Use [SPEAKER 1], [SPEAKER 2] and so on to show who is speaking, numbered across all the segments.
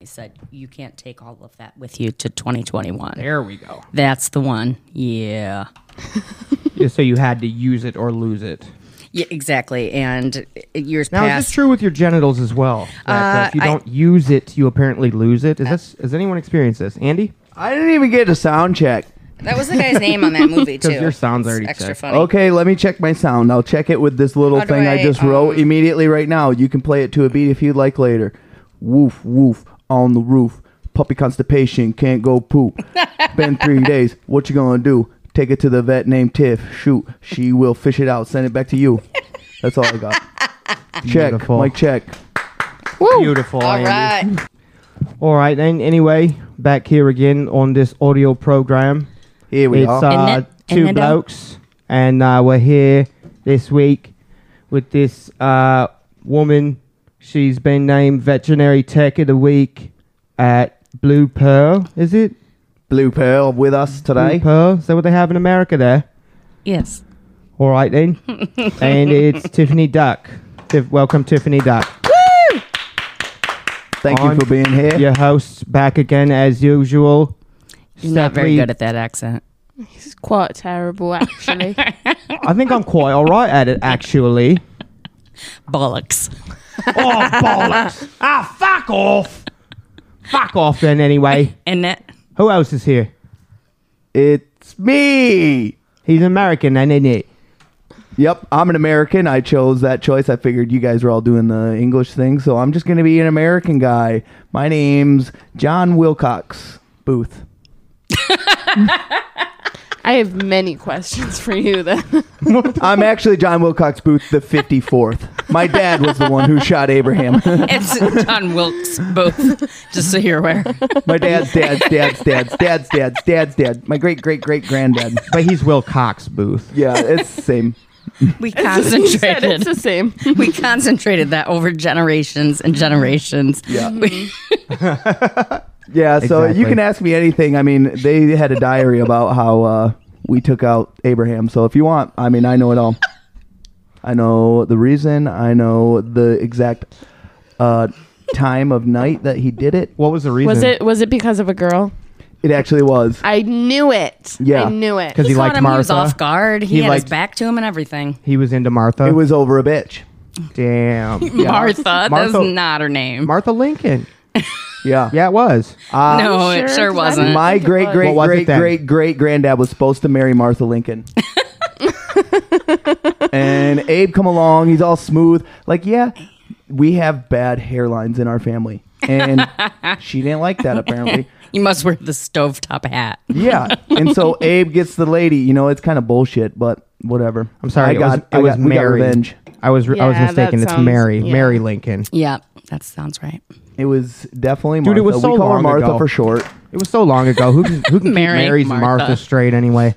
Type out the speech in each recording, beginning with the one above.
[SPEAKER 1] He said, You can't take all of that with you to 2021.
[SPEAKER 2] There we go.
[SPEAKER 1] That's the one. Yeah.
[SPEAKER 2] Yeah, so you had to use it or lose it.
[SPEAKER 1] Yeah, exactly. And uh, years
[SPEAKER 2] Now is
[SPEAKER 1] past.
[SPEAKER 2] this true with your genitals as well? That, uh, if you
[SPEAKER 1] I- Uh,
[SPEAKER 2] don't use it, you apparently lose it. Is this? Has anyone experienced this? Andy?
[SPEAKER 3] I didn't even get a sound check.
[SPEAKER 1] That was the guy's name on that movie, too.
[SPEAKER 2] your sound's
[SPEAKER 1] It's
[SPEAKER 2] already
[SPEAKER 1] extra
[SPEAKER 2] checked.
[SPEAKER 1] funny.
[SPEAKER 3] Okay, let me check my sound. I'll check it with this little
[SPEAKER 1] How do
[SPEAKER 3] thing I,
[SPEAKER 1] I,
[SPEAKER 3] just wrote
[SPEAKER 1] um,
[SPEAKER 3] immediately right now. You can play it to a beat if you'd like later. Woof woof on the roof. Puppy constipation can't go poop. Been three days. What you gonna do? Take it to the vet named Tiff. Shoot, she will fish it out. Send it back to you. That's all I got. check,
[SPEAKER 2] Beautiful.
[SPEAKER 3] Mike. Check.
[SPEAKER 2] Beautiful.
[SPEAKER 1] All
[SPEAKER 2] Andy.
[SPEAKER 1] right.
[SPEAKER 2] All right. And anyway, back here again on this audio program.
[SPEAKER 3] Here we
[SPEAKER 2] it's
[SPEAKER 3] are.
[SPEAKER 2] uh,
[SPEAKER 1] And that-
[SPEAKER 2] two
[SPEAKER 1] and that-
[SPEAKER 2] blokes, and uh, we're here this week with this uh, woman. She's been named Veterinary Tech of the Week at Blue Pearl. Is it
[SPEAKER 3] Blue Pearl with us today.
[SPEAKER 2] Blue Pearl? Is that what they have in America there?
[SPEAKER 1] Yes.
[SPEAKER 2] All right then. and it's Tiffany Duck. Tif- welcome, Tiffany Duck.
[SPEAKER 3] Thank you
[SPEAKER 2] on
[SPEAKER 3] for being here.
[SPEAKER 2] Your host back again as usual.
[SPEAKER 1] You're not very
[SPEAKER 2] Stephanie-
[SPEAKER 1] good at that accent.
[SPEAKER 4] It's quite terrible, actually.
[SPEAKER 2] I think I'm quite all right at it actually.
[SPEAKER 1] Bollocks.
[SPEAKER 2] oh bollocks! ah, fuck off! Fuck off then. Anyway,
[SPEAKER 1] And that.
[SPEAKER 2] who else is here?
[SPEAKER 3] It's me.
[SPEAKER 2] He's American, then, isn't he?
[SPEAKER 3] Yep, I'm an American. I chose that choice. I figured you guys were all doing the English thing, so I'm just going to be an American guy. My name's John Wilcox Booth.
[SPEAKER 4] I have many questions for you then.
[SPEAKER 3] I'm actually John Wilcox Booth, the 54th. My dad was the one who shot Abraham.
[SPEAKER 1] It's John Wilkes both, just so you're aware.
[SPEAKER 3] My dad's dad's dad's dad's dad's dad's dad's dad. My great great great granddad.
[SPEAKER 2] But he's Will Cox Booth.
[SPEAKER 3] Yeah, it's the same.
[SPEAKER 1] We
[SPEAKER 4] You said it's
[SPEAKER 1] concentrated.
[SPEAKER 4] the same.
[SPEAKER 1] we concentrated that over generations and generations.
[SPEAKER 3] Yeah. yeah, so
[SPEAKER 2] Exactly.
[SPEAKER 3] you can ask me anything. I mean, they had a diary about how uh, we took out Abraham. So if you want, I mean, I know it all. I know the reason. I know the exact uh, time of night that he did it.
[SPEAKER 2] What was the reason?
[SPEAKER 4] Was it was it because of a girl?
[SPEAKER 3] It actually was.
[SPEAKER 4] I knew it.
[SPEAKER 3] Yeah.
[SPEAKER 4] I knew it.
[SPEAKER 2] Because he,
[SPEAKER 1] He caught
[SPEAKER 2] liked
[SPEAKER 1] him. He was
[SPEAKER 2] Martha.
[SPEAKER 1] off guard. He,
[SPEAKER 2] He
[SPEAKER 1] had
[SPEAKER 2] liked-
[SPEAKER 1] his back to him and everything.
[SPEAKER 2] He was into Martha.
[SPEAKER 3] It was over a bitch.
[SPEAKER 2] damn.
[SPEAKER 1] Martha. That's
[SPEAKER 2] Martha-
[SPEAKER 1] not her name.
[SPEAKER 2] Martha Lincoln.
[SPEAKER 3] Yeah.
[SPEAKER 2] Yeah, it was.
[SPEAKER 3] Uh,
[SPEAKER 1] no, it
[SPEAKER 4] Sure, 'cause I
[SPEAKER 1] sure
[SPEAKER 4] didn't
[SPEAKER 1] wasn't.
[SPEAKER 3] My
[SPEAKER 4] think it
[SPEAKER 3] great
[SPEAKER 4] was.
[SPEAKER 3] great
[SPEAKER 2] What was it
[SPEAKER 3] great
[SPEAKER 2] then?
[SPEAKER 3] great great granddad was supposed to marry Martha Lincoln. and Abe come along, he's all smooth. Like, yeah, we have bad hairlines in our family. And she didn't like that apparently.
[SPEAKER 1] you must wear the stovetop hat.
[SPEAKER 3] Yeah. And so Abe gets the lady, you know, it's kind of bullshit, but whatever.
[SPEAKER 2] I'm sorry.
[SPEAKER 3] I
[SPEAKER 2] it
[SPEAKER 3] got
[SPEAKER 2] was, it
[SPEAKER 3] I
[SPEAKER 2] was
[SPEAKER 3] got, we got
[SPEAKER 2] Mary.
[SPEAKER 3] revenge.
[SPEAKER 2] I was I was
[SPEAKER 4] Yeah,
[SPEAKER 2] mistaken.
[SPEAKER 4] that
[SPEAKER 2] It's
[SPEAKER 4] sounds-
[SPEAKER 2] Mary.
[SPEAKER 4] yeah.
[SPEAKER 2] Mary Lincoln.
[SPEAKER 1] Yeah, that sounds right.
[SPEAKER 3] It was definitely Martha.
[SPEAKER 2] Dude, it was so
[SPEAKER 3] we call her
[SPEAKER 2] long
[SPEAKER 3] Martha
[SPEAKER 2] ago.
[SPEAKER 3] for short.
[SPEAKER 2] It was so long ago. Who can, who can keep
[SPEAKER 1] Mary,
[SPEAKER 2] Mary's and
[SPEAKER 1] Martha.
[SPEAKER 2] Martha straight anyway?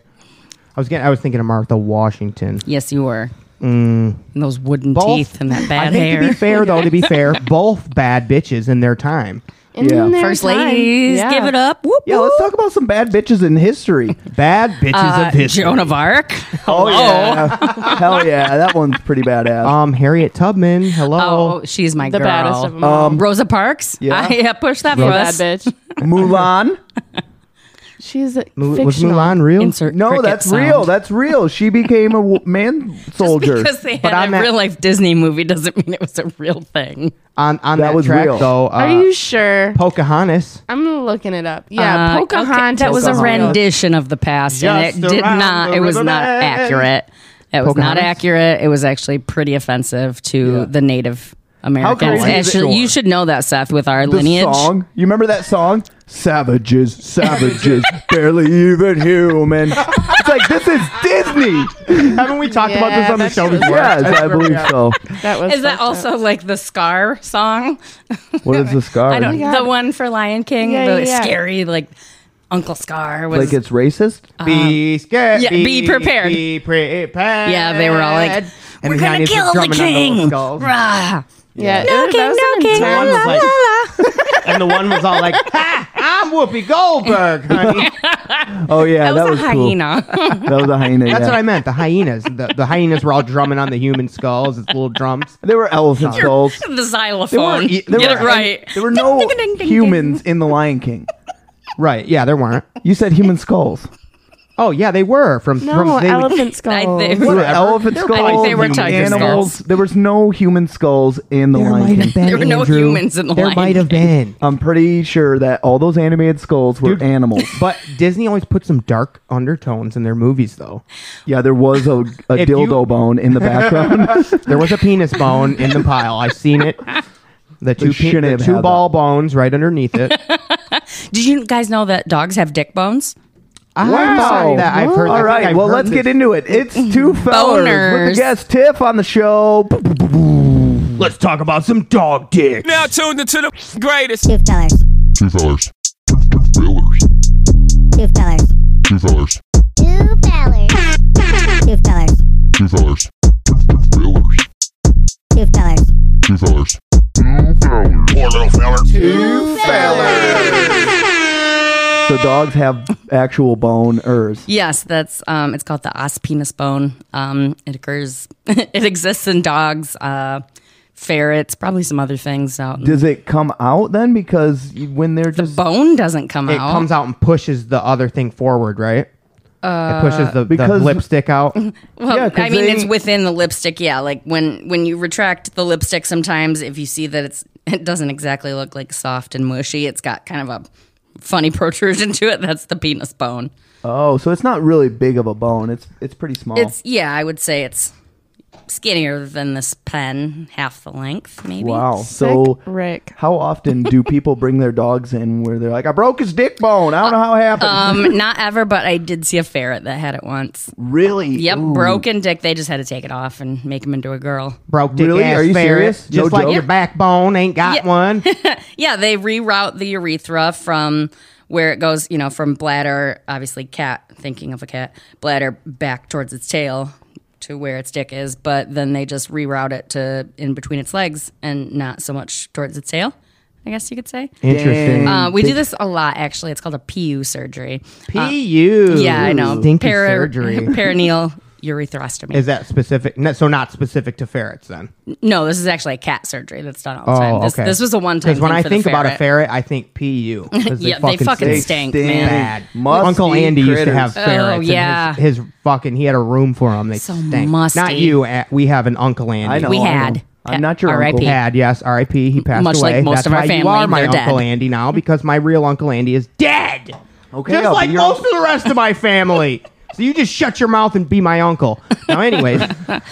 [SPEAKER 2] I was getting. I was thinking of Martha Washington.
[SPEAKER 1] Yes, you were.
[SPEAKER 3] Mm.
[SPEAKER 1] And those wooden
[SPEAKER 2] Both-
[SPEAKER 1] teeth and that
[SPEAKER 2] I
[SPEAKER 1] bad
[SPEAKER 2] think to
[SPEAKER 1] hair.
[SPEAKER 2] be fair, though, to be fair, both bad bitches in their time.
[SPEAKER 4] In
[SPEAKER 3] Yeah.
[SPEAKER 4] their
[SPEAKER 1] First
[SPEAKER 4] time.
[SPEAKER 1] ladies,
[SPEAKER 4] Yeah.
[SPEAKER 1] give it up. Whoop,
[SPEAKER 3] Yeah, let's talk about some bad bitches in history.
[SPEAKER 2] Bad bitches
[SPEAKER 1] Uh,
[SPEAKER 2] of history.
[SPEAKER 1] Joan of Arc.
[SPEAKER 3] Oh yeah. Hell yeah, that one's pretty badass.
[SPEAKER 2] Um, Harriet Tubman. Hello.
[SPEAKER 1] Oh, she's my
[SPEAKER 4] The
[SPEAKER 1] girl.
[SPEAKER 4] baddest of them all.
[SPEAKER 1] Rosa Parks.
[SPEAKER 3] Um, Yeah.
[SPEAKER 1] I, yeah, push that for
[SPEAKER 4] Bad
[SPEAKER 1] us.
[SPEAKER 4] bitch.
[SPEAKER 3] Mulan.
[SPEAKER 4] She's a
[SPEAKER 2] Mu-
[SPEAKER 4] fictional.
[SPEAKER 2] was Mulan real?
[SPEAKER 1] Insert
[SPEAKER 3] No,
[SPEAKER 1] cricket
[SPEAKER 3] that's
[SPEAKER 1] sound.
[SPEAKER 3] real. That's real. She became a wo- man soldier.
[SPEAKER 1] Because they
[SPEAKER 2] But
[SPEAKER 1] had
[SPEAKER 2] I'm
[SPEAKER 1] a
[SPEAKER 2] at-
[SPEAKER 1] real life Disney movie doesn't mean it was a real thing.
[SPEAKER 2] on on
[SPEAKER 3] That
[SPEAKER 2] that,
[SPEAKER 3] was
[SPEAKER 2] track
[SPEAKER 3] real.
[SPEAKER 2] though. Uh,
[SPEAKER 4] Are you sure?
[SPEAKER 2] Pocahontas?
[SPEAKER 4] I'm looking it up. Yeah,
[SPEAKER 1] Uh,
[SPEAKER 4] Pocahontas.
[SPEAKER 1] okay, that was a
[SPEAKER 4] real.
[SPEAKER 1] rendition of the past,
[SPEAKER 2] Just
[SPEAKER 1] and it did
[SPEAKER 2] around
[SPEAKER 1] not.
[SPEAKER 2] the
[SPEAKER 1] It was not
[SPEAKER 2] river bend.
[SPEAKER 1] accurate. It was not
[SPEAKER 2] Pocahontas?
[SPEAKER 1] accurate. It was actually pretty offensive to the Native
[SPEAKER 3] crazy
[SPEAKER 1] Americans.
[SPEAKER 3] is it-
[SPEAKER 1] Actually, you should know that, Seth, with our
[SPEAKER 3] the
[SPEAKER 1] lineage.
[SPEAKER 3] song. You remember that song? Savages, savages, barely even human. It's like this is Disney.
[SPEAKER 2] Haven't we talked
[SPEAKER 4] about this Yeah, on the that's show true. before?
[SPEAKER 3] Yes, I believe so.
[SPEAKER 4] That was
[SPEAKER 1] Is that
[SPEAKER 4] fucked up.
[SPEAKER 1] also like the Scar song?
[SPEAKER 3] What is the scar?
[SPEAKER 1] I don't.
[SPEAKER 4] God.
[SPEAKER 1] The one for Lion King,
[SPEAKER 4] Yeah,
[SPEAKER 1] the
[SPEAKER 4] yeah, yeah.
[SPEAKER 1] scary like Uncle Scar was.
[SPEAKER 3] Like it's racist.
[SPEAKER 2] Be scared.
[SPEAKER 1] yeah, be prepared.
[SPEAKER 2] Be prepared.
[SPEAKER 1] yeah, they were all like,
[SPEAKER 2] And
[SPEAKER 1] "We're
[SPEAKER 2] the
[SPEAKER 1] gonna
[SPEAKER 2] Chinese
[SPEAKER 1] kill
[SPEAKER 2] were
[SPEAKER 1] the
[SPEAKER 2] drumming on those
[SPEAKER 1] king!"
[SPEAKER 2] skulls.
[SPEAKER 1] Rah.
[SPEAKER 4] Yeah.
[SPEAKER 1] No
[SPEAKER 4] it-
[SPEAKER 1] king,
[SPEAKER 4] that was
[SPEAKER 1] no
[SPEAKER 4] an
[SPEAKER 1] king,
[SPEAKER 4] intense-
[SPEAKER 1] la la la la.
[SPEAKER 2] and the one was all like, ha, I'm Whoopi Goldberg, honey.
[SPEAKER 3] Oh yeah,
[SPEAKER 1] That
[SPEAKER 3] that
[SPEAKER 1] was
[SPEAKER 3] was,
[SPEAKER 1] a
[SPEAKER 3] cool.
[SPEAKER 1] hyena.
[SPEAKER 3] That was a hyena.
[SPEAKER 2] That's
[SPEAKER 3] yeah.
[SPEAKER 2] what I meant. The hyenas. The, the hyenas were all drumming on the human skulls. It's little drums.
[SPEAKER 3] There were elephant skulls.
[SPEAKER 1] the
[SPEAKER 3] There were,
[SPEAKER 1] xylophone.
[SPEAKER 3] there
[SPEAKER 1] Get
[SPEAKER 3] were-
[SPEAKER 1] it right.
[SPEAKER 3] There were no
[SPEAKER 1] Ding, ding, ding, ding,
[SPEAKER 3] humans in The Lion King.
[SPEAKER 2] Right. Yeah, there weren't.
[SPEAKER 3] You said human skulls.
[SPEAKER 2] Oh, yeah, they were. From, from
[SPEAKER 4] No,
[SPEAKER 2] they-
[SPEAKER 4] elephant
[SPEAKER 1] I think-
[SPEAKER 4] skulls.
[SPEAKER 3] There were
[SPEAKER 2] Whatever.
[SPEAKER 3] elephant
[SPEAKER 2] They're
[SPEAKER 3] skulls.
[SPEAKER 1] I think they were tiger
[SPEAKER 3] animals.
[SPEAKER 1] skulls.
[SPEAKER 3] There was no human skulls in The
[SPEAKER 2] There
[SPEAKER 3] Lion
[SPEAKER 2] might
[SPEAKER 3] King.
[SPEAKER 2] have been.
[SPEAKER 1] There were no
[SPEAKER 2] Andrew.
[SPEAKER 1] humans in the
[SPEAKER 2] There
[SPEAKER 1] Lion
[SPEAKER 2] might have been.
[SPEAKER 3] I'm pretty sure that all those animated skulls were
[SPEAKER 2] Dude.
[SPEAKER 3] animals.
[SPEAKER 2] But Disney always puts some dark undertones in their movies, though.
[SPEAKER 3] Yeah, there was a, a
[SPEAKER 2] If you-
[SPEAKER 3] dildo bone in the background.
[SPEAKER 2] There was a penis bone in the pile. I've seen it. The two, pe-
[SPEAKER 3] shouldn't
[SPEAKER 2] the
[SPEAKER 3] have
[SPEAKER 2] two
[SPEAKER 3] had
[SPEAKER 2] ball bones right underneath it.
[SPEAKER 1] Did you guys know that dogs have dick bones?
[SPEAKER 2] I
[SPEAKER 3] Wow.
[SPEAKER 2] thought that I've heard.
[SPEAKER 3] All right, well, let's get into it. It's two fellas with the
[SPEAKER 1] Boners.
[SPEAKER 3] guest Tiff on the show.
[SPEAKER 2] Let's talk about some dog dick.
[SPEAKER 5] now tuned into the greatest.
[SPEAKER 6] Two fellers.
[SPEAKER 7] Two fellers. Two, two fellers.
[SPEAKER 6] Two fellers.
[SPEAKER 7] Two fellers.
[SPEAKER 6] Two fellers. Two fellers.
[SPEAKER 7] Two fellers. Two, two fellers.
[SPEAKER 6] Two fellers.
[SPEAKER 7] Two fellers. Two fellers. Poor little feller.
[SPEAKER 3] So dogs have actual boners.
[SPEAKER 1] Yes, that's um, it's called the os penis bone. Um, it occurs, it exists in dogs, uh, ferrets, probably some other things. Out in-
[SPEAKER 3] Does it come out then? Because you- when they're
[SPEAKER 1] the
[SPEAKER 3] just
[SPEAKER 1] bone doesn't come
[SPEAKER 2] It
[SPEAKER 1] out.
[SPEAKER 2] comes out and pushes the other thing forward, right? Uh, it pushes the, the
[SPEAKER 3] because-
[SPEAKER 2] lipstick out.
[SPEAKER 1] Well,
[SPEAKER 3] Yeah, 'cause
[SPEAKER 1] I mean,
[SPEAKER 3] they-
[SPEAKER 1] it's within the lipstick. Yeah, like when when you retract the lipstick, sometimes if you see that it's it doesn't exactly look like soft and mushy, it's got kind of a funny protrusion to it. That's the penis bone.
[SPEAKER 3] oh, so it's not really big of a bone. It's it's pretty small.
[SPEAKER 1] It's yeah, I would say it's skinnier than this pen, half the length, maybe.
[SPEAKER 3] wow.
[SPEAKER 4] Sick
[SPEAKER 3] So
[SPEAKER 4] Rick.
[SPEAKER 3] how often do people bring their dogs in where they're like, I broke his dick bone. I don't know how it happened.
[SPEAKER 1] Um, not ever, but I did see a ferret that had it once.
[SPEAKER 3] really?
[SPEAKER 1] Yep,
[SPEAKER 3] Ooh.
[SPEAKER 1] broken dick. They just had to take it off and make him into a girl.
[SPEAKER 2] Broke dick
[SPEAKER 3] Really?
[SPEAKER 2] ass
[SPEAKER 3] Are you
[SPEAKER 2] ferret,
[SPEAKER 3] serious? No
[SPEAKER 2] Just like
[SPEAKER 3] joke?
[SPEAKER 2] your backbone ain't got
[SPEAKER 1] Yeah.
[SPEAKER 2] one.
[SPEAKER 1] Yeah, they reroute the urethra from where it goes, you know, from bladder, obviously cat, thinking of a cat, bladder back towards its tail to where its dick is, but then they just reroute it to in between its legs and not so much towards its tail, I guess you could say.
[SPEAKER 2] Interesting.
[SPEAKER 1] Uh, we do this a lot, actually. It's called a PU surgery. Uh,
[SPEAKER 2] PU.
[SPEAKER 1] Yeah, I know.
[SPEAKER 2] Stinky
[SPEAKER 1] Para-
[SPEAKER 2] surgery.
[SPEAKER 1] Perineal urethrostomy.
[SPEAKER 2] Is that specific? No, so not specific to ferrets then.
[SPEAKER 1] no, this is actually a cat surgery that's done all the time. This, this was a one time.
[SPEAKER 2] Oh, Because when I think about a ferret, I think PU. 'cause
[SPEAKER 1] Yeah, they fucking
[SPEAKER 3] They
[SPEAKER 1] stink,
[SPEAKER 3] stink
[SPEAKER 1] man. Oh,
[SPEAKER 2] Bad.
[SPEAKER 3] Musty
[SPEAKER 2] Uncle Andy used to
[SPEAKER 3] critters.
[SPEAKER 2] have ferrets. and his-
[SPEAKER 1] yeah.
[SPEAKER 2] his, fucking he had a room for them. They
[SPEAKER 1] So
[SPEAKER 2] stink.
[SPEAKER 1] musty.
[SPEAKER 2] Not you. A- We have an Uncle Andy.
[SPEAKER 3] I know.
[SPEAKER 1] We
[SPEAKER 3] I know.
[SPEAKER 1] had.
[SPEAKER 3] I'm not your
[SPEAKER 1] R.I.P.
[SPEAKER 3] uncle.
[SPEAKER 2] Had yes, R.I.P. He passed
[SPEAKER 1] Much
[SPEAKER 2] away.
[SPEAKER 1] like most
[SPEAKER 2] That's
[SPEAKER 1] of our
[SPEAKER 2] why you
[SPEAKER 1] family,
[SPEAKER 2] are my
[SPEAKER 1] they're dead.
[SPEAKER 2] Uncle Andy now because my real Uncle Andy is dead.
[SPEAKER 3] Okay,
[SPEAKER 2] just
[SPEAKER 3] I'll be
[SPEAKER 2] like
[SPEAKER 3] your
[SPEAKER 2] most
[SPEAKER 3] uncle.
[SPEAKER 2] of the rest of my family. So you just shut your mouth and be my uncle. Now, anyways,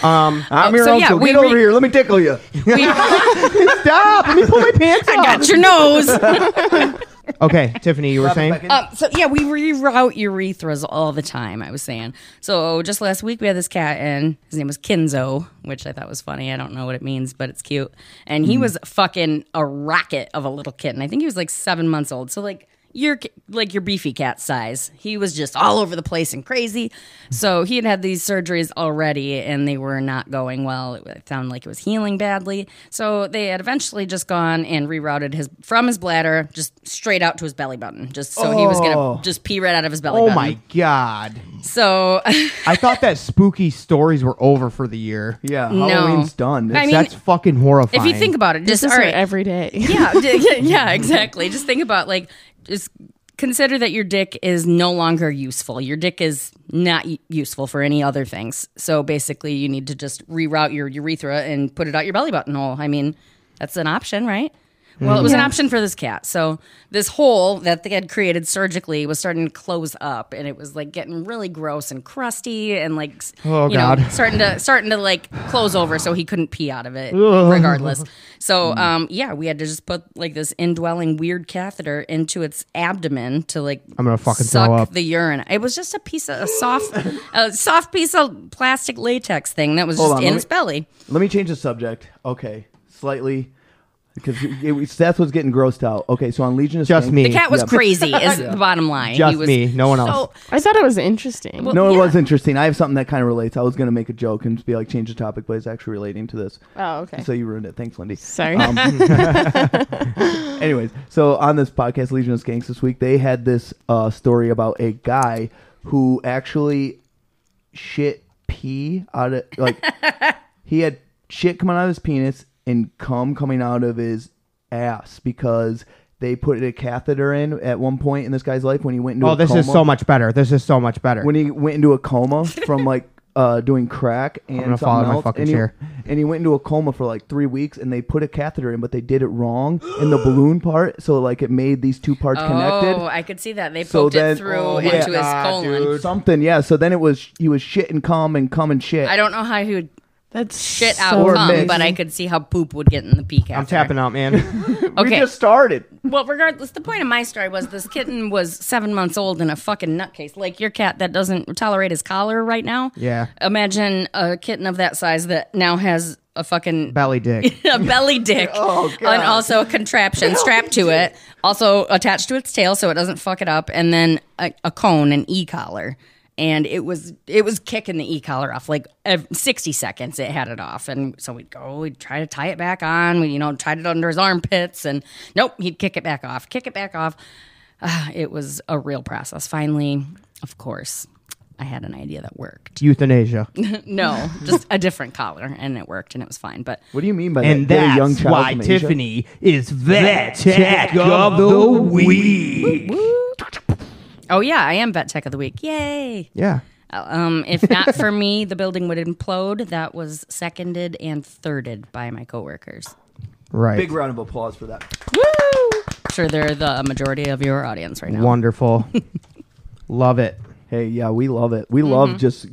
[SPEAKER 2] um,
[SPEAKER 3] I'm your
[SPEAKER 1] Oh, So, yeah,
[SPEAKER 3] uncle.
[SPEAKER 1] we
[SPEAKER 3] Get over
[SPEAKER 1] re-
[SPEAKER 3] here. Let me tickle you.
[SPEAKER 2] stop. Let me pull my pants
[SPEAKER 1] I
[SPEAKER 2] up.
[SPEAKER 1] got your nose.
[SPEAKER 2] Okay, Tiffany, you were saying.
[SPEAKER 1] Uh, so yeah, we reroute urethras all the time. I was saying. So just last week we had this cat in. His name was Kinzo, which I thought was funny. I don't know what it means, but it's cute. And he was fucking a rocket of a little kitten. I think he was like seven months old. So like your like your beefy cat size. He was just all over the place and crazy. So he had had these surgeries already, and they were not going well. It sounded like it was healing badly. So they had eventually just gone and rerouted his from his bladder just straight out to his belly button, just so he was gonna just pee right out of his belly
[SPEAKER 2] Oh
[SPEAKER 1] button.
[SPEAKER 2] my god!
[SPEAKER 1] So
[SPEAKER 2] I thought that spooky stories were over for the year.
[SPEAKER 3] Yeah,
[SPEAKER 1] No.
[SPEAKER 3] Halloween's done.
[SPEAKER 1] I mean,
[SPEAKER 2] That's fucking
[SPEAKER 1] if
[SPEAKER 2] horrifying.
[SPEAKER 1] you think about it, just
[SPEAKER 4] This is
[SPEAKER 1] all right,
[SPEAKER 4] every day.
[SPEAKER 1] yeah, d- yeah, yeah, exactly. Just think about like just consider that your dick is no longer useful. Your dick is not u- useful for any other things. So basically, you need to just reroute your urethra and put it out your belly button hole. I mean, that's an option, right? Well, it was an option for this cat. So this hole that they had created surgically was starting to close up, and it was like getting really gross and crusty, and like s-
[SPEAKER 2] Oh,
[SPEAKER 1] you
[SPEAKER 2] God.
[SPEAKER 1] know starting to starting to like close over, so he couldn't pee out of it regardless. So um, yeah, we had to just put like this indwelling weird catheter into its abdomen to like
[SPEAKER 2] I'm gonna fucking
[SPEAKER 1] suck
[SPEAKER 2] throw up.
[SPEAKER 1] the urine. It was just a piece of a soft, a soft piece of plastic latex thing that was
[SPEAKER 3] Hold
[SPEAKER 1] just
[SPEAKER 3] on,
[SPEAKER 1] in
[SPEAKER 3] let
[SPEAKER 1] its
[SPEAKER 3] me-
[SPEAKER 1] belly.
[SPEAKER 3] Let me change the subject. Okay, slightly. because it was, Seth was getting grossed out. Okay, so on Legion of
[SPEAKER 2] Just
[SPEAKER 3] Skanks-
[SPEAKER 2] me.
[SPEAKER 1] The cat was
[SPEAKER 3] Yeah.
[SPEAKER 1] crazy. Is the bottom line?
[SPEAKER 2] Just
[SPEAKER 1] he was
[SPEAKER 2] me, no one else.
[SPEAKER 1] So,
[SPEAKER 4] I thought it was interesting.
[SPEAKER 1] well,
[SPEAKER 3] No, it
[SPEAKER 1] yeah.
[SPEAKER 3] was interesting. I have something that kind of relates. I was going to make a joke and be like, change the topic, but it's actually relating to this.
[SPEAKER 4] oh, okay.
[SPEAKER 3] So you ruined it. Thanks, Lindy.
[SPEAKER 4] Sorry.
[SPEAKER 3] Um, anyways, so on this podcast, Legion of Skanks this week, they had this uh, story about a guy who actually shit pee out of like he had shit coming out of his penis and cum coming out of his ass because they put a catheter in at one point in this guy's life when he went into
[SPEAKER 2] Oh,
[SPEAKER 3] a
[SPEAKER 2] this
[SPEAKER 3] coma
[SPEAKER 2] is so much better. This is so much better.
[SPEAKER 3] when he went into a coma from like uh, doing crack and
[SPEAKER 2] gonna fall
[SPEAKER 3] something
[SPEAKER 2] out of my
[SPEAKER 3] else,
[SPEAKER 2] fucking
[SPEAKER 3] and, he,
[SPEAKER 2] chair.
[SPEAKER 3] and he went into a coma for like three weeks, and they put a catheter in, but they did it wrong in the balloon part, so like it made these two parts connected.
[SPEAKER 1] Oh, I could see that they poked
[SPEAKER 3] So
[SPEAKER 1] it
[SPEAKER 3] then-
[SPEAKER 1] through
[SPEAKER 3] oh,
[SPEAKER 1] into
[SPEAKER 3] yeah.
[SPEAKER 1] his
[SPEAKER 2] Ah,
[SPEAKER 1] colon.
[SPEAKER 2] dude.
[SPEAKER 3] Something, yeah. So then it was he was shit and cum and cum and shit.
[SPEAKER 1] I don't know how he would
[SPEAKER 4] That's
[SPEAKER 1] shit out
[SPEAKER 3] Or
[SPEAKER 1] cum,
[SPEAKER 3] mixed.
[SPEAKER 1] but I could see how poop would get in the peak.
[SPEAKER 2] I'm tapping out, man.
[SPEAKER 3] We
[SPEAKER 1] Okay.
[SPEAKER 3] just started.
[SPEAKER 1] Well, regardless, the point of my story was this kitten was seven months old and a fucking nutcase. Like your cat that doesn't tolerate his collar right now.
[SPEAKER 2] Yeah.
[SPEAKER 1] Imagine a kitten of that size that now has a fucking
[SPEAKER 2] Belly dick.
[SPEAKER 1] a belly dick and also a contraption strapped to it, also attached to its tail so it doesn't fuck it up, and then a, a cone, an e collar. And it was it was kicking the e collar off like ev- sixty seconds. It had it off, and so we'd go, we'd try to tie it back on. We you know tried it under his armpits, and nope, he'd kick it back off, kick it back off. Ah, it was a real process. Finally, of course, I had an idea that worked.
[SPEAKER 2] Euthanasia.
[SPEAKER 1] No, just a different collar, and it worked, and it was fine. But
[SPEAKER 3] What do you mean by
[SPEAKER 2] And
[SPEAKER 3] that? Get a
[SPEAKER 2] that's
[SPEAKER 3] young child
[SPEAKER 2] why
[SPEAKER 3] from Asia?
[SPEAKER 2] Tiffany is vet tech of the week.
[SPEAKER 1] Oh yeah, I am vet tech of the week. Yay!
[SPEAKER 2] Yeah.
[SPEAKER 1] Um, if not for me, the building would implode. That was seconded and thirded by my coworkers.
[SPEAKER 2] Right.
[SPEAKER 3] Big round of applause for that.
[SPEAKER 1] I'm sure they're the majority of your audience right now.
[SPEAKER 2] Wonderful. Love it.
[SPEAKER 3] Hey, yeah, we love it. We love just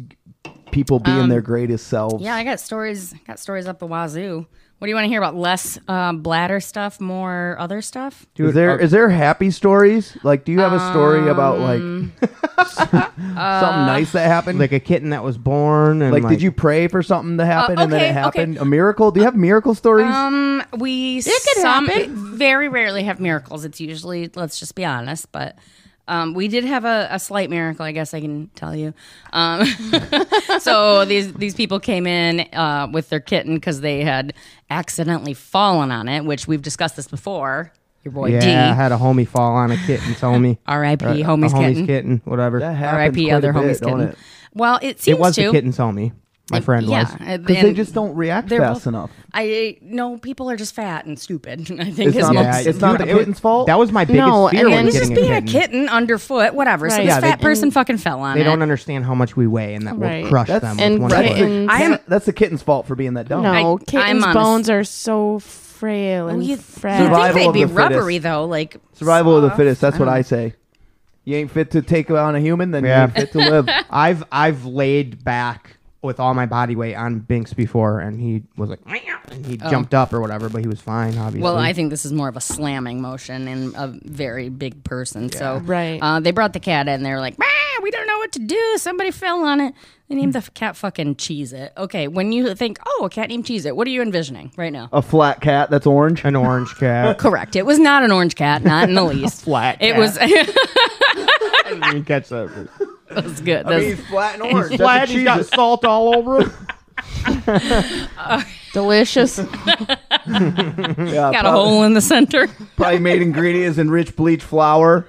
[SPEAKER 3] people being their greatest selves.
[SPEAKER 1] Mm-hmm. Um, Yeah, I got stories. Got stories up the wazoo. What do you want to hear about? Less um, bladder stuff, more other stuff.
[SPEAKER 3] Is there is there happy stories? Like, do you have a story about like
[SPEAKER 1] Um, uh,
[SPEAKER 3] something nice that happened?
[SPEAKER 2] Like a kitten that was born and
[SPEAKER 3] Like,
[SPEAKER 2] like,
[SPEAKER 3] did you pray for something to happen and then
[SPEAKER 1] Uh, okay,
[SPEAKER 3] it happened?
[SPEAKER 1] okay.
[SPEAKER 3] A miracle? Do you have miracle stories?
[SPEAKER 1] Um, we
[SPEAKER 4] could
[SPEAKER 1] some
[SPEAKER 4] happen.
[SPEAKER 1] very rarely have miracles. It's usually let's just be honest, but um, we did have a, a slight miracle. I guess I can tell you. Um, so these these people came in uh, with their kitten because they had accidentally fallen on it, which we've discussed this before. Your boy
[SPEAKER 2] Yeah, uh,
[SPEAKER 1] D,
[SPEAKER 2] I had a homie fall on a kitten's homie.
[SPEAKER 1] R.I.P.
[SPEAKER 2] Or a- a
[SPEAKER 1] homie's kitten.
[SPEAKER 2] whatever.
[SPEAKER 3] that happens.
[SPEAKER 1] R.I.P.
[SPEAKER 3] quite a
[SPEAKER 1] Other
[SPEAKER 3] bit,
[SPEAKER 1] homies
[SPEAKER 3] don't
[SPEAKER 1] kitten.
[SPEAKER 3] it?
[SPEAKER 1] Well, it seems
[SPEAKER 2] It was
[SPEAKER 1] to.
[SPEAKER 2] the kitten's homie. My friend
[SPEAKER 1] yeah,
[SPEAKER 2] was.
[SPEAKER 1] and-
[SPEAKER 3] Because they just don't react
[SPEAKER 1] they're
[SPEAKER 3] fast
[SPEAKER 1] both-
[SPEAKER 3] enough.
[SPEAKER 1] I no people are just fat and stupid. I think
[SPEAKER 3] It's
[SPEAKER 1] is
[SPEAKER 3] not,
[SPEAKER 1] most-
[SPEAKER 2] Yeah,
[SPEAKER 3] the, it's not the
[SPEAKER 2] it was-
[SPEAKER 3] kitten's fault.
[SPEAKER 2] That was my biggest
[SPEAKER 4] No,
[SPEAKER 2] fear
[SPEAKER 4] and
[SPEAKER 2] when
[SPEAKER 4] then-
[SPEAKER 1] And
[SPEAKER 4] It's
[SPEAKER 2] getting
[SPEAKER 1] just being
[SPEAKER 2] a
[SPEAKER 1] a
[SPEAKER 2] kitten.
[SPEAKER 1] kitten underfoot, whatever. So
[SPEAKER 4] Right.
[SPEAKER 1] this
[SPEAKER 4] Yeah,
[SPEAKER 2] they-
[SPEAKER 1] fat person fucking fell on
[SPEAKER 2] They
[SPEAKER 1] it. Oh,
[SPEAKER 2] don't understand how much we weigh, and that
[SPEAKER 4] Right.
[SPEAKER 2] will crush
[SPEAKER 3] That's-
[SPEAKER 2] them.
[SPEAKER 4] and
[SPEAKER 2] with one
[SPEAKER 3] that's,
[SPEAKER 2] foot.
[SPEAKER 4] kitten-
[SPEAKER 3] the,
[SPEAKER 1] I am-
[SPEAKER 3] that's the kitten's fault for being that dumb.
[SPEAKER 4] No,
[SPEAKER 1] I-
[SPEAKER 4] kittens'
[SPEAKER 1] I'm honest. Oh,
[SPEAKER 4] bones are so frail and
[SPEAKER 1] you
[SPEAKER 4] fragile.
[SPEAKER 3] Survival
[SPEAKER 1] think
[SPEAKER 3] of
[SPEAKER 1] they'd be
[SPEAKER 3] the fittest.
[SPEAKER 1] rubbery though, like
[SPEAKER 3] Survival of the fittest. That's what I say. You ain't fit to take on a human, then
[SPEAKER 2] Yeah.
[SPEAKER 3] you ain't fit to live.
[SPEAKER 2] I've I've laid back with all my body weight on Binks before, and he was like, "Meow," and he jumped up or whatever, but he was fine, obviously.
[SPEAKER 1] Oh. Well, I think this is more of a slamming motion in a very big person. So
[SPEAKER 4] Right.
[SPEAKER 1] uh, they brought the cat in. They were like, "Ah, we don't know what to do. Somebody fell on it. They named the f- cat fucking Cheese It. Okay, when you think, oh, a cat named Cheese It, what are you envisioning right now?
[SPEAKER 3] a flat cat that's orange.
[SPEAKER 2] an orange cat.
[SPEAKER 1] Correct. It was not an orange cat, not in the least.
[SPEAKER 2] Flat
[SPEAKER 1] It
[SPEAKER 2] cat.
[SPEAKER 1] was. it
[SPEAKER 2] He gets over.
[SPEAKER 1] was good. That was-
[SPEAKER 3] He's flat and orange.
[SPEAKER 2] Flat.
[SPEAKER 3] That's a
[SPEAKER 2] He's got
[SPEAKER 3] cheese-
[SPEAKER 2] salt all over him.
[SPEAKER 4] Delicious.
[SPEAKER 3] yeah,
[SPEAKER 1] got a
[SPEAKER 3] probably-
[SPEAKER 1] hole in the center.
[SPEAKER 3] Probably made ingredients in rich bleach flour.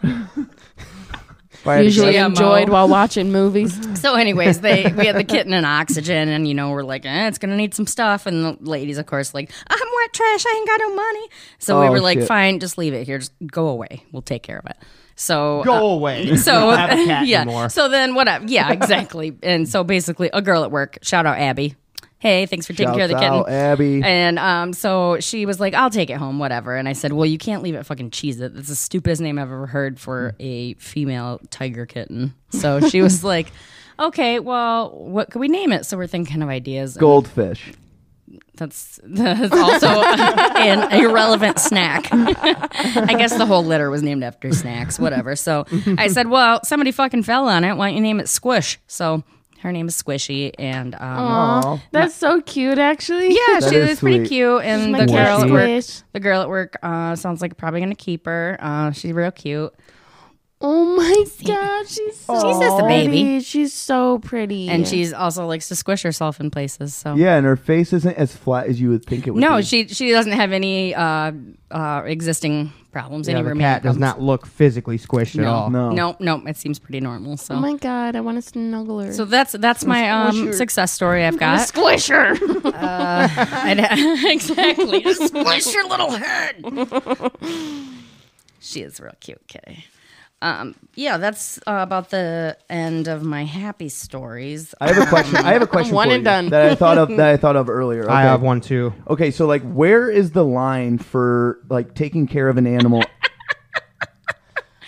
[SPEAKER 4] Usually
[SPEAKER 1] GMO.
[SPEAKER 4] enjoyed while watching movies.
[SPEAKER 1] So, anyways, they we had the kitten and oxygen, and you know we're like, eh, it's gonna need some stuff. And the ladies, of course, like, I'm wet trash. I ain't got no money. So we
[SPEAKER 3] Oh,
[SPEAKER 1] were like,
[SPEAKER 3] shit.
[SPEAKER 1] fine, just leave it here. Just go away. We'll take care of it. So uh,
[SPEAKER 2] Go away.
[SPEAKER 1] so
[SPEAKER 2] Don't have a cat
[SPEAKER 1] yeah.
[SPEAKER 2] anymore.
[SPEAKER 1] So then whatever. Yeah, exactly. and so basically, a girl at work. Shout out Abby. Hey, thanks for taking care of the
[SPEAKER 3] Shouts
[SPEAKER 1] kitten,
[SPEAKER 3] out, Abby.
[SPEAKER 1] And um, so she was like, "I'll take it home, whatever." And I said, "Well, you can't leave it fucking cheese it. That's the stupidest name I've ever heard for a female tiger kitten." So she was like, "Okay, well, what could we name it?" So we're thinking of ideas. and
[SPEAKER 3] Goldfish.
[SPEAKER 1] That's, that's also an irrelevant snack. I guess the whole litter was named after snacks, whatever. So I said, well, somebody fucking fell on it. Why don't you name it Squish? So Her name is Squishy, and um,
[SPEAKER 4] Aw, that's so cute, actually.
[SPEAKER 1] yeah,
[SPEAKER 3] That
[SPEAKER 1] she
[SPEAKER 3] is
[SPEAKER 1] is pretty
[SPEAKER 3] sweet.
[SPEAKER 1] cute. And
[SPEAKER 4] My
[SPEAKER 1] the
[SPEAKER 4] cat
[SPEAKER 1] girl at work,
[SPEAKER 4] squish.
[SPEAKER 1] the girl at work, uh, sounds like probably gonna keep her. Uh, she's real cute.
[SPEAKER 4] Oh my god, she's so
[SPEAKER 1] She's just a
[SPEAKER 4] pretty.
[SPEAKER 1] baby.
[SPEAKER 4] She's so pretty,
[SPEAKER 1] and she's also likes to squish herself in places. So
[SPEAKER 3] Yeah, and her face isn't as flat as you would think it would
[SPEAKER 1] no,
[SPEAKER 3] be.
[SPEAKER 1] she she doesn't have any uh, uh, existing problems.
[SPEAKER 2] Yeah,
[SPEAKER 1] any
[SPEAKER 2] the
[SPEAKER 1] remaining
[SPEAKER 2] cat does
[SPEAKER 1] problems.
[SPEAKER 2] not look physically squished at
[SPEAKER 1] No,
[SPEAKER 2] all.
[SPEAKER 1] no,
[SPEAKER 3] No.
[SPEAKER 1] no, It seems pretty normal. So.
[SPEAKER 4] Oh my god, I want to snuggle her.
[SPEAKER 1] so that's that's my um, success story I've got.
[SPEAKER 4] squish her.
[SPEAKER 1] And- exactly, Just squish your little head. she is real cute, Kitty. Um, yeah, that's uh, about the end of my happy stories.
[SPEAKER 3] I have a question. I have a question.
[SPEAKER 4] One
[SPEAKER 3] for
[SPEAKER 4] and
[SPEAKER 3] you
[SPEAKER 4] done.
[SPEAKER 3] That I thought of. That I thought of earlier.
[SPEAKER 2] I
[SPEAKER 3] Okay.
[SPEAKER 2] have one too.
[SPEAKER 3] Okay, so like, where is the line for like taking care of an animal?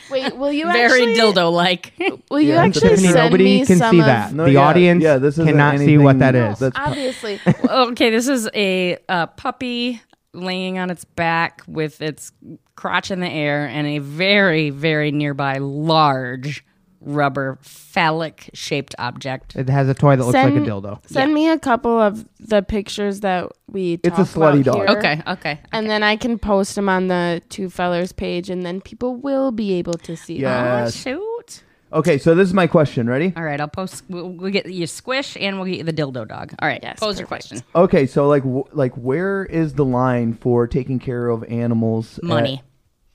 [SPEAKER 4] Wait, will you
[SPEAKER 1] Very
[SPEAKER 4] actually,
[SPEAKER 1] dildo like.
[SPEAKER 4] Will you
[SPEAKER 3] Yeah.
[SPEAKER 4] actually
[SPEAKER 2] Tiffany,
[SPEAKER 4] send
[SPEAKER 2] nobody
[SPEAKER 4] me
[SPEAKER 2] can
[SPEAKER 4] some
[SPEAKER 2] see
[SPEAKER 4] of,
[SPEAKER 2] that.
[SPEAKER 3] No,
[SPEAKER 2] the
[SPEAKER 3] yeah,
[SPEAKER 2] audience
[SPEAKER 3] yeah, this isn't
[SPEAKER 2] cannot see what
[SPEAKER 3] anything-
[SPEAKER 2] that
[SPEAKER 3] No.
[SPEAKER 2] is.
[SPEAKER 3] That's-
[SPEAKER 4] Obviously,
[SPEAKER 1] okay, this is a uh, puppy laying on its back with its crotch in the air and a very, very nearby large rubber phallic shaped object.
[SPEAKER 2] It has a toy that looks like a
[SPEAKER 4] Send-
[SPEAKER 2] dildo.
[SPEAKER 4] send me a couple of the pictures that we.
[SPEAKER 3] It's a
[SPEAKER 4] talk about
[SPEAKER 3] slutty dog.
[SPEAKER 4] here,
[SPEAKER 1] Okay, okay.
[SPEAKER 4] and then I can post them on the two fellers page, and then people will be able to see. them.
[SPEAKER 2] Uh,
[SPEAKER 1] Oh,
[SPEAKER 3] Yes.
[SPEAKER 1] shoot.
[SPEAKER 3] Okay, so this is my question. Ready?
[SPEAKER 1] All right, I'll post. We'll, we'll get you squish and we'll get you the dildo dog. All right,
[SPEAKER 4] Yes,
[SPEAKER 1] pose your
[SPEAKER 4] perfect.
[SPEAKER 1] question.
[SPEAKER 3] Okay, so like, wh- like, where is the line for taking care of animals? at-
[SPEAKER 2] Uh,
[SPEAKER 1] Money.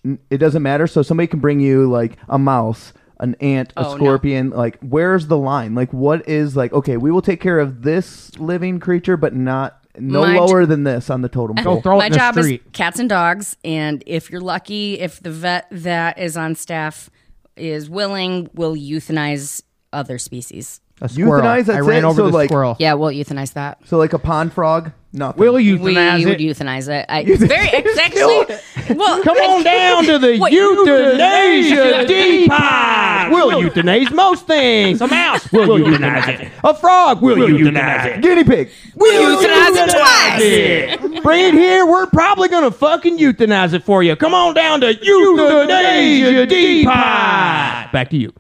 [SPEAKER 3] N- it doesn't matter. So somebody can bring you like a mouse, an ant, a
[SPEAKER 1] Oh, no.
[SPEAKER 3] scorpion. Like, where's the line? Like, what is like? Okay, we will take care of this living creature, but not no
[SPEAKER 1] My j-
[SPEAKER 3] lower than this on the totem pole.
[SPEAKER 2] throw it
[SPEAKER 1] My
[SPEAKER 2] in the
[SPEAKER 1] job is
[SPEAKER 2] street.
[SPEAKER 1] cats and dogs, and if you're lucky, if the vet that is on staff is willing, we'll euthanize other species.
[SPEAKER 2] A squirrel.
[SPEAKER 3] Euthanize,
[SPEAKER 2] I
[SPEAKER 3] that's
[SPEAKER 2] ran
[SPEAKER 3] it?
[SPEAKER 2] over
[SPEAKER 3] So,
[SPEAKER 2] the
[SPEAKER 3] like-
[SPEAKER 2] squirrel.
[SPEAKER 1] Yeah, we'll euthanize that.
[SPEAKER 3] so like a pond frog. Nothing.
[SPEAKER 2] Will you
[SPEAKER 1] we
[SPEAKER 2] euthanize
[SPEAKER 1] would
[SPEAKER 2] it?
[SPEAKER 1] euthanize it. I, it's very it's actually well.
[SPEAKER 2] Come on down to the
[SPEAKER 1] What?
[SPEAKER 2] euthanasia depot. We'll euthanize most things. A mouse. We'll, euthanize it. A frog. We'll, euthanize it.
[SPEAKER 3] guinea pig?
[SPEAKER 2] We'll
[SPEAKER 1] euthanize it twice.
[SPEAKER 2] it. Bring it here. We're probably gonna fucking euthanize it for you. Come on down to euthanasia depot. Back to you.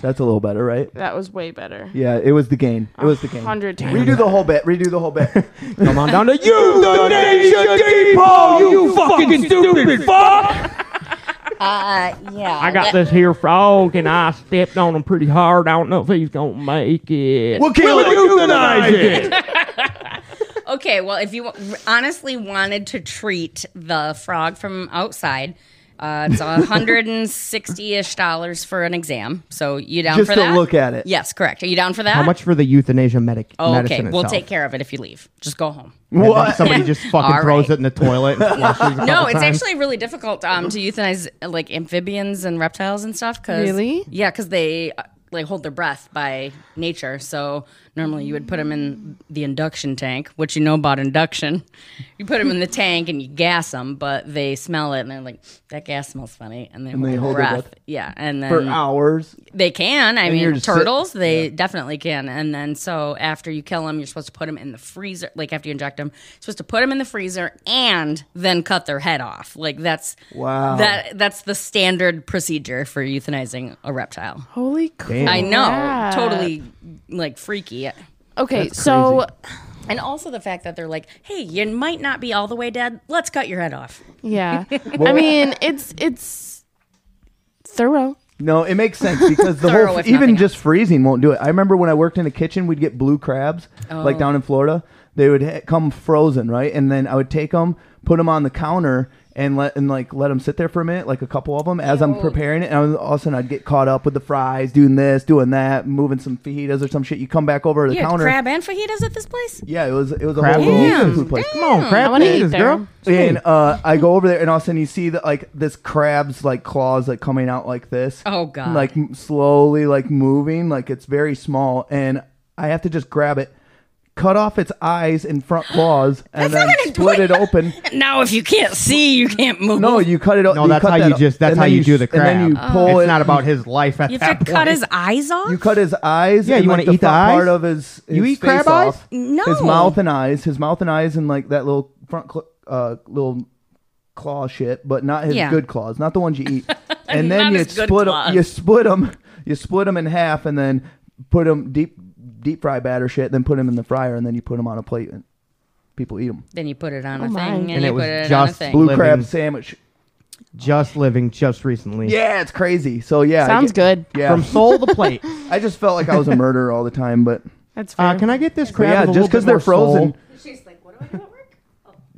[SPEAKER 3] That's a little better, right?
[SPEAKER 4] That was way better.
[SPEAKER 3] Yeah, it was the game. It was the game.
[SPEAKER 4] Hundred times.
[SPEAKER 3] Redo the whole bit. Redo the whole bit.
[SPEAKER 2] Come on down to euthanasia depot. You fucking stupid fuck.
[SPEAKER 1] Uh, yeah,
[SPEAKER 2] I got this here frog and I stepped on him pretty hard. I don't know if he's gonna make it.
[SPEAKER 3] We'll kill it.
[SPEAKER 2] euthanize it.
[SPEAKER 1] Okay, well, if you honestly wanted to treat the frog from outside, uh, it's a hundred and sixty-ish dollars for an exam. So you down
[SPEAKER 3] Just
[SPEAKER 1] for
[SPEAKER 3] to
[SPEAKER 1] that?
[SPEAKER 3] look at it.
[SPEAKER 1] Yes, correct. Are you down for that?
[SPEAKER 2] How much for the euthanasia medic?
[SPEAKER 1] Oh, okay,
[SPEAKER 2] medicine
[SPEAKER 1] we'll
[SPEAKER 2] itself?
[SPEAKER 1] take care of it if you leave. Just go home.
[SPEAKER 2] And then
[SPEAKER 3] What?
[SPEAKER 2] Somebody just fucking
[SPEAKER 1] All
[SPEAKER 2] throws
[SPEAKER 1] right.
[SPEAKER 2] it in the toilet. And flushes a
[SPEAKER 1] No,
[SPEAKER 2] couple
[SPEAKER 1] it's
[SPEAKER 2] times.
[SPEAKER 1] actually really difficult um, to euthanize uh, like amphibians and reptiles and stuff. Cause,
[SPEAKER 4] Really?
[SPEAKER 1] Yeah, because they uh, like hold their breath by nature. So normally you would put them in the induction tank. What you know about induction? You put them in the tank and you gas them, but they smell it and they're like, "That gas smells funny," and they hold,
[SPEAKER 3] they
[SPEAKER 1] their,
[SPEAKER 3] hold their
[SPEAKER 1] breath.
[SPEAKER 3] breath.
[SPEAKER 1] Yeah, and then
[SPEAKER 3] For hours.
[SPEAKER 1] they can. I
[SPEAKER 3] you're
[SPEAKER 1] mean,
[SPEAKER 3] just sit-
[SPEAKER 1] turtles, they definitely can. And then, so after you kill them, you're supposed to put them in the freezer. Like, after you inject them, you're supposed to put them in the freezer and then cut their head off. Like, that's
[SPEAKER 3] Wow.
[SPEAKER 1] That That's the standard procedure for euthanizing a reptile.
[SPEAKER 4] Holy crap!
[SPEAKER 1] I know. Totally, like, freaky.
[SPEAKER 4] Okay, so
[SPEAKER 1] And also the fact that they're like, hey, you might not be all the way dead. Let's cut your head off.
[SPEAKER 4] yeah, I mean it's it's thorough.
[SPEAKER 3] No, it makes sense because the
[SPEAKER 1] Thorough,
[SPEAKER 3] whole
[SPEAKER 1] if
[SPEAKER 3] even
[SPEAKER 1] nothing
[SPEAKER 3] just freezing won't do it. I remember when I worked in the kitchen, we'd get blue crabs
[SPEAKER 1] Oh.
[SPEAKER 3] like down in Florida. They would ha- come frozen, right? And then I would take them, put them on the counter, and let and like let them sit there for a minute, like a couple of them, as I'm preparing it. And I was- all of a sudden, I'd get caught up with the fries, doing this, doing that, moving some fajitas or some shit. You come back over to the
[SPEAKER 1] You had
[SPEAKER 3] counter.
[SPEAKER 1] crab and fajitas at this place?
[SPEAKER 3] Yeah, it was it was a
[SPEAKER 2] Crab
[SPEAKER 3] whole little
[SPEAKER 2] Damn.
[SPEAKER 3] seafood place.
[SPEAKER 2] Come on, crab
[SPEAKER 4] I wanna eat
[SPEAKER 2] Jesus,
[SPEAKER 4] there.
[SPEAKER 2] girl.
[SPEAKER 3] And uh, I go over there, and all of a sudden you see that like this crab's like claws like coming out like this.
[SPEAKER 1] Oh, God.
[SPEAKER 3] Like m- slowly, like moving, like it's very small, and I have to just grab it, cut off its eyes and front claws, and
[SPEAKER 1] That's
[SPEAKER 3] then
[SPEAKER 1] not gonna do
[SPEAKER 3] split
[SPEAKER 1] it.
[SPEAKER 3] it open.
[SPEAKER 1] Now, if you can't see, you can't move.
[SPEAKER 3] No, you cut it. o-
[SPEAKER 2] No, that's
[SPEAKER 3] cut
[SPEAKER 2] how
[SPEAKER 3] that
[SPEAKER 2] you
[SPEAKER 3] o-
[SPEAKER 2] just. That's
[SPEAKER 3] and
[SPEAKER 2] how
[SPEAKER 3] then
[SPEAKER 2] you, do the crab.
[SPEAKER 3] And
[SPEAKER 1] Oh.
[SPEAKER 3] then you pull
[SPEAKER 2] it's
[SPEAKER 3] it.
[SPEAKER 2] not about his life at
[SPEAKER 1] You have
[SPEAKER 2] that
[SPEAKER 1] to cut
[SPEAKER 2] point.
[SPEAKER 1] his eyes off?
[SPEAKER 3] you cut his eyes.
[SPEAKER 2] Yeah,
[SPEAKER 3] and,
[SPEAKER 2] you
[SPEAKER 3] like,
[SPEAKER 2] wanna
[SPEAKER 3] the
[SPEAKER 2] eat the
[SPEAKER 3] front
[SPEAKER 2] eyes?
[SPEAKER 3] Part of his, his
[SPEAKER 2] You eat
[SPEAKER 3] face
[SPEAKER 2] crab
[SPEAKER 3] off.
[SPEAKER 2] eyes?
[SPEAKER 1] No.
[SPEAKER 3] His mouth and eyes. His mouth and eyes, and like that little front cl- uh, little claw shit, but not his
[SPEAKER 1] Yeah.
[SPEAKER 3] good claws, not the ones you eat. and then
[SPEAKER 1] Not
[SPEAKER 3] you
[SPEAKER 1] his good
[SPEAKER 3] split 'em-
[SPEAKER 1] claws.
[SPEAKER 3] You split them. You split them in half, and then put them deep deep fry batter shit, then put them in the fryer, and then you put them on a plate, and people eat them.
[SPEAKER 1] Then you put it on
[SPEAKER 4] Oh
[SPEAKER 1] a
[SPEAKER 4] my.
[SPEAKER 1] thing, and,
[SPEAKER 2] And
[SPEAKER 1] you
[SPEAKER 2] it was
[SPEAKER 1] put it on a
[SPEAKER 2] just
[SPEAKER 1] thing.
[SPEAKER 3] Blue
[SPEAKER 2] Living-
[SPEAKER 3] crab sandwich.
[SPEAKER 2] Just living just recently.
[SPEAKER 3] Yeah, it's crazy. So yeah, I
[SPEAKER 4] Sounds
[SPEAKER 3] get-
[SPEAKER 4] good.
[SPEAKER 3] Yeah,
[SPEAKER 2] From soul to plate.
[SPEAKER 3] I just felt like I was a murderer all the time, but
[SPEAKER 4] That's fair.
[SPEAKER 2] Uh, can I get this crab?
[SPEAKER 3] yeah,
[SPEAKER 2] with a
[SPEAKER 3] just
[SPEAKER 2] because
[SPEAKER 3] because they're frozen,
[SPEAKER 1] She's like, "What do I do at work?"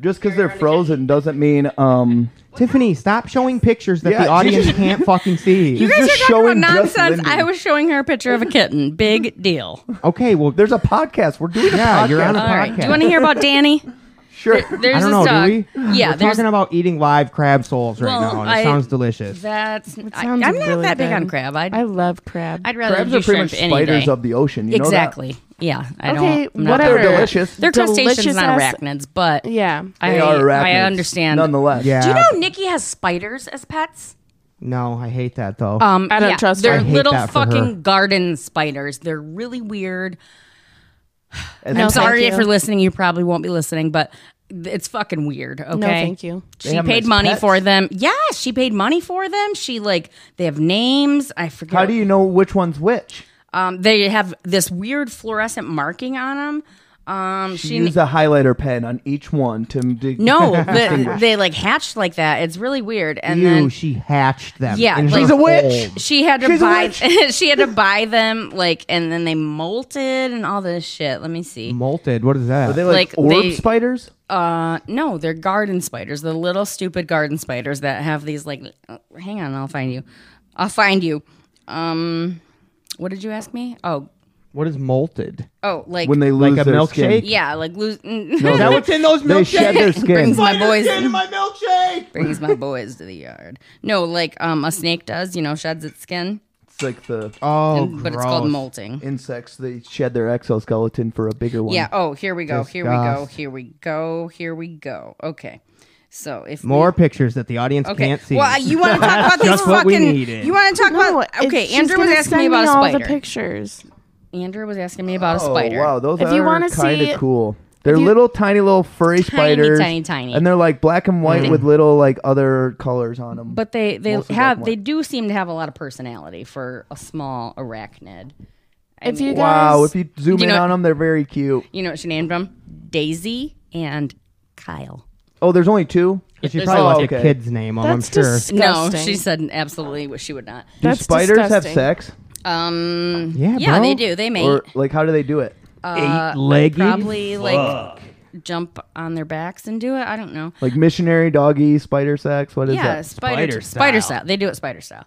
[SPEAKER 3] just because they're frozen doesn't mean um.
[SPEAKER 2] Tiffany, stop showing pictures that
[SPEAKER 3] Yeah,
[SPEAKER 2] the audience
[SPEAKER 3] Jesus.
[SPEAKER 2] can't fucking see.
[SPEAKER 1] You guys
[SPEAKER 3] just
[SPEAKER 1] are talking
[SPEAKER 3] showing
[SPEAKER 1] about
[SPEAKER 3] just
[SPEAKER 1] nonsense.
[SPEAKER 3] Lindy.
[SPEAKER 1] I was showing her a picture of a kitten. Big deal.
[SPEAKER 2] okay, well,
[SPEAKER 3] There's a podcast. We're doing a
[SPEAKER 2] Yeah,
[SPEAKER 3] podcast.
[SPEAKER 2] you're on a
[SPEAKER 1] All right. Do you want
[SPEAKER 2] podcast.
[SPEAKER 1] to hear about Danny?
[SPEAKER 3] sure.
[SPEAKER 1] There's
[SPEAKER 2] I don't
[SPEAKER 1] this
[SPEAKER 2] know,
[SPEAKER 1] dog.
[SPEAKER 2] do we?
[SPEAKER 1] Yeah,
[SPEAKER 2] We're
[SPEAKER 1] there's
[SPEAKER 2] talking about eating live crab souls right
[SPEAKER 1] Well,
[SPEAKER 2] now, and it
[SPEAKER 1] I-
[SPEAKER 2] sounds delicious.
[SPEAKER 1] that's. I, I'm
[SPEAKER 4] sounds
[SPEAKER 1] not
[SPEAKER 4] really
[SPEAKER 1] that big
[SPEAKER 4] good.
[SPEAKER 1] on crab. I'd,
[SPEAKER 4] I love crab.
[SPEAKER 1] I'd rather
[SPEAKER 3] Crabs
[SPEAKER 1] do
[SPEAKER 3] are pretty much
[SPEAKER 1] shrimp any
[SPEAKER 3] spiders
[SPEAKER 1] day.
[SPEAKER 3] of the ocean. You know that?
[SPEAKER 1] exactly. Yeah. I
[SPEAKER 4] Okay,
[SPEAKER 1] don't. I'm not
[SPEAKER 4] whatever.
[SPEAKER 1] that-
[SPEAKER 3] They're delicious.
[SPEAKER 1] They're crustaceans,
[SPEAKER 4] Delicious
[SPEAKER 1] not
[SPEAKER 4] ass-
[SPEAKER 1] arachnids, but
[SPEAKER 4] yeah.
[SPEAKER 1] I,
[SPEAKER 3] They are arachnids,
[SPEAKER 1] I understand.
[SPEAKER 3] Nonetheless.
[SPEAKER 2] Yeah.
[SPEAKER 1] Do you know Nikki has spiders as pets?
[SPEAKER 2] No, I hate that though.
[SPEAKER 1] Um,
[SPEAKER 4] I don't trust her.
[SPEAKER 1] They're
[SPEAKER 4] I
[SPEAKER 2] hate
[SPEAKER 1] little
[SPEAKER 2] that for her.
[SPEAKER 1] fucking garden spiders. They're really weird.
[SPEAKER 3] And
[SPEAKER 4] No,
[SPEAKER 1] I'm
[SPEAKER 4] thank
[SPEAKER 1] sorry
[SPEAKER 4] you.
[SPEAKER 1] if you're listening. You probably won't be listening, but it's fucking weird. Okay.
[SPEAKER 4] No, thank you.
[SPEAKER 1] She
[SPEAKER 3] have them
[SPEAKER 1] paid
[SPEAKER 3] as
[SPEAKER 1] money
[SPEAKER 3] pets?
[SPEAKER 1] for them. Yeah, she paid money for them. She like they have names. I forget.
[SPEAKER 3] How do you know which one's which?
[SPEAKER 1] Um, they have this weird fluorescent marking on them. Um, she
[SPEAKER 3] Use a highlighter pen on each one to. to
[SPEAKER 1] no, the, they like hatched like that. It's really weird. And
[SPEAKER 2] you,
[SPEAKER 1] then
[SPEAKER 2] she hatched them.
[SPEAKER 1] Yeah,
[SPEAKER 2] in
[SPEAKER 1] like- oh,
[SPEAKER 2] her
[SPEAKER 1] She's a
[SPEAKER 3] witch.
[SPEAKER 2] hole.
[SPEAKER 1] she had to
[SPEAKER 3] She's a
[SPEAKER 1] buy she had to buy them like and then they molted and all this shit. Let me see.
[SPEAKER 2] Molted. What is that?
[SPEAKER 3] Are they like,
[SPEAKER 1] like,
[SPEAKER 3] orb
[SPEAKER 1] they-
[SPEAKER 3] spiders?
[SPEAKER 1] Uh no, they're garden spiders. The little stupid garden spiders that have these like uh, hang on, I'll find you. I'll find you. Um what did you ask me? Oh,
[SPEAKER 2] what is molted?
[SPEAKER 1] oh, like
[SPEAKER 3] When they
[SPEAKER 2] Like
[SPEAKER 3] lose
[SPEAKER 2] a
[SPEAKER 3] their skin.
[SPEAKER 2] milkshake?
[SPEAKER 1] yeah, like lose
[SPEAKER 3] No, they-
[SPEAKER 2] in those
[SPEAKER 3] They shed their skin.
[SPEAKER 1] brings my boys
[SPEAKER 2] my milkshake.
[SPEAKER 1] brings my boys to the yard. No, like um a snake does, you know, sheds its skin,
[SPEAKER 3] It's like the
[SPEAKER 2] Oh,
[SPEAKER 1] and- but it's called
[SPEAKER 2] gross.
[SPEAKER 1] molting.
[SPEAKER 3] insects. They shed their exoskeleton for a bigger one.
[SPEAKER 1] Yeah. Oh, here we go. Here we go.
[SPEAKER 2] Disgust.
[SPEAKER 1] Here we go. Here we go. Okay. So if we-
[SPEAKER 2] More pictures that the audience
[SPEAKER 1] okay.
[SPEAKER 2] can't see.
[SPEAKER 1] Well, I- you want to talk about these
[SPEAKER 2] Just what
[SPEAKER 1] fucking?
[SPEAKER 2] we needed.
[SPEAKER 1] You want to talk
[SPEAKER 4] No,
[SPEAKER 1] about?
[SPEAKER 4] it's-
[SPEAKER 1] Okay,
[SPEAKER 4] she's
[SPEAKER 1] Andrew was
[SPEAKER 4] gonna
[SPEAKER 1] asking me
[SPEAKER 4] send
[SPEAKER 1] about a
[SPEAKER 4] all the
[SPEAKER 1] spider.
[SPEAKER 4] pictures.
[SPEAKER 1] Andrew was asking me about a
[SPEAKER 3] Oh,
[SPEAKER 1] spider.
[SPEAKER 3] wow. Those
[SPEAKER 4] If
[SPEAKER 3] are
[SPEAKER 4] you wanna
[SPEAKER 3] kind
[SPEAKER 4] see-
[SPEAKER 3] of cool. They're
[SPEAKER 4] you-
[SPEAKER 3] little tiny little furry spiders.
[SPEAKER 1] tiny, tiny.
[SPEAKER 3] And they're like black and
[SPEAKER 2] Mm.
[SPEAKER 3] white with little like other colors on them.
[SPEAKER 1] But they they
[SPEAKER 3] Mostly black
[SPEAKER 1] have
[SPEAKER 3] and
[SPEAKER 1] they
[SPEAKER 3] white.
[SPEAKER 1] do seem to have a lot of personality for a small arachnid.
[SPEAKER 4] If you guys,
[SPEAKER 3] wow, if you zoom
[SPEAKER 1] You
[SPEAKER 3] in
[SPEAKER 1] know-
[SPEAKER 3] on them, they're very cute.
[SPEAKER 1] You know what she named them? Daisy and Kyle.
[SPEAKER 3] Oh, there's only two.
[SPEAKER 2] But she
[SPEAKER 1] There's
[SPEAKER 2] probably
[SPEAKER 1] no-
[SPEAKER 2] left
[SPEAKER 3] okay.
[SPEAKER 2] a kid's name on. I'm
[SPEAKER 4] that's
[SPEAKER 2] sure.
[SPEAKER 4] disgusting.
[SPEAKER 1] No, she said absolutely what she would not.
[SPEAKER 3] Do
[SPEAKER 4] That's
[SPEAKER 3] spiders have
[SPEAKER 4] disgusting.
[SPEAKER 3] sex?
[SPEAKER 1] Um,
[SPEAKER 2] Yeah,
[SPEAKER 1] yeah,
[SPEAKER 2] bro.
[SPEAKER 1] they do. They mate.
[SPEAKER 3] Or like how do they do it?
[SPEAKER 2] Eight-legged.
[SPEAKER 1] uh, probably like jump on their backs and do it. I don't know.
[SPEAKER 3] Like missionary doggy spider sex? What is
[SPEAKER 1] yeah,
[SPEAKER 3] that?
[SPEAKER 1] spider
[SPEAKER 2] Spider
[SPEAKER 1] spider
[SPEAKER 2] style.
[SPEAKER 1] style. They do it spider style.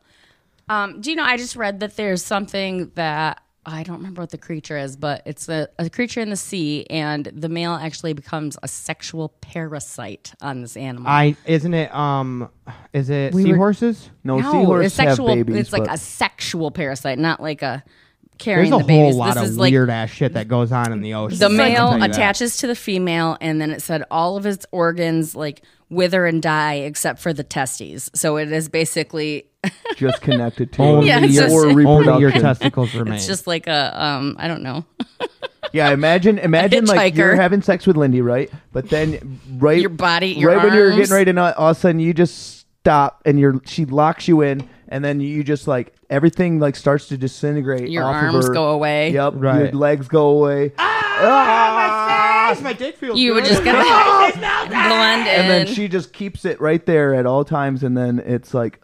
[SPEAKER 1] Um, do you know? I just read that there's something that I don't remember what the creature is, but it's a, a creature in the sea, and the male actually becomes a sexual parasite on this animal.
[SPEAKER 2] I isn't it um is it
[SPEAKER 1] were-
[SPEAKER 2] seahorses?
[SPEAKER 3] No, seahorses
[SPEAKER 1] it's sexual.
[SPEAKER 3] have babies.
[SPEAKER 1] it's like
[SPEAKER 3] but-
[SPEAKER 1] a sexual parasite, not like a
[SPEAKER 2] There's
[SPEAKER 1] carrying
[SPEAKER 2] a
[SPEAKER 1] the babies.
[SPEAKER 2] whole lot
[SPEAKER 1] this
[SPEAKER 2] of
[SPEAKER 1] is like
[SPEAKER 2] weird ass shit that goes on in the ocean.
[SPEAKER 1] the
[SPEAKER 2] I can
[SPEAKER 1] male
[SPEAKER 2] tell you that.
[SPEAKER 1] attaches to the female and then it said all of its organs like wither and die except for the testes so it is basically
[SPEAKER 3] just connected to
[SPEAKER 2] Only,
[SPEAKER 1] Yeah, it's
[SPEAKER 2] your,
[SPEAKER 1] just-
[SPEAKER 2] or only your
[SPEAKER 3] reproduction.
[SPEAKER 2] testicles remain.
[SPEAKER 1] it's just like a um i don't know
[SPEAKER 3] Yeah, imagine imagine like you're
[SPEAKER 1] hitchhiker.
[SPEAKER 3] having sex with Lindy, right? But then right
[SPEAKER 1] Your body, your
[SPEAKER 3] right when you're
[SPEAKER 1] arms.
[SPEAKER 3] getting ready to nut, all of a sudden you just stop and you're she locks you in and then you just like everything like starts to disintegrate.
[SPEAKER 1] Your
[SPEAKER 3] off of
[SPEAKER 1] arms
[SPEAKER 3] her.
[SPEAKER 1] go away.
[SPEAKER 3] Yep.
[SPEAKER 2] Right.
[SPEAKER 3] Your legs go away.
[SPEAKER 1] Ah,
[SPEAKER 3] Ah!
[SPEAKER 2] my dick feels
[SPEAKER 1] you would just get blend
[SPEAKER 3] And then
[SPEAKER 1] in
[SPEAKER 3] she just keeps it right there at all times and then it's like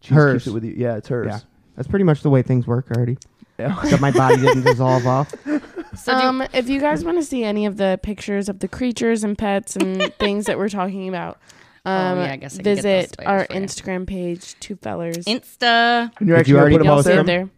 [SPEAKER 3] she just
[SPEAKER 2] Hers.
[SPEAKER 3] keeps it with you. Yeah, it's hers.
[SPEAKER 2] Yeah. That's pretty much the way things work already.
[SPEAKER 3] Yeah.
[SPEAKER 2] Except my body didn't dissolve off.
[SPEAKER 4] Um, if you guys want to see any of the pictures of the creatures and pets and things that we're talking about, um,
[SPEAKER 1] Oh, yeah, I guess I can get those
[SPEAKER 4] visit
[SPEAKER 1] spiders
[SPEAKER 4] our
[SPEAKER 1] for you.
[SPEAKER 4] Instagram page, Two Fellers.
[SPEAKER 1] insta
[SPEAKER 3] And you're
[SPEAKER 2] Did you
[SPEAKER 3] actually
[SPEAKER 2] already
[SPEAKER 3] gonna put them
[SPEAKER 4] I'll
[SPEAKER 3] up
[SPEAKER 2] post
[SPEAKER 4] see
[SPEAKER 3] there?
[SPEAKER 4] it there.
[SPEAKER 2] Did you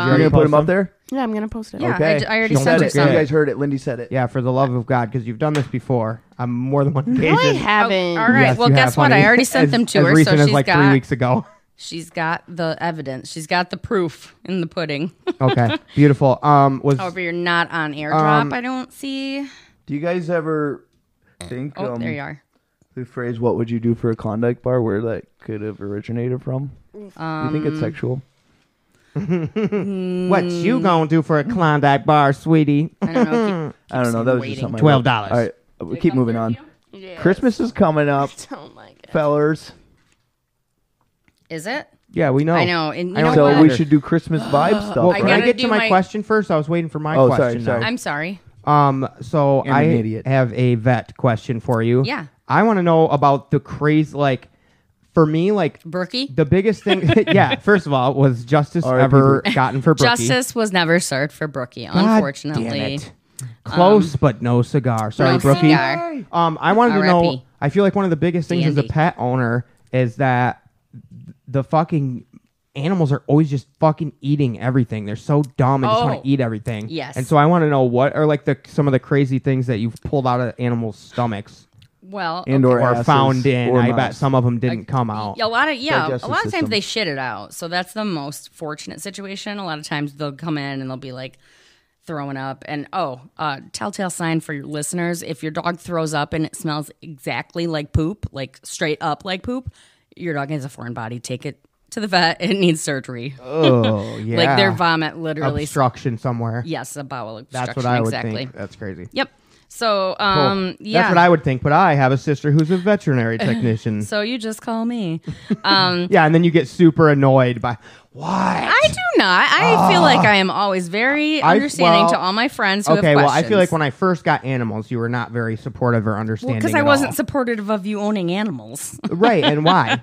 [SPEAKER 3] You're
[SPEAKER 2] already
[SPEAKER 3] Um, gonna put
[SPEAKER 2] post
[SPEAKER 3] them up there?
[SPEAKER 4] Yeah, I'm gonna post it.
[SPEAKER 1] yeah
[SPEAKER 3] Okay.
[SPEAKER 1] I, j- I already
[SPEAKER 2] Don't
[SPEAKER 1] sent her
[SPEAKER 2] forget.
[SPEAKER 3] You
[SPEAKER 1] some
[SPEAKER 3] guys heard it. Lindy said it.
[SPEAKER 2] Yeah, for the love of God, because you've done this before. I'm more than one occasion.
[SPEAKER 4] I
[SPEAKER 1] Oh, all
[SPEAKER 4] haven't.
[SPEAKER 1] right
[SPEAKER 2] Yes,
[SPEAKER 1] well
[SPEAKER 2] you
[SPEAKER 1] guess
[SPEAKER 2] have,
[SPEAKER 1] what
[SPEAKER 2] honey.
[SPEAKER 1] i already sent
[SPEAKER 2] As-
[SPEAKER 1] them to
[SPEAKER 2] as
[SPEAKER 1] her so
[SPEAKER 2] recent as
[SPEAKER 1] she's
[SPEAKER 2] like
[SPEAKER 1] got
[SPEAKER 2] three weeks ago.
[SPEAKER 1] she's got the evidence she's got the proof in the pudding
[SPEAKER 2] Okay, beautiful. Um, was
[SPEAKER 1] however you're not on airdrop
[SPEAKER 3] Um,
[SPEAKER 1] i don't see
[SPEAKER 3] Do you guys ever think
[SPEAKER 1] oh
[SPEAKER 3] um,
[SPEAKER 1] there you are
[SPEAKER 3] the phrase "What would you do for a Klondike bar?" Where that could have originated from? you think it's sexual?
[SPEAKER 2] what you gonna do for a Klondike bar, sweetie?
[SPEAKER 1] i don't know Keep-
[SPEAKER 3] I don't know. That was
[SPEAKER 1] waiting.
[SPEAKER 3] just something. I
[SPEAKER 2] Twelve
[SPEAKER 3] wrote.
[SPEAKER 2] dollars.
[SPEAKER 3] All right, we'll keep moving
[SPEAKER 4] Oh
[SPEAKER 3] on. Christmas is coming up,
[SPEAKER 4] Don't like it.
[SPEAKER 3] fellers.
[SPEAKER 1] Is it?
[SPEAKER 2] Yeah, we know.
[SPEAKER 1] I know. And you
[SPEAKER 2] I
[SPEAKER 1] know
[SPEAKER 2] don't
[SPEAKER 3] Oh. So
[SPEAKER 1] what?
[SPEAKER 2] know.
[SPEAKER 3] we should do Christmas vibe stuff.
[SPEAKER 2] Well,
[SPEAKER 1] Oh I
[SPEAKER 2] can I,
[SPEAKER 3] right?
[SPEAKER 1] gotta
[SPEAKER 2] get to
[SPEAKER 1] do
[SPEAKER 2] my,
[SPEAKER 1] my-
[SPEAKER 2] question first? I was waiting for my
[SPEAKER 3] Oh, sorry,
[SPEAKER 2] question.
[SPEAKER 3] sorry.
[SPEAKER 2] now.
[SPEAKER 1] I'm sorry.
[SPEAKER 2] Um, so
[SPEAKER 3] And
[SPEAKER 2] I
[SPEAKER 3] an idiot.
[SPEAKER 2] have a vet question for you.
[SPEAKER 1] Yeah.
[SPEAKER 2] I want to know about the craze. Like, for me, like
[SPEAKER 1] Berkey?
[SPEAKER 2] the biggest thing. yeah. First of all, was justice
[SPEAKER 3] R.I.P.
[SPEAKER 2] ever gotten for Brookie?
[SPEAKER 1] Justice was never served for Brookie,
[SPEAKER 2] God
[SPEAKER 1] unfortunately. Um,
[SPEAKER 2] damn it. Close, but no cigar. Sorry,
[SPEAKER 1] no
[SPEAKER 2] Brookie.
[SPEAKER 1] cigar.
[SPEAKER 2] Um, I wanted to
[SPEAKER 1] R.I.P.
[SPEAKER 2] know. I feel like one of the biggest things as a
[SPEAKER 1] D&D.
[SPEAKER 2] pet owner is that the fucking animals are always just fucking eating everything. They're so dumb and just
[SPEAKER 1] Oh.
[SPEAKER 2] want to eat everything.
[SPEAKER 1] Yes.
[SPEAKER 2] And so I want to know what are like the some of the crazy things that you've pulled out of animals' stomachs
[SPEAKER 1] Well,
[SPEAKER 3] And
[SPEAKER 1] okay.
[SPEAKER 2] or,
[SPEAKER 3] asses
[SPEAKER 2] found in.
[SPEAKER 3] or
[SPEAKER 2] I
[SPEAKER 3] mouths.
[SPEAKER 2] bet some of them didn't come out.
[SPEAKER 1] a lot of yeah, a
[SPEAKER 3] digestive
[SPEAKER 1] lot of
[SPEAKER 3] system.
[SPEAKER 1] times they shit it out. So that's the most fortunate situation. A lot of times they'll come in and they'll be like throwing up and oh, uh telltale sign for your listeners, if your dog throws up and it smells exactly like poop, like straight up like poop, your dog has a foreign body. Take it to the vet. It needs surgery.
[SPEAKER 2] Oh yeah.
[SPEAKER 1] Like their vomit literally
[SPEAKER 2] obstruction somewhere.
[SPEAKER 1] Yes, a bowel obstruction.
[SPEAKER 2] That's what I would
[SPEAKER 1] exactly.
[SPEAKER 2] think. That's crazy.
[SPEAKER 1] Yep. So,
[SPEAKER 2] Cool.
[SPEAKER 1] um, yeah.
[SPEAKER 2] That's what I would think, but I have a sister who's a veterinary technician.
[SPEAKER 1] so you just call me.
[SPEAKER 2] yeah, and then you get super annoyed by why.
[SPEAKER 1] I do not. I feel like I am always very
[SPEAKER 2] Ah. I-
[SPEAKER 1] understanding to
[SPEAKER 2] well,
[SPEAKER 1] all my friends who
[SPEAKER 2] Okay,
[SPEAKER 1] have
[SPEAKER 2] well,
[SPEAKER 1] questions.
[SPEAKER 2] I feel like when I first got animals, you were not very supportive or understanding.
[SPEAKER 1] because I
[SPEAKER 2] at
[SPEAKER 1] wasn't
[SPEAKER 2] all.
[SPEAKER 1] supportive of you owning animals.
[SPEAKER 2] right, and why?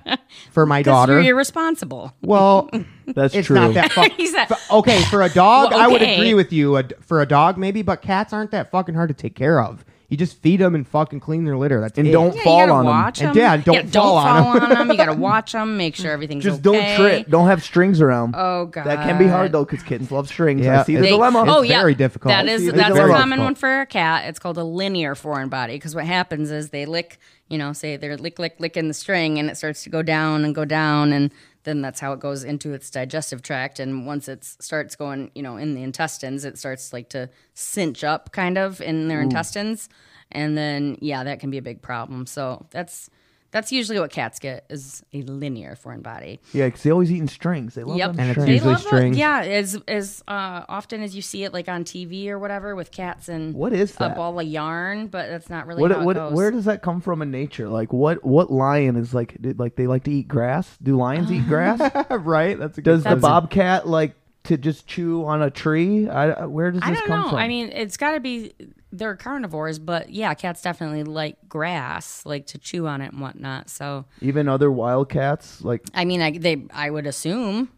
[SPEAKER 2] For my
[SPEAKER 1] Because
[SPEAKER 2] daughter,
[SPEAKER 1] you're irresponsible.
[SPEAKER 2] well,
[SPEAKER 3] That's
[SPEAKER 2] it's
[SPEAKER 3] true.
[SPEAKER 2] not that. Fu-
[SPEAKER 1] He's that.
[SPEAKER 2] f- okay, for a dog,
[SPEAKER 1] Well,
[SPEAKER 2] I would
[SPEAKER 1] okay.
[SPEAKER 2] agree with you. A d for a dog, maybe, but cats aren't that fucking hard to take care of. You just feed them and fucking clean their litter. That's
[SPEAKER 3] And
[SPEAKER 2] it.
[SPEAKER 3] don't
[SPEAKER 1] Yeah,
[SPEAKER 3] fall
[SPEAKER 1] you gotta
[SPEAKER 3] on 'em.
[SPEAKER 1] watch
[SPEAKER 2] And
[SPEAKER 1] them.
[SPEAKER 2] yeah, don't fall on 'em.
[SPEAKER 1] You gotta watch them. Make sure everything's
[SPEAKER 3] Just
[SPEAKER 1] okay.
[SPEAKER 3] don't trip. Don't have strings around.
[SPEAKER 1] Oh god,
[SPEAKER 3] that can be hard though, because kittens love strings.
[SPEAKER 2] Yeah,
[SPEAKER 3] I see the
[SPEAKER 2] They-
[SPEAKER 3] dilemma.
[SPEAKER 1] Oh
[SPEAKER 2] It's
[SPEAKER 1] yeah,
[SPEAKER 2] very difficult.
[SPEAKER 1] That
[SPEAKER 2] It's
[SPEAKER 1] is
[SPEAKER 3] a
[SPEAKER 1] that's a
[SPEAKER 3] dilemma.
[SPEAKER 1] common one for a cat. It's called a linear foreign body because what happens is they lick, you know, say they're lick lick licking the string and it starts to go down and go down and then that's how it goes into its digestive tract and once it starts going, you know, in the intestines, it starts like to cinch up kind of in their intestines and then yeah, that can be a big problem. So that's that's usually what cats get is a linear foreign body.
[SPEAKER 3] Yeah, because they always eating strings. They love
[SPEAKER 1] Yep.
[SPEAKER 3] them
[SPEAKER 2] And it's
[SPEAKER 3] strings.
[SPEAKER 1] They
[SPEAKER 2] usually
[SPEAKER 1] love it.
[SPEAKER 2] strings.
[SPEAKER 1] Yeah, as as uh, often as you see it, like on TV or whatever, with cats and
[SPEAKER 3] What is
[SPEAKER 1] a
[SPEAKER 3] that?
[SPEAKER 1] ball of yarn, but that's not really
[SPEAKER 3] What,
[SPEAKER 1] how it
[SPEAKER 3] what,
[SPEAKER 1] goes.
[SPEAKER 3] where does that come from in nature? Like what what lion is like did, like they like to eat grass? Do lions eat grass?
[SPEAKER 2] right. That's a good
[SPEAKER 3] Does the
[SPEAKER 2] question.
[SPEAKER 3] bobcat like to just chew on a tree? I, uh, where does this
[SPEAKER 1] I don't
[SPEAKER 3] come
[SPEAKER 1] know.
[SPEAKER 3] from?
[SPEAKER 1] I mean, it's got to be they're carnivores, but yeah, cats definitely like grass, like to chew on it and whatnot. So
[SPEAKER 3] even other wild cats, like
[SPEAKER 1] I mean, I they I would assume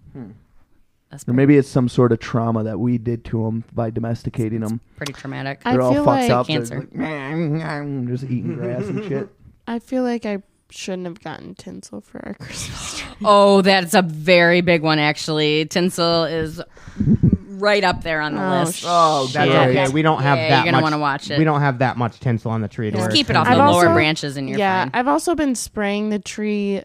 [SPEAKER 1] that's
[SPEAKER 3] Hmm. or maybe it's some sort of trauma that we did to them by domesticating them.
[SPEAKER 1] pretty traumatic.
[SPEAKER 4] I
[SPEAKER 3] They're all
[SPEAKER 4] feel
[SPEAKER 3] fucked
[SPEAKER 4] like
[SPEAKER 3] up. They're
[SPEAKER 1] Cancer.
[SPEAKER 3] like, "Meow, meow," just eating grass and shit.
[SPEAKER 4] I feel like I shouldn't have gotten tinsel for our Christmas tree.
[SPEAKER 1] oh, that's a very big one actually. Tinsel is right up there on the
[SPEAKER 4] Oh,
[SPEAKER 1] list.
[SPEAKER 4] sh-
[SPEAKER 2] Oh, that's
[SPEAKER 1] Yeah.
[SPEAKER 2] okay. We don't have
[SPEAKER 1] Yeah,
[SPEAKER 2] that.
[SPEAKER 1] you're gonna
[SPEAKER 2] much-
[SPEAKER 1] wanna watch it.
[SPEAKER 2] We don't have that much tinsel on the tree. to
[SPEAKER 1] Just
[SPEAKER 2] where
[SPEAKER 1] keep it
[SPEAKER 2] it's
[SPEAKER 1] off
[SPEAKER 2] gonna
[SPEAKER 1] the
[SPEAKER 4] I've
[SPEAKER 2] be-
[SPEAKER 1] lower
[SPEAKER 4] also-
[SPEAKER 1] branches, and you're
[SPEAKER 4] yeah,
[SPEAKER 1] fine.
[SPEAKER 4] I've also been spraying the tree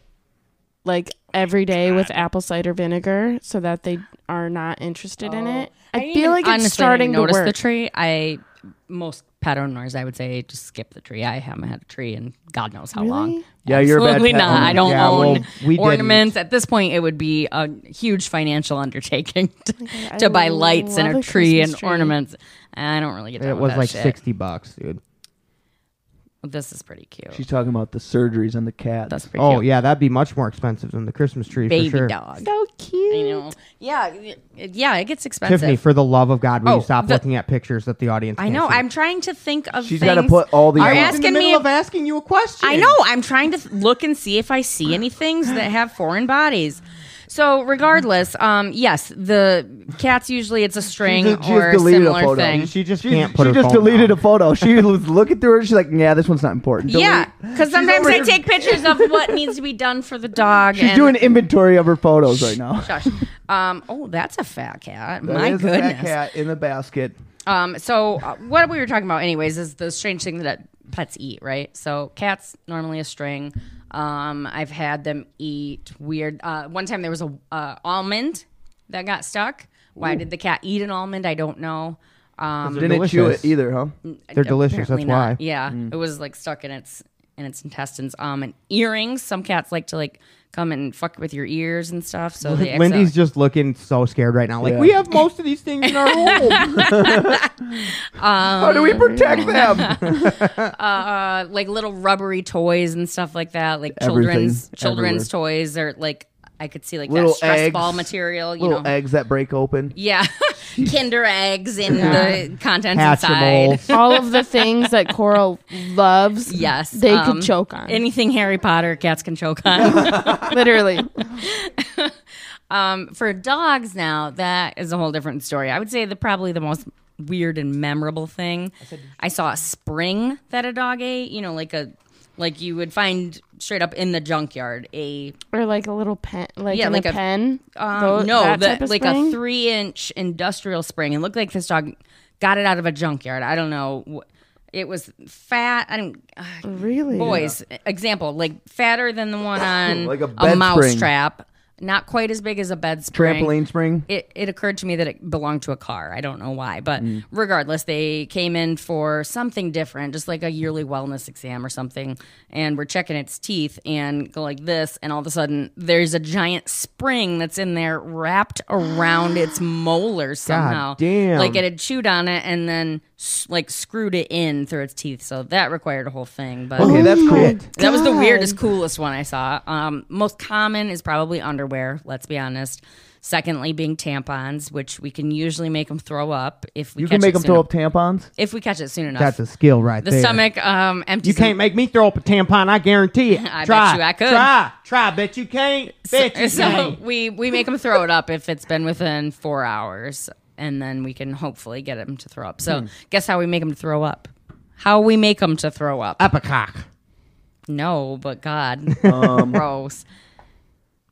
[SPEAKER 4] like every day with apple cider vinegar so that they are not interested in it. I,
[SPEAKER 1] Oh. didn't
[SPEAKER 4] feel
[SPEAKER 1] even
[SPEAKER 4] like
[SPEAKER 1] honestly
[SPEAKER 4] it's starting
[SPEAKER 1] didn't
[SPEAKER 4] to
[SPEAKER 1] notice
[SPEAKER 4] work.
[SPEAKER 1] the tree. I most pet owners, I would say, just skip the tree. I haven't had a tree in God knows how long.
[SPEAKER 3] Yeah, you're a bad
[SPEAKER 1] Absolutely
[SPEAKER 3] pet
[SPEAKER 1] not.
[SPEAKER 3] owner.
[SPEAKER 1] I don't
[SPEAKER 2] Yeah, well,
[SPEAKER 1] own
[SPEAKER 2] we didn't.
[SPEAKER 1] ornaments at this point. It would be a huge financial undertaking to,
[SPEAKER 4] Oh
[SPEAKER 1] to buy lights and
[SPEAKER 4] love
[SPEAKER 1] a
[SPEAKER 4] a
[SPEAKER 1] tree
[SPEAKER 4] Christmas
[SPEAKER 1] and
[SPEAKER 4] tree.
[SPEAKER 1] ornaments. I don't really get. down
[SPEAKER 2] It
[SPEAKER 1] with
[SPEAKER 2] was
[SPEAKER 1] that
[SPEAKER 2] like
[SPEAKER 1] Oh, shit.
[SPEAKER 2] sixty bucks, dude.
[SPEAKER 1] This is pretty cute.
[SPEAKER 3] She's talking about the surgeries and the cats.
[SPEAKER 1] That's pretty
[SPEAKER 2] Oh
[SPEAKER 1] cute.
[SPEAKER 2] yeah, that'd be much more expensive than the Christmas tree
[SPEAKER 1] Baby
[SPEAKER 2] for sure.
[SPEAKER 1] dog.
[SPEAKER 4] so cute.
[SPEAKER 1] You know. Yeah. it- Yeah. It gets expensive.
[SPEAKER 2] Tiffany, for the love of God, will
[SPEAKER 1] Oh,
[SPEAKER 2] you stop
[SPEAKER 1] the-
[SPEAKER 2] looking at pictures that the audience?
[SPEAKER 1] I
[SPEAKER 2] can't
[SPEAKER 1] know.
[SPEAKER 2] see?
[SPEAKER 1] I'm trying to think of.
[SPEAKER 3] She's
[SPEAKER 1] got
[SPEAKER 3] gotta put all the
[SPEAKER 1] Are
[SPEAKER 3] elements-
[SPEAKER 2] in the
[SPEAKER 1] asking
[SPEAKER 2] middle
[SPEAKER 1] me
[SPEAKER 2] of asking you a question.
[SPEAKER 1] I know. I'm trying to th- look and see if I see any things that have foreign bodies. So, regardless, um, yes, the cats usually it's a string
[SPEAKER 3] just- she just
[SPEAKER 1] or a
[SPEAKER 3] deleted a
[SPEAKER 1] similar
[SPEAKER 3] photo.
[SPEAKER 1] thing.
[SPEAKER 2] She just
[SPEAKER 3] She,
[SPEAKER 2] can't put
[SPEAKER 3] she
[SPEAKER 2] her
[SPEAKER 3] just
[SPEAKER 2] phone
[SPEAKER 3] deleted
[SPEAKER 2] down.
[SPEAKER 3] a photo. She was looking through it. She's like, "Yeah, this one's not important." Delete.
[SPEAKER 1] Yeah, because sometimes
[SPEAKER 3] over
[SPEAKER 1] I
[SPEAKER 3] here-
[SPEAKER 1] take pictures of what needs to be done for the dog.
[SPEAKER 3] she's
[SPEAKER 1] and
[SPEAKER 3] doing inventory of her photos right now.
[SPEAKER 1] Shush. Um, oh, that's a fat cat.
[SPEAKER 3] That
[SPEAKER 1] My
[SPEAKER 3] is a
[SPEAKER 1] goodness.
[SPEAKER 3] fat cat in the basket.
[SPEAKER 1] Um, so uh, what we were talking about, anyways, is the strange thing that pets eat, right? So cats normally a string. Um, I've had them eat weird. Uh, one time there was a uh, almond that got stuck. Why did the cat eat an almond? I don't know. Um,
[SPEAKER 3] Didn't chew
[SPEAKER 2] delicious.
[SPEAKER 3] it either, huh?
[SPEAKER 2] They're delicious. That's
[SPEAKER 1] Apparently not.
[SPEAKER 2] why. Mm.
[SPEAKER 1] Yeah, it was like stuck in its in its intestines. Um, and earrings. Some cats like to like come and fuck with your ears and stuff. So they accidentally-
[SPEAKER 2] Lindy's just looking so scared right now. Like
[SPEAKER 3] Yeah.
[SPEAKER 2] we have most of these things in our home.
[SPEAKER 3] How do we protect them?
[SPEAKER 1] uh, like little rubbery toys and stuff like that, like
[SPEAKER 3] Everything.
[SPEAKER 1] children's children's
[SPEAKER 3] Everywhere.
[SPEAKER 1] toys or like I could see like
[SPEAKER 3] Little
[SPEAKER 1] that stress
[SPEAKER 3] eggs.
[SPEAKER 1] ball material, you
[SPEAKER 3] Little
[SPEAKER 1] know.
[SPEAKER 3] eggs that break open.
[SPEAKER 1] Yeah. Kinder eggs in the contents inside.
[SPEAKER 2] Hatchimals.
[SPEAKER 4] All of the things that Coral loves.
[SPEAKER 1] Yes.
[SPEAKER 4] They could
[SPEAKER 1] um,
[SPEAKER 4] choke on.
[SPEAKER 1] Anything Harry Potter cats can choke on.
[SPEAKER 4] Literally.
[SPEAKER 1] um, for dogs now, that is a whole different story. I would say the probably the most weird and memorable thing. I saw a spring that a dog ate, you know, like a like you would find straight up in the junkyard a
[SPEAKER 4] Or like a little pen, like,
[SPEAKER 1] Yeah,
[SPEAKER 4] in
[SPEAKER 1] like
[SPEAKER 4] a,
[SPEAKER 1] a-
[SPEAKER 4] pen.
[SPEAKER 1] Um,
[SPEAKER 4] Tho-
[SPEAKER 1] no,
[SPEAKER 4] that
[SPEAKER 1] the-
[SPEAKER 4] type of
[SPEAKER 1] like
[SPEAKER 4] spring?
[SPEAKER 1] a three inch industrial spring. It looked like this dog got it out of a junkyard. I don't know. wh- It was fat. I don't. Uh,
[SPEAKER 4] Really?
[SPEAKER 1] boys, example, like fatter than the one on
[SPEAKER 3] Like a bed
[SPEAKER 1] mouse
[SPEAKER 3] spring.
[SPEAKER 1] trap. Not quite as big as a bed spring.
[SPEAKER 3] Trampoline spring.
[SPEAKER 1] It, it occurred to me that it belonged to a car. I don't know why, but regardless, they came in for something different, just like a yearly wellness exam or something. And we're checking its teeth and go like this, and all of a sudden there's a giant spring that's in there wrapped around its molar somehow.
[SPEAKER 2] damn.
[SPEAKER 1] Like it had chewed on it and then s- like screwed it in through its teeth. So that required a whole thing. But
[SPEAKER 3] Okay, that's cool.
[SPEAKER 1] that was the weirdest, coolest one I saw. Um, most common is probably underwear. Let's be honest. Secondly, being tampons, which we can usually make them throw up if we
[SPEAKER 3] You
[SPEAKER 1] catch
[SPEAKER 3] can make
[SPEAKER 1] it
[SPEAKER 3] them
[SPEAKER 1] soon
[SPEAKER 3] throw up tampons.
[SPEAKER 1] if we catch it soon enough.
[SPEAKER 2] That's a skill right
[SPEAKER 1] the
[SPEAKER 2] there.
[SPEAKER 1] stomach um, empties.
[SPEAKER 2] You can't make me throw up a tampon. I guarantee it.
[SPEAKER 1] I bet
[SPEAKER 2] try,
[SPEAKER 1] you I could.
[SPEAKER 2] Try, try. Bet you can't. Bet you
[SPEAKER 1] so
[SPEAKER 2] can't.
[SPEAKER 1] we we make them throw it up if it's been within four hours, and then we can hopefully get them to throw up. So
[SPEAKER 3] Hmm.
[SPEAKER 1] guess how we make them throw up. How we make them to throw up?
[SPEAKER 2] Uppercock.
[SPEAKER 1] No, but God, gross.